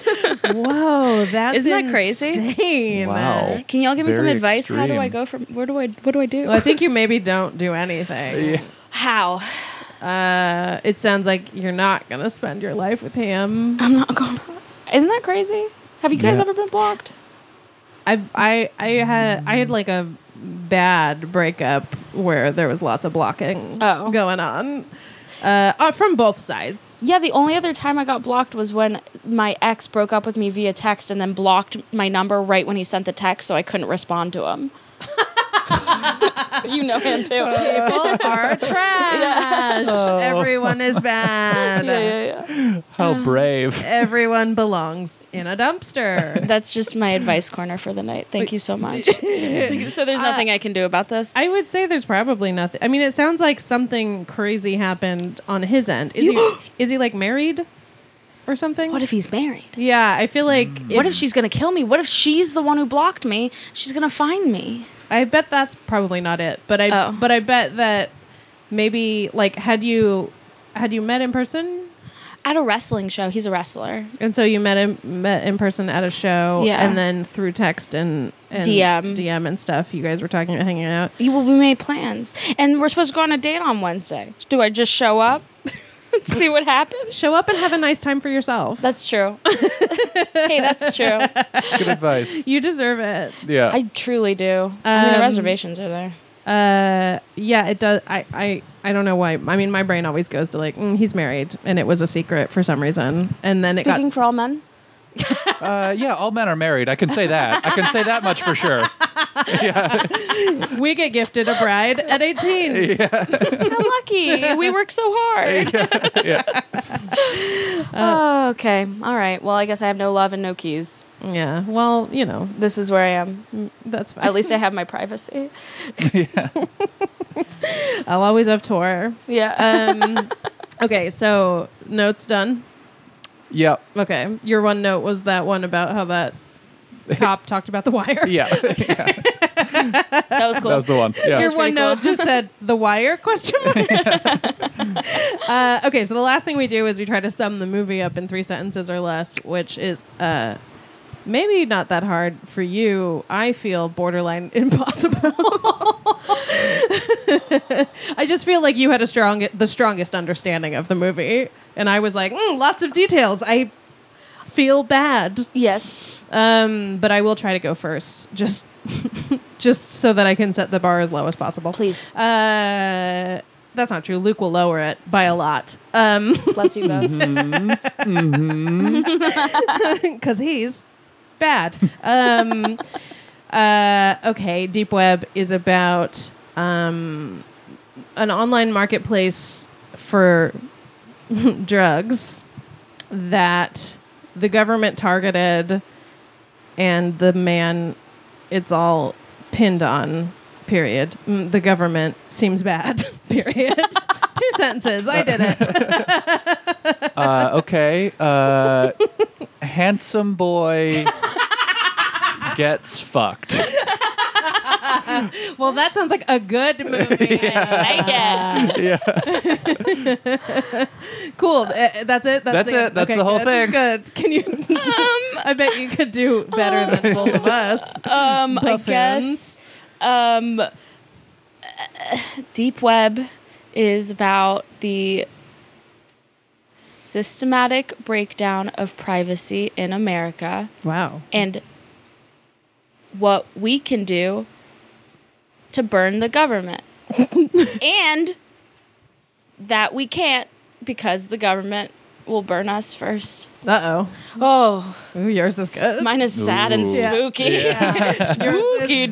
Speaker 1: Whoa. That's
Speaker 2: Isn't that crazy?
Speaker 1: insane.
Speaker 3: Wow.
Speaker 2: Can y'all give me some
Speaker 3: Very
Speaker 2: advice? How do I
Speaker 3: extreme.
Speaker 2: go from where do I what do I do?
Speaker 1: Well, I think you maybe don't do anything.
Speaker 2: How?
Speaker 1: Uh, it sounds like you're not gonna spend your life with him.
Speaker 2: I'm not going. Isn't that crazy? Have you guys
Speaker 3: Yeah.
Speaker 2: ever been blocked?
Speaker 1: I I I had I had like a bad breakup where there was lots of blocking
Speaker 2: Oh.
Speaker 1: going on uh, uh, from both sides.
Speaker 2: Yeah, the only other time I got blocked was when my ex broke up with me via text and then blocked my number right when he sent the text, so I couldn't respond to him. you know him too. Yeah,
Speaker 1: People are trash. Everyone is bad.
Speaker 2: yeah, yeah.
Speaker 3: How brave.
Speaker 1: Everyone belongs in a dumpster.
Speaker 2: That's just my advice corner for the night. Thank you so much. so there's nothing Uh, I can do about this.
Speaker 1: I would say there's probably nothing. I mean, it sounds like something crazy happened on his end. Is he is he like married or something?
Speaker 2: what if he's married?
Speaker 1: yeah, I feel like
Speaker 2: What if she's gonna kill me? What if she's the one who blocked me? She's gonna find me.
Speaker 1: I bet that's probably not it, but I
Speaker 2: Oh.
Speaker 1: but I bet that maybe like had you had you met in person
Speaker 2: At a wrestling show, he's a wrestler.
Speaker 1: and so you met him met in person at a show
Speaker 2: Yeah.
Speaker 1: and then through text and, and
Speaker 2: DM.
Speaker 1: DM and stuff you guys were talking about hanging out.
Speaker 2: You, well, we made plans, and we're supposed to go on a date on Wednesday. Do I just show up and see what happens?
Speaker 1: Show up and have a nice time for yourself.
Speaker 2: That's true. hey, that's true.
Speaker 3: Good advice.
Speaker 1: you deserve it.
Speaker 3: Yeah.
Speaker 2: I truly do. I mean, the
Speaker 1: Um,
Speaker 2: reservations are there.
Speaker 1: Uh yeah, it does I I I don't know why. I mean, my brain always goes to like, mm, he's married, and it was a secret for some reason. And then
Speaker 2: Speaking
Speaker 1: it
Speaker 2: for all men,
Speaker 3: uh, yeah, all men are married. I can say that. I can say that much for sure.
Speaker 1: got we get gifted a bride at eighteen.
Speaker 2: how lucky we work so hard. oh, okay, all right. Well, I guess I have no love and no keys.
Speaker 1: Yeah. Well, you know,
Speaker 2: This is where I am.
Speaker 1: that's fine.
Speaker 2: At least I have my privacy.
Speaker 1: I'll always have Tor.
Speaker 2: Yeah.
Speaker 1: Um, okay, so notes done.
Speaker 3: Yep.
Speaker 1: Okay, your one note was that one about how that cop talked about the wire.
Speaker 3: Yeah. yeah.
Speaker 2: that was cool.
Speaker 3: That was the one. Yeah.
Speaker 1: Your
Speaker 2: That's pretty
Speaker 1: one note
Speaker 2: cool.
Speaker 1: just said the wire question mark. uh, okay, so the last thing we do is we try to sum the movie up in three sentences or less, which is uh, maybe not that hard for you. I feel borderline impossible. I just feel like you had a strong, the strongest understanding of the movie, and I was like, mm, lots of details. I feel bad.
Speaker 2: yes.
Speaker 1: Um, but I will try to go first, just just so that I can set the bar as low as possible.
Speaker 2: Please.
Speaker 1: Uh, that's not true. Luke will lower it by a lot. Um,
Speaker 2: Bless you both.
Speaker 1: because he's bad. Um, uh, okay, Deep Web is about um, an online marketplace for drugs that the government targeted, and the man it's all pinned on. Period. Mm, The government seems bad. Period. Two sentences. I did it.
Speaker 3: Uh, okay. Uh, handsome boy gets fucked.
Speaker 1: well, that sounds like a good movie.
Speaker 2: I like it.
Speaker 3: yeah.
Speaker 1: Cool. Uh, That's it.
Speaker 3: That's
Speaker 1: the-
Speaker 3: it. That's the whole
Speaker 1: good.
Speaker 3: thing.
Speaker 1: Good. Can you? I bet you could do better than both of us.
Speaker 2: uh, Um, I
Speaker 1: Buffins.
Speaker 2: guess um, uh, Deep Web is about the systematic breakdown of privacy in America
Speaker 1: Wow.
Speaker 2: and what we can do to burn the government. and that we can't because the government will burn us first.
Speaker 1: Uh
Speaker 2: Oh,
Speaker 1: oh. Ooh, yours is good.
Speaker 2: mine is sad and
Speaker 3: Ooh. Yeah.
Speaker 2: spooky.
Speaker 1: Yours
Speaker 2: Spooky
Speaker 1: is,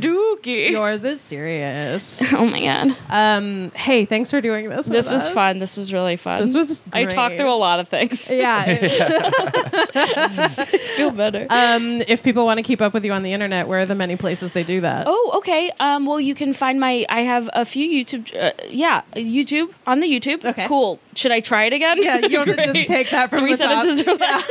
Speaker 2: dooky.
Speaker 1: yours is serious.
Speaker 2: Oh my god.
Speaker 1: Um. Hey, thanks for doing this.
Speaker 2: This
Speaker 1: with
Speaker 2: was
Speaker 1: us.
Speaker 2: fun. This was really fun.
Speaker 1: This was.
Speaker 2: I talked through a
Speaker 1: great.
Speaker 2: lot of things.
Speaker 1: Yeah. it-
Speaker 2: Feel better.
Speaker 1: um. If people want to keep up with you on the internet, where are the many places they do that?
Speaker 2: oh, okay. Um, well, you can find my. I have a few YouTube. Uh, yeah, YouTube on the YouTube.
Speaker 1: Okay.
Speaker 2: Cool. Should I try it again?
Speaker 1: Yeah, you want to
Speaker 2: Great.
Speaker 1: just take that from
Speaker 2: Three
Speaker 1: the top?
Speaker 2: sentences or less.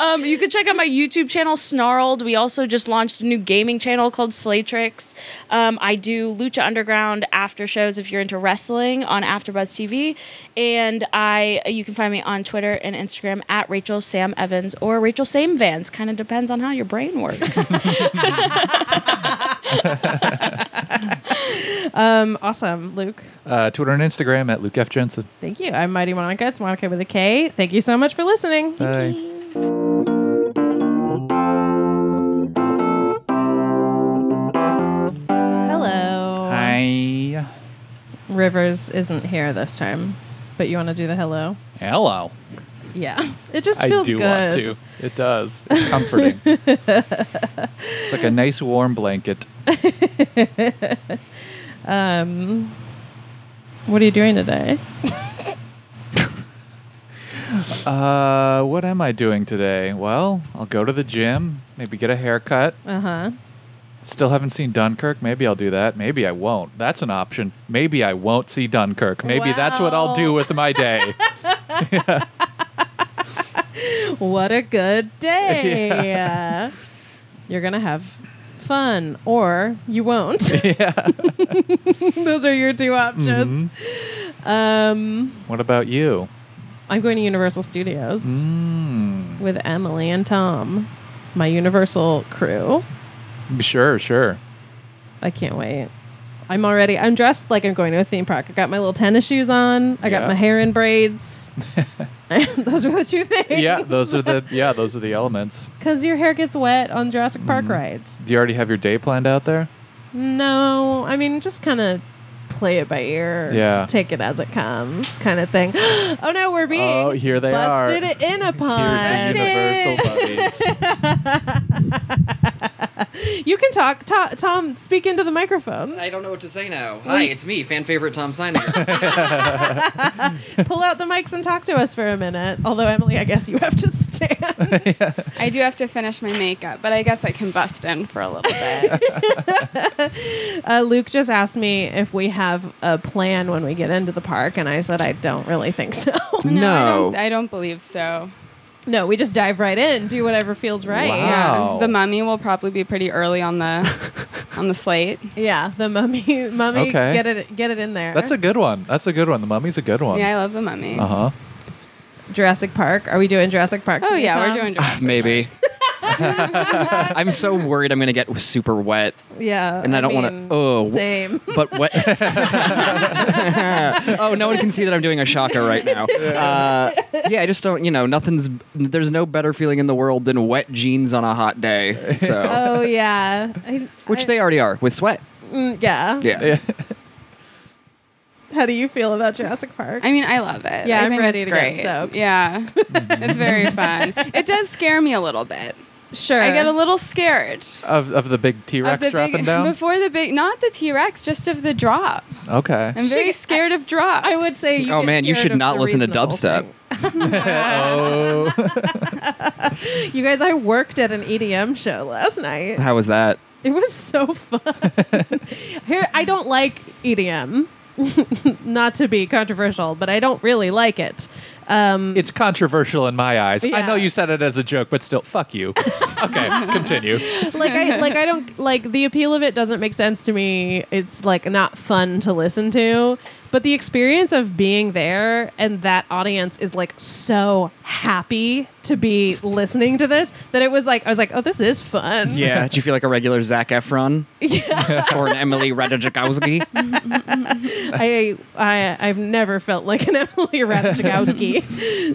Speaker 2: um, you can check out my YouTube channel, Snarled. We also just launched a new gaming channel called Slaytrix. Um, I do Lucha Underground after shows if you're into wrestling on AfterBuzz TV, and I you can find me on Twitter and Instagram at Rachel Sam Evans or Rachel Sam Vans. Kind of depends on how your brain works.
Speaker 1: Um. Awesome, Luke.
Speaker 3: Uh, Twitter and Instagram at Luke F. Jensen.
Speaker 1: Thank you. I'm Mighty Monica. It's Monica with a K. Thank you so much for listening.
Speaker 3: Bye.
Speaker 1: Hello.
Speaker 3: Hi.
Speaker 1: Rivers isn't here this time, but you want to do the hello?
Speaker 3: Hello.
Speaker 1: Yeah. It just
Speaker 3: I do
Speaker 1: feels
Speaker 3: want
Speaker 1: good.
Speaker 3: to. It does. It's comforting. it's like a nice warm blanket.
Speaker 1: Um, what are you doing today?
Speaker 3: Uh, what am I doing today? Well, I'll go to the gym, maybe get a haircut.
Speaker 1: Uh huh.
Speaker 3: Still haven't seen Dunkirk. Maybe I'll do that. Maybe I won't. That's an option. Maybe I won't see Dunkirk. Maybe that's what I'll do
Speaker 1: Wow.
Speaker 3: with my day.
Speaker 1: What a good day. You're going to have fun or you won't.
Speaker 3: yeah.
Speaker 1: Those are your two options.
Speaker 3: Mm-hmm.
Speaker 1: Um,
Speaker 3: What about you?
Speaker 1: I'm going to Universal Studios
Speaker 3: Mm.
Speaker 1: with Emily and Tom, my Universal crew.
Speaker 3: Sure, sure.
Speaker 1: I can't wait. I'm already. I'm dressed like I'm going to a theme park. I got my little tennis shoes on. I got
Speaker 3: Yeah.
Speaker 1: my hair in braids. those are the two things.
Speaker 3: Yeah, those are the yeah, those are the elements.
Speaker 1: Because your hair gets wet on Jurassic
Speaker 3: Mm-hmm.
Speaker 1: Park rides.
Speaker 3: Do you already have your day planned out there?
Speaker 1: No, I mean just kind of play it by ear.
Speaker 3: Yeah.
Speaker 1: Take it as it comes, kind of thing. oh no, we're being
Speaker 3: Oh, here they
Speaker 1: busted
Speaker 3: are.
Speaker 1: it in upon.
Speaker 3: Here's the universal buddies.
Speaker 1: You can talk, Ta- Tom. Speak into the microphone.
Speaker 4: I don't know what to say now. Hi, it's me, fan favorite Tom Steiner.
Speaker 1: Pull out the mics and talk to us for a minute. Although Emily, I guess you have to stand.
Speaker 5: I do have to finish my makeup, but I guess I can bust in for a little bit.
Speaker 1: Uh, Luke just asked me if we have a plan when we get into the park, and I said I don't really think so.
Speaker 5: I,
Speaker 4: no.
Speaker 5: don't, I don't believe so.
Speaker 1: no, we just dive right in, do whatever feels right.
Speaker 3: Wow. Wow.
Speaker 5: The mummy will probably be pretty early on the on the slate.
Speaker 1: Yeah, the mummy, mummy,
Speaker 3: Okay.
Speaker 1: get it, get it in there.
Speaker 3: That's a good one. That's a good one. The mummy's a good one.
Speaker 5: Yeah, I love the mummy.
Speaker 3: Uh huh.
Speaker 1: Jurassic Park. Are we doing Jurassic Park?
Speaker 5: Oh
Speaker 1: today,
Speaker 5: yeah, we're
Speaker 1: Tom?
Speaker 5: doing Jurassic.
Speaker 4: Maybe. I'm so worried I'm going to get super wet.
Speaker 1: Yeah,
Speaker 4: And I don't wanna-
Speaker 1: mean,
Speaker 4: oh, wh-
Speaker 1: same.
Speaker 4: But what? oh, no one can see that I'm doing a shaka right now. Uh, yeah, I just don't, you know, nothing's, there's no better feeling in the world than wet jeans on a hot day. So,
Speaker 1: Oh yeah, I,
Speaker 4: which
Speaker 1: I-
Speaker 4: they already are with sweat.
Speaker 1: mm, yeah.
Speaker 4: Yeah.
Speaker 1: How do you feel about Jurassic Park?
Speaker 5: I mean, I love it.
Speaker 1: Yeah,
Speaker 5: I
Speaker 1: I'm
Speaker 5: think
Speaker 1: ready
Speaker 5: it's
Speaker 1: to get
Speaker 5: great.
Speaker 1: soaked.
Speaker 5: Yeah, it's very fun. It does scare me a little bit.
Speaker 1: sure.
Speaker 5: I get a little scared
Speaker 3: Of of the big T
Speaker 5: of
Speaker 3: Rex
Speaker 5: the
Speaker 3: dropping
Speaker 5: big
Speaker 3: down.
Speaker 5: before the big, not the T Rex, just of the drop.
Speaker 3: okay.
Speaker 5: I'm very
Speaker 1: She-
Speaker 5: scared of drop.
Speaker 1: I would say. You
Speaker 4: oh,
Speaker 1: get
Speaker 4: man, you
Speaker 1: scared
Speaker 4: should
Speaker 1: of
Speaker 4: not
Speaker 1: the
Speaker 4: listen to
Speaker 1: reasonable
Speaker 4: dubstep.
Speaker 1: thing.
Speaker 3: oh.
Speaker 1: You guys, I worked at an EDM show last night.
Speaker 4: How was that?
Speaker 1: It was so fun. Here, I don't E like EDM. Not to be controversial, but I don't really like it. Um,
Speaker 3: It's controversial in my eyes. I know
Speaker 1: Yeah.
Speaker 3: you said it as a joke, but still, fuck you. okay, continue.
Speaker 1: like I like I don't like the appeal of it doesn't make sense to me. It's like not fun to listen to, but the experience of being there and that audience is like so happy to be listening to this that it was like I was like, "Oh, this is fun."
Speaker 4: Yeah. Do you feel like a regular Zach Efron? or an Emily Ratajkowski?
Speaker 1: I I I've never felt like an Emily Ratajkowski.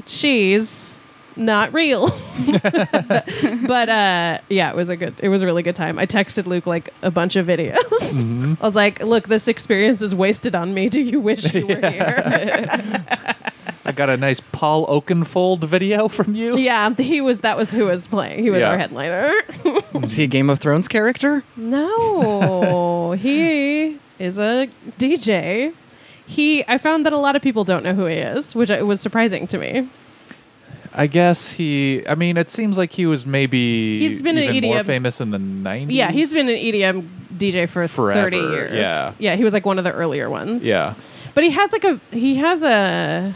Speaker 1: She's not real. but uh yeah, it was a good it was a really good time. I texted Luke like a bunch of videos. I was like, "Look, this experience is wasted on me. Do you wish you were here?"
Speaker 3: I got a nice Paul Oakenfold video from you.
Speaker 1: yeah, he was that was who was playing. He was
Speaker 3: Yeah.
Speaker 1: our headliner.
Speaker 4: Is he a Game of Thrones character?
Speaker 1: No, he is a DJ. He, I found that a lot of people don't know who he is, which I- was surprising to me.
Speaker 3: I guess he. I mean, it seems like he was maybe
Speaker 1: He's been an
Speaker 3: even more
Speaker 1: EDM
Speaker 3: famous in the nineties.
Speaker 1: Yeah, he's been an E EDM DJ for thirty
Speaker 3: Forever,
Speaker 1: years.
Speaker 3: yeah.
Speaker 1: he was like one of the earlier ones.
Speaker 3: Yeah.
Speaker 1: but he has like a he has a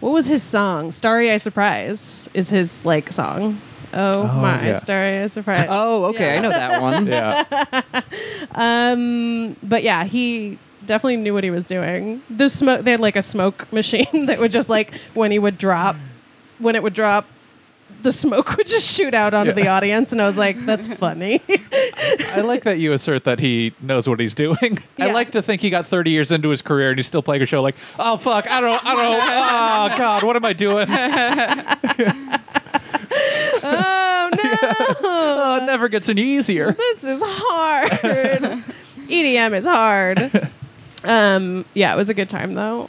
Speaker 1: what was his song? Starry Eye Surprise is his like song. Oh, my,
Speaker 3: yeah.
Speaker 1: Starry Eye Surprise.
Speaker 4: Oh, okay.
Speaker 1: Yeah.
Speaker 4: I know that one.
Speaker 3: Yeah,
Speaker 1: Um, but yeah, he definitely knew what he was doing. The smoke, they had like a smoke machine that would just like when he would drop, when it would drop, the smoke would just shoot out onto
Speaker 3: Yeah.
Speaker 1: the audience, and I was like, that's funny.
Speaker 3: I like that you assert that he knows what he's doing. I
Speaker 1: Yeah.
Speaker 3: like to think he got thirty years into his career and he's still playing a show. Like, oh fuck, I don't, I don't. Oh god, what am I doing?
Speaker 1: oh no.
Speaker 3: Oh, it never gets any easier.
Speaker 1: this is hard. EDM is hard. Um, yeah, it was a good time though.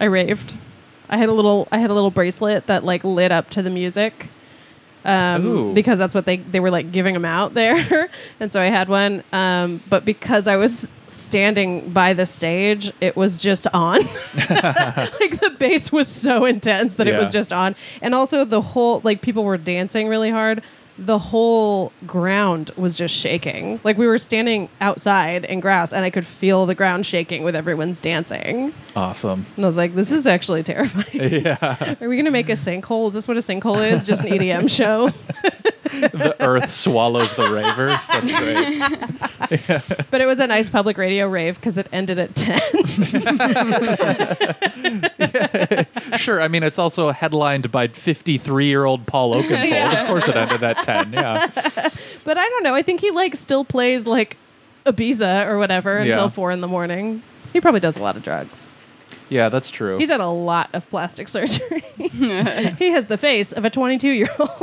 Speaker 1: I raved. I had a little I had a little bracelet that like lit up to the music.
Speaker 3: Ooh.
Speaker 1: Um, because that's what they they were like giving them out there. and so I had one. Um, but because I was standing by the stage, it was just on. like the bass was so intense that
Speaker 3: Yeah.
Speaker 1: it was just on and also the whole like people were dancing really hard the whole ground was just shaking like we were standing outside in grass and i could feel the ground shaking with everyone's dancing
Speaker 3: Awesome.
Speaker 1: and i was like this is actually terrifying
Speaker 3: Yeah,
Speaker 1: are we gonna make a sinkhole is this what a sinkhole is just an edm show
Speaker 3: the earth swallows the ravers. That's great.
Speaker 1: but it was a nice public radio rave because it ended at 10
Speaker 3: Sure. I mean, it's also headlined by fifty-three-year-old Paul Oakenfold. Of course, it ended at ten. Yeah.
Speaker 1: but i don't know i think he like still plays like ibiza or whatever
Speaker 3: Yeah.
Speaker 1: until four in the morning he probably does a lot of drugs
Speaker 3: Yeah, that's true.
Speaker 1: He's had a lot of plastic surgery. he has the face of a 22 year old.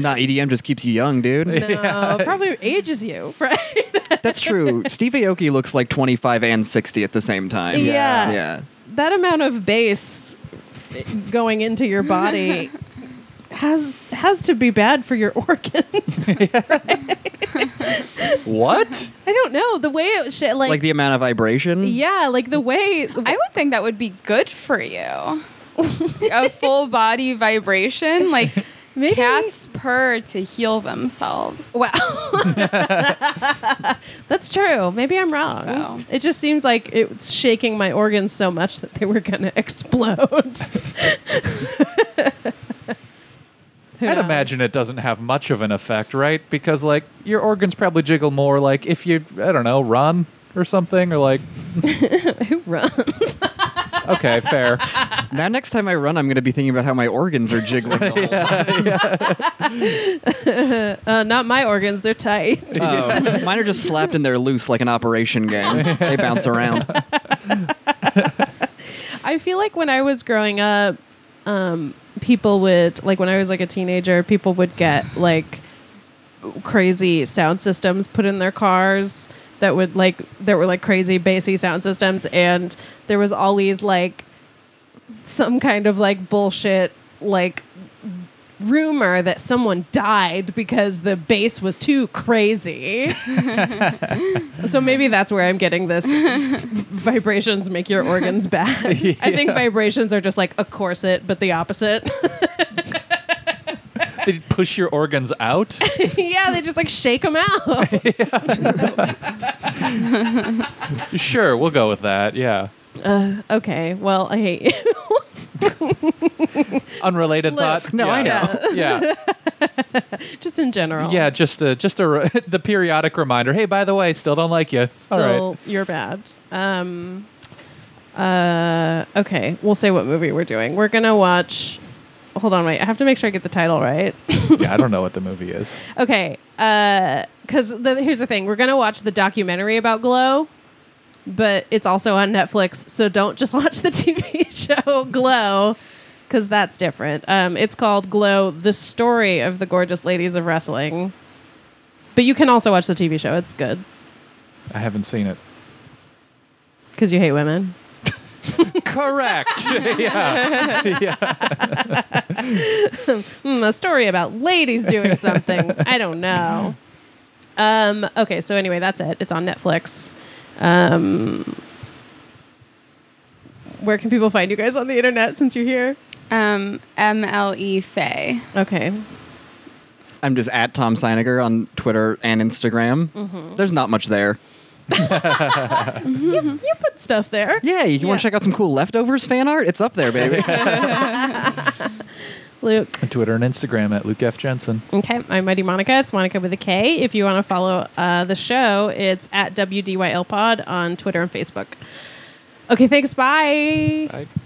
Speaker 4: Nah, EDM E just keeps you young, dude.
Speaker 1: No, probably ages you, right?
Speaker 4: That's true. Steve Aoki looks like 25 and 60 at the same time.
Speaker 1: Yeah.
Speaker 4: Yeah.
Speaker 1: That amount of bass going into your body has has to be bad for your organs.
Speaker 3: what?
Speaker 1: I don't know the way it sh- like,
Speaker 4: Like the amount of vibration.
Speaker 1: yeah, like the way
Speaker 5: I would think that would be good for you. a full body vibration, like
Speaker 1: Maybe-
Speaker 5: cats purr to heal themselves.
Speaker 1: Wow. That's true. Maybe I'm wrong.
Speaker 5: So.
Speaker 1: It just seems like it was shaking my organs so much that they were going to explode. Who
Speaker 3: I'd
Speaker 1: knows?
Speaker 3: imagine it doesn't have much of an effect, right? Because like your organs probably jiggle more like if you I don't know, run or something or like
Speaker 1: Who runs?
Speaker 3: okay, fair.
Speaker 4: Now, next time I run, I'm going to be thinking about how my organs are jiggling. The whole time.
Speaker 1: Uh, not my organs. They're tight.
Speaker 4: Oh, mine are just slapped in there loose like an operation game. They bounce around.
Speaker 1: I feel like when I was growing up, um, people would like when I was like a teenager, people would get like crazy sound systems put in their cars that would like there were like crazy bassy sound systems, and there was always like some kind of like bullshit like rumor that someone died because the bass was too crazy. so maybe that's where I'm getting this vibrations make your organs bad. I think vibrations are just like a corset but the opposite.
Speaker 3: they push your organs out.
Speaker 1: yeah, they just like shake them out.
Speaker 3: Sure, we'll go with that. Yeah.
Speaker 1: okay, well, I hate you.
Speaker 3: Unrelated
Speaker 1: Look.
Speaker 3: thought.
Speaker 4: No,
Speaker 3: yeah.
Speaker 4: I know.
Speaker 3: Yeah,
Speaker 1: Just in general.
Speaker 3: yeah. Just a, just a re- the periodic reminder. Hey, by the way, still don't like you.
Speaker 1: Still,
Speaker 3: All right.
Speaker 1: you're bad. Um, uh, okay, we'll say what movie we're doing. We're gonna watch. Hold on, wait. I have to make sure I get the title right.
Speaker 3: Yeah, I don't know what the movie is.
Speaker 1: okay, because the, here's the thing: we're gonna watch the documentary about Glow, but it's also on Netflix. So don't just watch the TV show Glow, because that's different. Um, it's called Glow: The Story of the Gorgeous Ladies of Wrestling. But you can also watch the TV show. It's good
Speaker 3: I haven't seen it.
Speaker 1: because you hate women.
Speaker 3: Correct. yeah. yeah.
Speaker 1: Hmm, a story about ladies doing something. I don't know. Um, okay, so anyway, that's it. It's on Netflix. Um, where can people find you guys on the internet since you're here?
Speaker 5: Um,
Speaker 2: E
Speaker 5: MLE Faye.
Speaker 1: Okay.
Speaker 4: I'm just at Tom Seiniger on Twitter and Instagram. There's not much there.
Speaker 1: You put stuff there.
Speaker 4: Yeah, you
Speaker 1: Yeah.
Speaker 4: want to check out some cool leftovers fan art? It's up there, baby.
Speaker 1: Luke.
Speaker 3: On Twitter and Instagram at Luke F Jensen.
Speaker 1: Okay, I'm Mighty Monica. It's Monica with a K. If you want to follow uh, the show, it's at WDYL Pod on Twitter and Facebook. Okay, thanks. Bye.
Speaker 3: I-